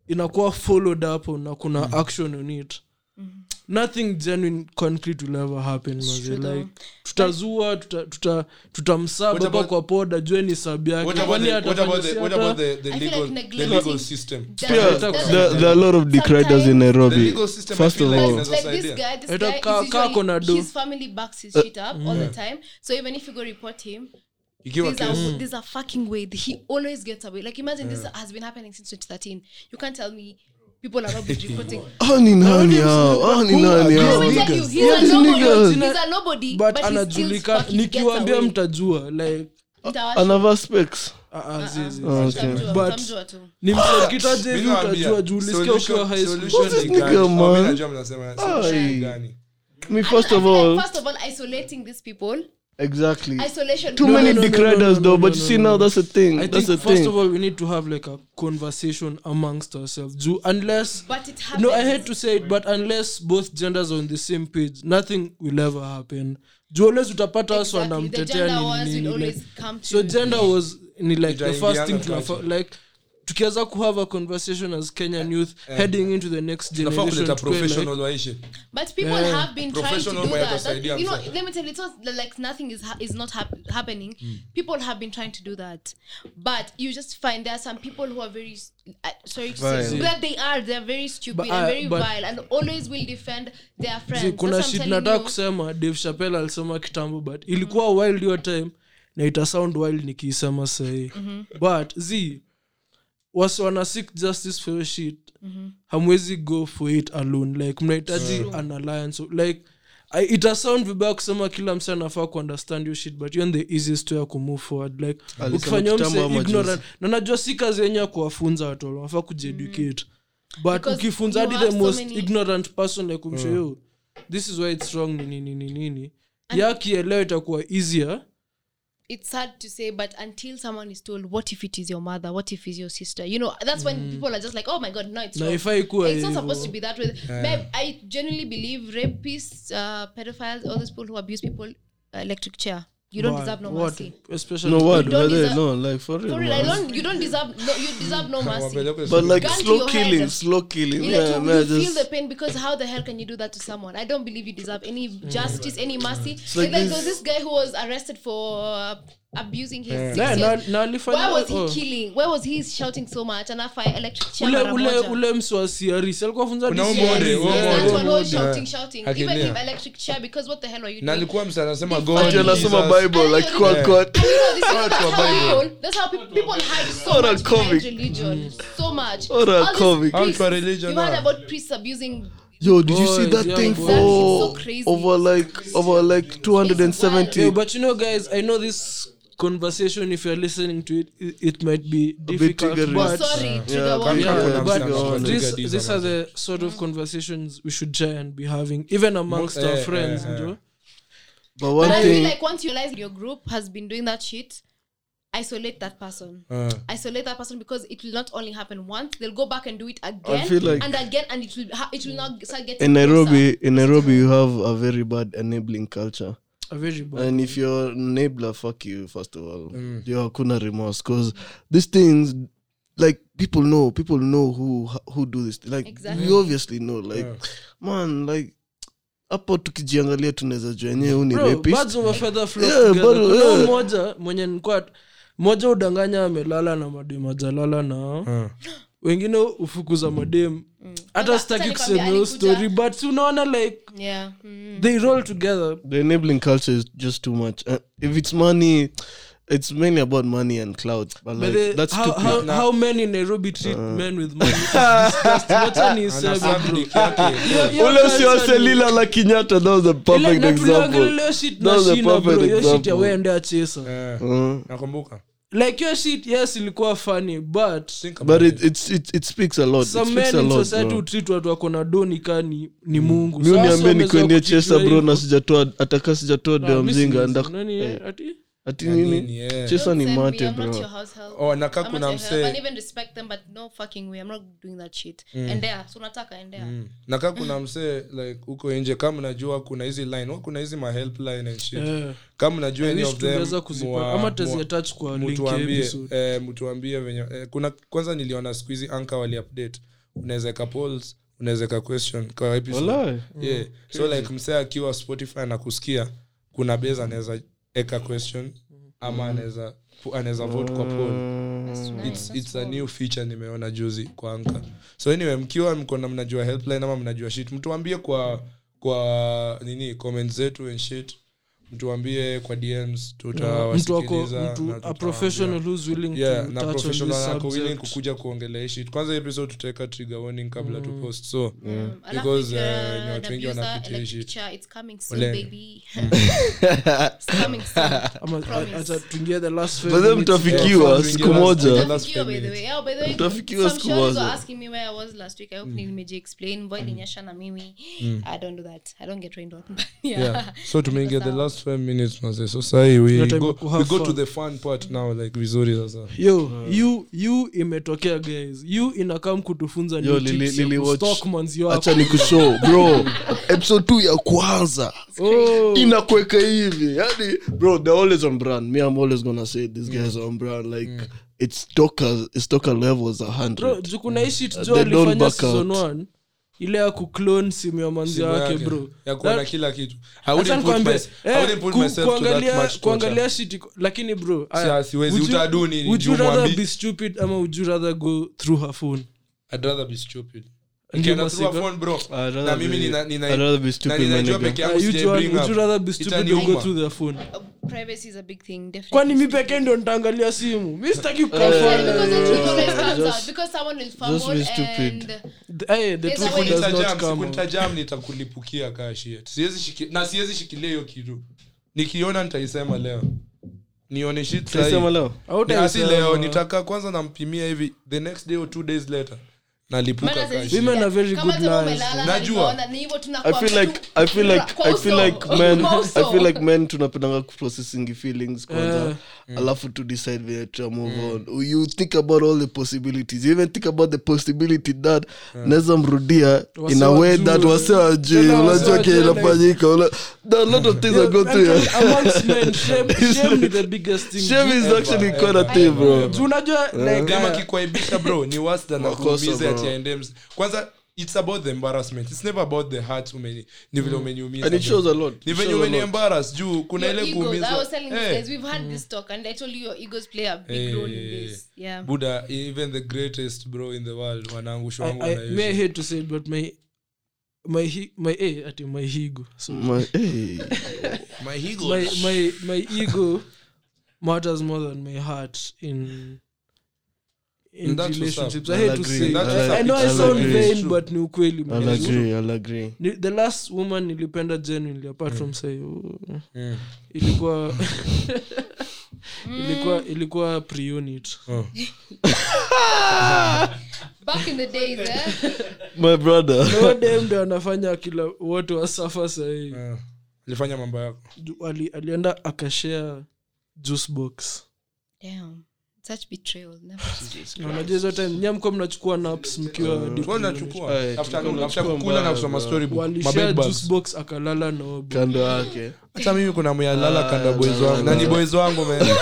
inakuwa followed up na kuna Mm. action on it nothing genuine concrete will ever happen mazi Mm-hmm. true though. like tutazua tuta- tuta- tutamsaba What tuta about- kwa poda jue ni sabi yake What about Kwani the- hata what about kama the- si what hata- about the- the I feel legal- like the neglecting- legal system? Does- Pia, does- there, there are a lot of dick riders in The Nairobi. legal system, I First feel of like all, it's It's like this Oh. idea. Uh, guy, this Ito guy ka- is ka kuna do. usually, his family backs his shit up all mm. the time. So even if you go report him, Ikiwa there's case- Mm. a, there's a fucking way that he always gets away like imagine this has been happening since 2013 you can't tell me people are not been reporting hao ni nani hao? Hao ni nani hao? Let me tell you, he's, Yeah, a these nobody, niggas. he's a nobody but he still anajulikana fucking gets nikiwambia away. mtajua like Mtawasha, Anavaa specs. ah, ah, zi- zi- Ah, okay. mtamjua, But- mtamjua tu. ni mtakitaje hivi Ah, Mimi nawaambia, utajua juu ulisikia ukiwa solution- high school solution Who's ni this gani? nigga, Oh, mimi man? najua mnasema solution ni gani. Me I first feel of like, all, first of all isolating these people exactly. isolation Too No, many no, dick no, no, riders no, though, no, but you no, see no, now no. that's the thing. I That's think the first of thing. all we need to have like a conversation amongst ourselves. Ju- unless but it happens no, I hate to say it, but unless both genders are on the same page, nothing will ever happen. Juu always utapata watu Exactly. The wanamtetea gender nini wars will nini, always like- come to So gender was ni like the Itaingiana first thing kati. tunafa- like tukiweza kuhave a conversation as Kenyan youth heading into the next Nafaa generation Eh, kuleta tukuwe like- professional waishe. But people have been trying to Professional do by that. the That- idea, you know, I'm let me tell you, it's not like nothing is ha- is not hap- happening. Mm. People have been trying to do that, but you just find there are some people who are very s- uh, sorry to say Vile. that they are. They are very stupid But, and uh, very but- vile, and always will defend their friends. See, kuna That's what shit I'm nataka telling you. kusema dave chapel alisema kitambo but ilikuwa wild your time na ita sound wild nikiisema sahii Mhm. but z wasi wana seek justice for your shit Mhm. hamwezi go for it alone like mnahitaji an alliance like I- ita sound vibaya kusema kila mse anafaa kuunderstand your shit but you're the easiest way ya kumove forward like Alisema ukifanya kitambo mse ama juzi? ignorant na najua si kazi yenye ya kuwafunza watu wanafaa kujieducate but Because ukifunza you hadi have the so most many- ignorant person like umsho yo this is why it's wrong nini nini nini yakielewa itakuwa easier it's sad to say, but until someone is told, what if it is your mother? What if it's your sister? You know, that's Mm. when people are just like, oh my god, no, it's Na wrong. ifai kuwa It's not hivyo. supposed to be that way. Babe, I genuinely believe rapists, uh, pedophiles, all those people who abuse people, uh, electric chair. You don't Why? deserve no What? mercy. Especially- No word, don't brother. deserve- No, like for real. For real, I man. don't. You don't deserve. No, you deserve no mercy. Wapelekwe But like Gun to slow your killing, head. slow killing. You, Yeah, you man, feel the just pain because how the hell can you do that to someone? I don't believe you deserve any justice, any mercy. Mm. like like, there this- was this guy who was arrested for uh, abusing his Na- six na- years na alifanya- where was he oh. killing where was he shouting so much anafa electric chair ule mara ule moja. ule msiwasiarisi alikuwa funza Kuna DC. umbode, Yeah. umbode. That's one whole Yeah. shouting shouting even Akilia. him electric chair because what the hell are you na doing alikuwa msa anasema Ati god Ati anasoma Jesus. bible like Yeah. quote, quote. And you know, this is Watu wa that's how Bible. people, that's how people, people hide so Oral much behind comic. religion. So much. Oral All these comic. How priests- to religion You heard now. about priests abusing yo did you see Boys, that young thing boys. for It's so crazy. over like over like 270 Yeah, Eh, but you know guys i know this conversation if you're listening to it it, it might be difficult triggering. but oh, sorry, Yeah, trigger but- warning. Yeah, Kuna msichana but mmoja this, Gadiza these are the sort of conversations we should try and be having even amongst our eh, friends eh, eh. you know? but one But I feel thing like once you realize your group has been doing that shit, isolate that person. Uh, Isolate that person because it will not only happen once; they'll go back and do it I again feel like- and again, and it will ha- it will now start getting in closer. nairobi in nairobi you have a very bad enabling culture A very bad. and if you're an enabler fuck you first of all Mm. you hakuna remorse because these things like people know people know who who do this like Exactly. you obviously know like man like hapo tukijiangalia tunaweza jua enyewe huu ni Bro, rapist birds of a feather flock Yeah, together. bado, Kuna yeah. mmoja mwenye nikuwa moja udanganya amelala na madem ajalala na Ah. wengine ufukuza Mm. madem hata Baba, sitaki Mm. sasa kusema nikwambia, hiyo alikuja- story but si unaona like Yeah. Mm. they roll together the enabling culture is just too much. Uh, if it's money, it's mainly about money and clout. But, But like, the- that's how, stupid. Uh. how, how men in nairobi treat men with money It's disgusting. Wacha niseme, bro. anasamdi yake Hiyo- hiyo Ule culture usiwase ni- lila la Kenyatta, that was a Ile- perfect na example. tuliongelea hiyo shit That na was a shina, bro. perfect Hiyo shit ya example. wewe endea chesa Eh, Mm. Uh, nakumbuka like your shit yes ilikuwa funny but Think about but it. it, it's, it, it speaks a lot. It some speaks men a in lot. society bro. hutreat watu wako na doni ka ni, ni mungu Mi Sasa uniambie wameweza nikuendie kujitua chesa bro hivyo. na sijatoa ataka sijatoa Ah, dea mi mzinga siwezi. ndak- Nani, eh, ati? ati Ya nini nini, eh. chesa Don't ni send me, mate I'm not bro your house help. Oh, nakaa I'm kuna not your help. I msee even respect them, but no fucking way. I'm not doing that shit. Mm. Endea. So nataka endea. nakaa Mm. kuna msee like huko nje kama najua kuna hizi line huwa kuna hizi ma helpline and shit Eh, kama najua any wish of them tungeweza kuzipa mwa- ama mwa- taziatach kwa link ya mtuambie episode. eh, mtuambie venye eh, kuna kwanza niliona siku hizi anka wali update unaweza ka polls unaweza ka question kwa episode Walai. Mm. yeah. so like msee akiwa spotify anakusikia kuna base anaweza eka question Mm. ama anaweza anaweza vote kwa poll it's, it's a new feature nimeona juzi kwa anka so anyway mkiwa mkona mnajua helpline ama mnajua shit mtuambie kwa kwa nini comment zetu and shit mtuambie kwa dms mtu wako tutawasikiliza na mtu a tutawaambia. professional who's willing Yeah, to na touch on this professional ako subject. willing kukuja kuongelea hii shit kwanza hii episode tutaweka trigger warning kabla tu post so Mm. Alafu Because, if you're eh, ni an watu wengi abuser, wanapitia hii electric shit. chair, it's coming soon, Ole. Mm. baby. It's coming soon. Ama- Promise. acha tuingie the last five But then minutes. mtafikiwa Yeah. siku moja That's Mtafikiwa, by the feminist. way. Yeah, by the way, Mtafikiwa some siku shows moja. were asking me where I was last week. I Mm. hope nimejiexplain. Mvua ilinyesha na mimi. I don't do that. I don't get rained on. Yeah. yeah so tumeingia the last five minutes maze so sahi we Your time go, to have we go to fun. the fun part now like vizuri sasa yo you you imetokea guys you inakam kutufunza Yo, new Lily- tips ya Lily watch. kustock manzi wako. acha ni kushow bro episode 2 ya kwanza Oh. inakweka hivi yani bro they're always on brand me i'm always gonna say these guys are on brand like it's stocker it's stocker levels a bro hundred juu kuna hii shit jo they don't alifanya back season out. one ile ya kuclone simu ya manzi Simu yake yake, bro ya kuwa na That- kila kitu Acha I wouldn't put nikwambie, mys- I eh, wouldn't put ku- myself to that kuangalia- much torture. kuangalia shit iko- lakini bro aya, siwezi, would you- utaduni ni would you juu rather mwambi- be stupid ama would you rather go through her phone I'd rather be stupid Ndio Nikienda masika. through a phone, bro, rather na mimi be- nina- nina- I'd rather be na stupid, ninajua my nigga. peke yangu Are Ah, you sijai two- bring would up. you rather be stupid or go Itaniuma. through their phone Uh, Privacy is a big thing, definitely. kwani mi pekee ndio nitaangalia simu mi sitaki kukaa Eh. Yeah, phone. because then yeah, always yeah. comes out. Just- Because someone will just be fumble stupid. and- The- eh, the There's truth a way. does not Sikunita jam, come out. sikunita jam nitakulipukia kaa shit. Siwezi shiki- na siwezi shikilia hiyo kitu nikiona nitaisema leo nione shit sahi. Ni asi Hautaisema. leo nitaka kwanza nampimia hivi the next day or two days later nalipuka Maana kaa sasa shit. Women are very kama good tena liars. umelala na Najua. nimeona, ni hivyo I tunakuwa feel tu- like I feel like kwa I feel uso. like men Kwa I uso. feel like men tunapendanga processing feelings Eh. kwanza Mm. alafu to decide where to move Mm. on you think about all the possibilities you even think about the possibility that naweza mrudia in a way that wajue. wase wajui Tena wase unajua kile wajue, like- inafanyika Una- there are a lot of things I go through yeah. Actually, amongst men shame, shame is the biggest thing Shame is Eh. actually quite a thing, bro. Juu unajua like Dem aya, akikuaibisha bro ni wasta na Makosa, kuumiza bro. ati aende ms- kwanza it's about the embarrassment it's never about the heart umeni ni vile umeniumiza Mm. and it shows a lot ni venye It shows a lot. umeniembaras juu kuna Your ile egos. I was kuumizwa telling Eh, these guys, we've had this talk, and I told you your egos play a big role in Eh. this. Yeah. buddha even the greatest bro in the world wanaangushwa wangu I, I, may I wanaishi. hate to say it, but my my he, my eh, ati my ego. So My- hey. my my my ego matters more than my heart in in And that's what's relationships. up. I hate I'll to agree. say. it. That's I'll- what's up. I know I I'll sound agree. vain, but ni ukweli. I'll man. agree, I'll agree. Ni- The last woman nilipenda genuinely apart Mm. from say oh, Mm. ilikuwa ilikuwa ilikuwa pre-unit. Oh. Back in the days, eh? My brother. Na huyo dem ndo anafanya kila wote wasafa sahii Eh, alifanya mambo yako Ju- ali, alienda akashare juice box Damn. Such betrayal. Never forget. Na unajua hizo time nyinyi mko mnachukua naps mkiwa deep Wewe in unachukua. Aye, After- tulikuwa after tunachukua kukula na eh, mbaya, kusoma bro. storybook. walishare Mabed bugs. juice box akalala na obo kando yake hata mimi kuna myalala Ah, kanda boys no, wangu no, na ni no. boys wangu man. Yo,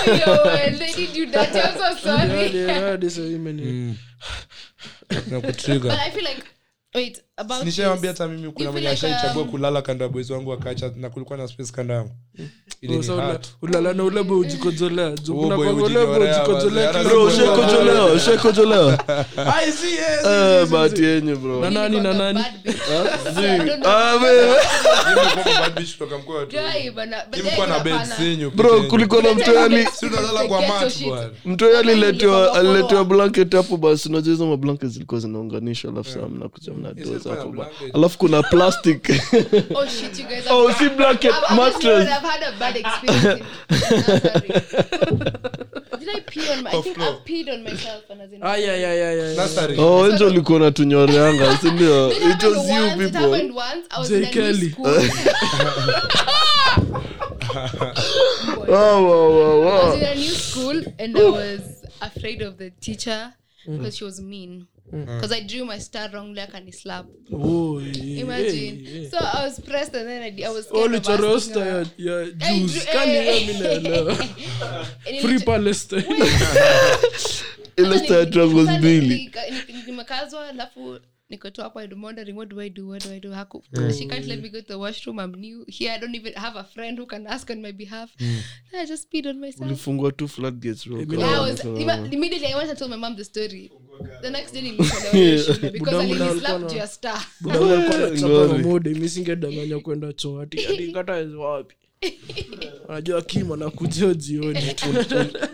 they did you dirty. I'm so sorry. Hadi- hadi sasa hivi imeni- Mm, Na But kutrigger. I feel like, wait, about nishaambia this, hata mimi kuna You mwenye feel like, ashaichagua um, kulala kanda boys wangu akaacha na kulikuwa na space kanda yangu Ili Oh, ni sasa ula- hurt. ulala na ulebo ujikojolea Ju- Huo kuna boy kwa ulebo hujikojolea, ujikojolea wazee. kila Bro, bro mmoja. ushakojolewa ushakojolewa I see, yes, yes, Eh, yes, bahati yes. yenyu Na bro nani na got a nani bad bitch. Huh? I don't know. Ah, wewe. Mimi nilikuwa kwa bad bitch kutoka mkoa wa tu. Dry, but na- Mimi but then nilikuwa na hapana. beds zenyu bro kitenge. kulikuwa na mtu ali Si unalala kwa Ghetto mat shit. bwana. mtu yeye aliletewa Nilikuwa na aliletewa follower. blanket hapo basi unajua hizo mablanket zilikuwa zinaunganishwa alafu saa mnakuja mnadoa Yes, zako kuna ba- blanket. alafu kuna plastic Oh, shit, you guys. oh I'm- si blanket I've- I've just known mattress I've had a bad experience. I'm sorry. Did I pee on my? I think I peed on myself when I was in. Ah, yeah, yeah, yeah, yeah, yeah. Nursery. oh enzo ulikuwa na tunyoreanga si ndio It happened it was you once, It people happened once. I was J. in a Kelly. new school. wow wow wow I wow was in a new school and I was afraid of the teacher Mm. because she was mean. Because I drew my star wrongly, I can slap. Oh, Mm. yeah, Imagine. yeah, yeah. So I was pressed and then I, did- I was Oh, scared of ulichora asking roster her. ya- ya I juice. drew- Kani eh. hiyo mimi naelewa. And Free ilich- Palestine. ile star Yaani, triangles Sasa mbili nika- nika- nimekazwa alafu niko tu hapo and wondering what do i do what do i do haku she can't let me go to the washroom i'm new here i don't even have a friend who can ask on my behalf Mm. Then i just peed on myself ulifungua tu floodgates bro Mimi Kwa- I was, kwa- ima- immediately I went and told my mom the story. The next day, nilikuwa because I Budamu na really alikuwa slapped na- your star. Budamu Eh, alikuwa na chapa Glory. na mode, mimi singedanganya kwenda choo, ati- ati ngata is wapi. Unajua Kim anakujia jioni tu.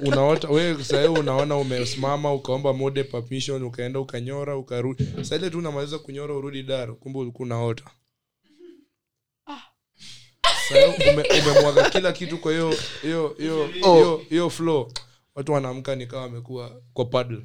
unaota we sahii unaona umesimama ukaomba mode permission ukaenda ukanyora ukarudi saile tu unamaliza kunyora urudi dar kumbe ulikuwa unaota Sahii ume- umemwaga kila kitu kwa hiyo hiyo Oh. hiyo hiyo hiyo flow watu wanaamka nikawa wamekuwa kwa paddle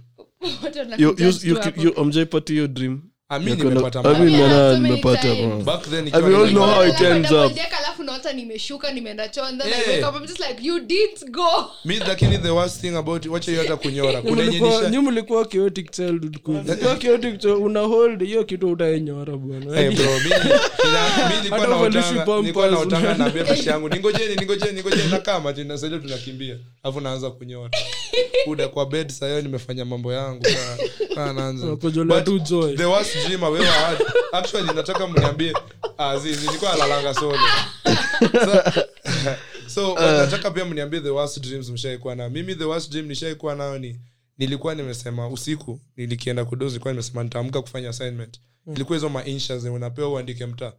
Watu You- wanakuja you- tu you- hapo. you- amjaipata hiyo dream Ah, mi Ya kwenda- nimepata Ah, mi mara. Yeah, nana- so many nimepata, times. bro. back then I mean, all know how it Alafu ends double up jack, alafu naota nimeshuka nimeenda choo and then I Eh. wake up, I'm just like you did go mi lakini the worst thing about wacha hiyo hata kunyora kuna yenye Mlikuwa- nisha nyi mlikuwa chaotic childhood kweli. Mlikuwa chaotic child- una hold hiyo kitu utainyora bwana Yaani, Eh, bro, mi- ina- mi nilikuwa Hata naotanga- uvalishi pampers. nilikuwa naotanga naambia pesa yangu ningojeni ningojeni ningojeni nakaa maji na sasa tunakimbia alafu naanza kunyora kuda kwa bed saa hiyo nimefanya mambo yangu saa- saa naanza Unakojolea But tu joy. the worst dream I've ever had actually nataka mniambie ah zizi nilikuwa nalalanga solo so, so nataka pia mniambie the worst dreams mshaikuwa nayo mimi the worst dream nishaikuwa nayo ni nilikuwa nimesema usiku nilikienda kudozi nilikuwa nimesema nitaamka kufanya assignment ilikuwa hizo mainsha zenye unapewa uandike mtaa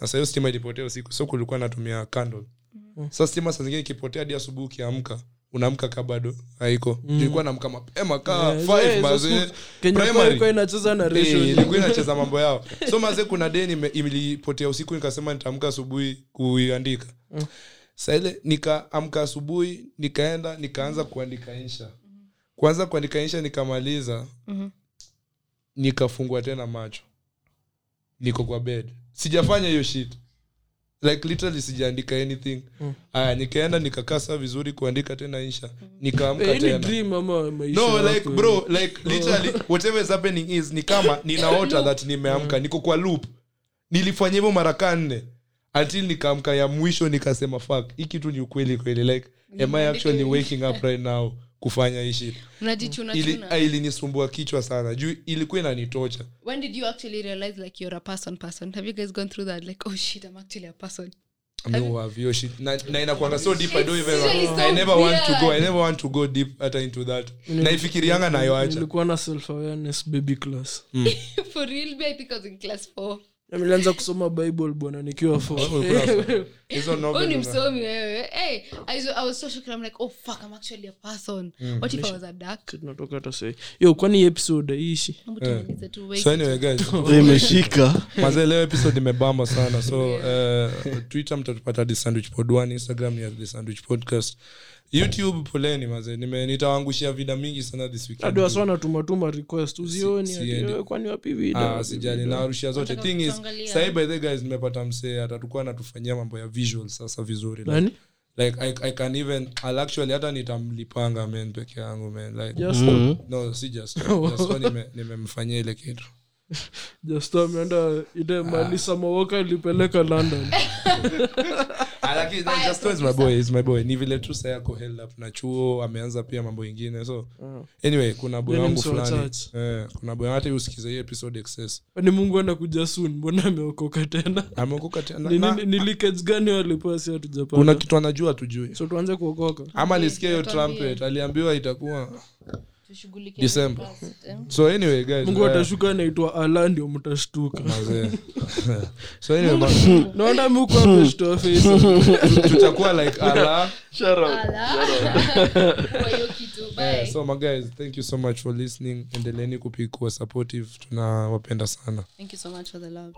na sahiyo stima ilipotea usiku so kulikuwa natumia candle Mm-hmm. sa stima saa zingine ikipotea hadi asubuhi ukiamka unaamka ka bado haiko ilikuwa naamka mapema kaa Mm. Eh, five eh, mazee. hizo school- Kenya Primary. kwa ilikuwa inacheza na ratio Eh, nyingi. ilikuwa inacheza mambo yao so maze kuna day nime- ilipotea usiku nikasema nitaamka asubuhi kuiandika saile nikaamka asubuhi nikaenda nikaanza kuandika insha kwanza kuandika insha nikamaliza nikafungua tena macho niko kwa bed sijafanya hiyo shit like literally sijaandika anything aya nikaenda nikakaa saa vizuri kuandika tena insha nikaamka Eh, hii ni tena dream ama maisha no yako like hivi? bro like Oh. literally whatever is happening is ni kama ninaota that nimeamka Mm. niko kwa loop nilifanya hivyo mara kaa nne until nikaamka ya mwisho nikasema fuck hii kitu ni ukweli kweli like am i actually waking up right now kufanya hii shit ili, unajichunachuna ah, ilinisumbua kichwa sana juu ilikuwa inanitocha when did you actually realize like you're a person person have you guys gone through that like oh shit i'm actually a person no have your shit na, na inakwanga so deep i don't even really so i never want to go i weird. never want to go deep hata into that naifikirianga nayoacha nilikuwa na self awareness baby class for real me i think i was in class four Na nilianza kusoma bible bwana nikiwa Mm. fo hizo oh ni novel una- msomi wewe hey i was- I was so shocked i'm like oh fuck i'm actually a person what if i was a duck tunatoka hata sahi yo kwani hii episode aishi Hebu tumalize tu wait so anyway guys imeshika Manze, leo episode imebamba sana so uh, twitter mtatupata the sandwich pod one instagram ni at the sandwich podcast youtube poleni maze Nime- nitawaangushia vida mingi sana this weekend. hadi wasa natumatuma request uzioni Si- ati, siendi. "Wewe kwani wapi vida Ah, sijali nawarushia zote Nataka thing is kutuangalia. sahi by the guys nimepata msee atatukuwa anatufanyia mambo ya visual sasa vizuri like, nani like I, i can even I'll actually hata nitamlipanga men peke yangu man like Just- no si just just so nime- nimemfanyia ile kitu just ameenda ile mali samawoka ilipeleka london Ah, lakini no, just know it's my boy, it's my boy. ni vile tu saa yako held up na chuo ameanza pia mambo ingine so anyway kuna boy Then wangu msee wa fulani church. eh, kuna boy hata usikize hii episode excess ni mungu anakuja soon mbona ameokoka tena ameokoka tena Ni- na- ni- ni leakage gani walipewa si hatujapata? kuna Eh. kitu anajua tujui so tuanze kuokoka ama alisikia hiyo trumpet aliambiwa itakuwa tushughulikie december eh. so anyway guys mungu eh, atashuka anaitwa ala ndio mtashtuka mazee. so anyway ma- naona muku ameshtoa tutakuwa like ala Ah, Kwa hiyo kitu bye Eh, so my guys thank you so much for listening endeleeni kupikuwa supportive tunawapenda sana thank you so much for the love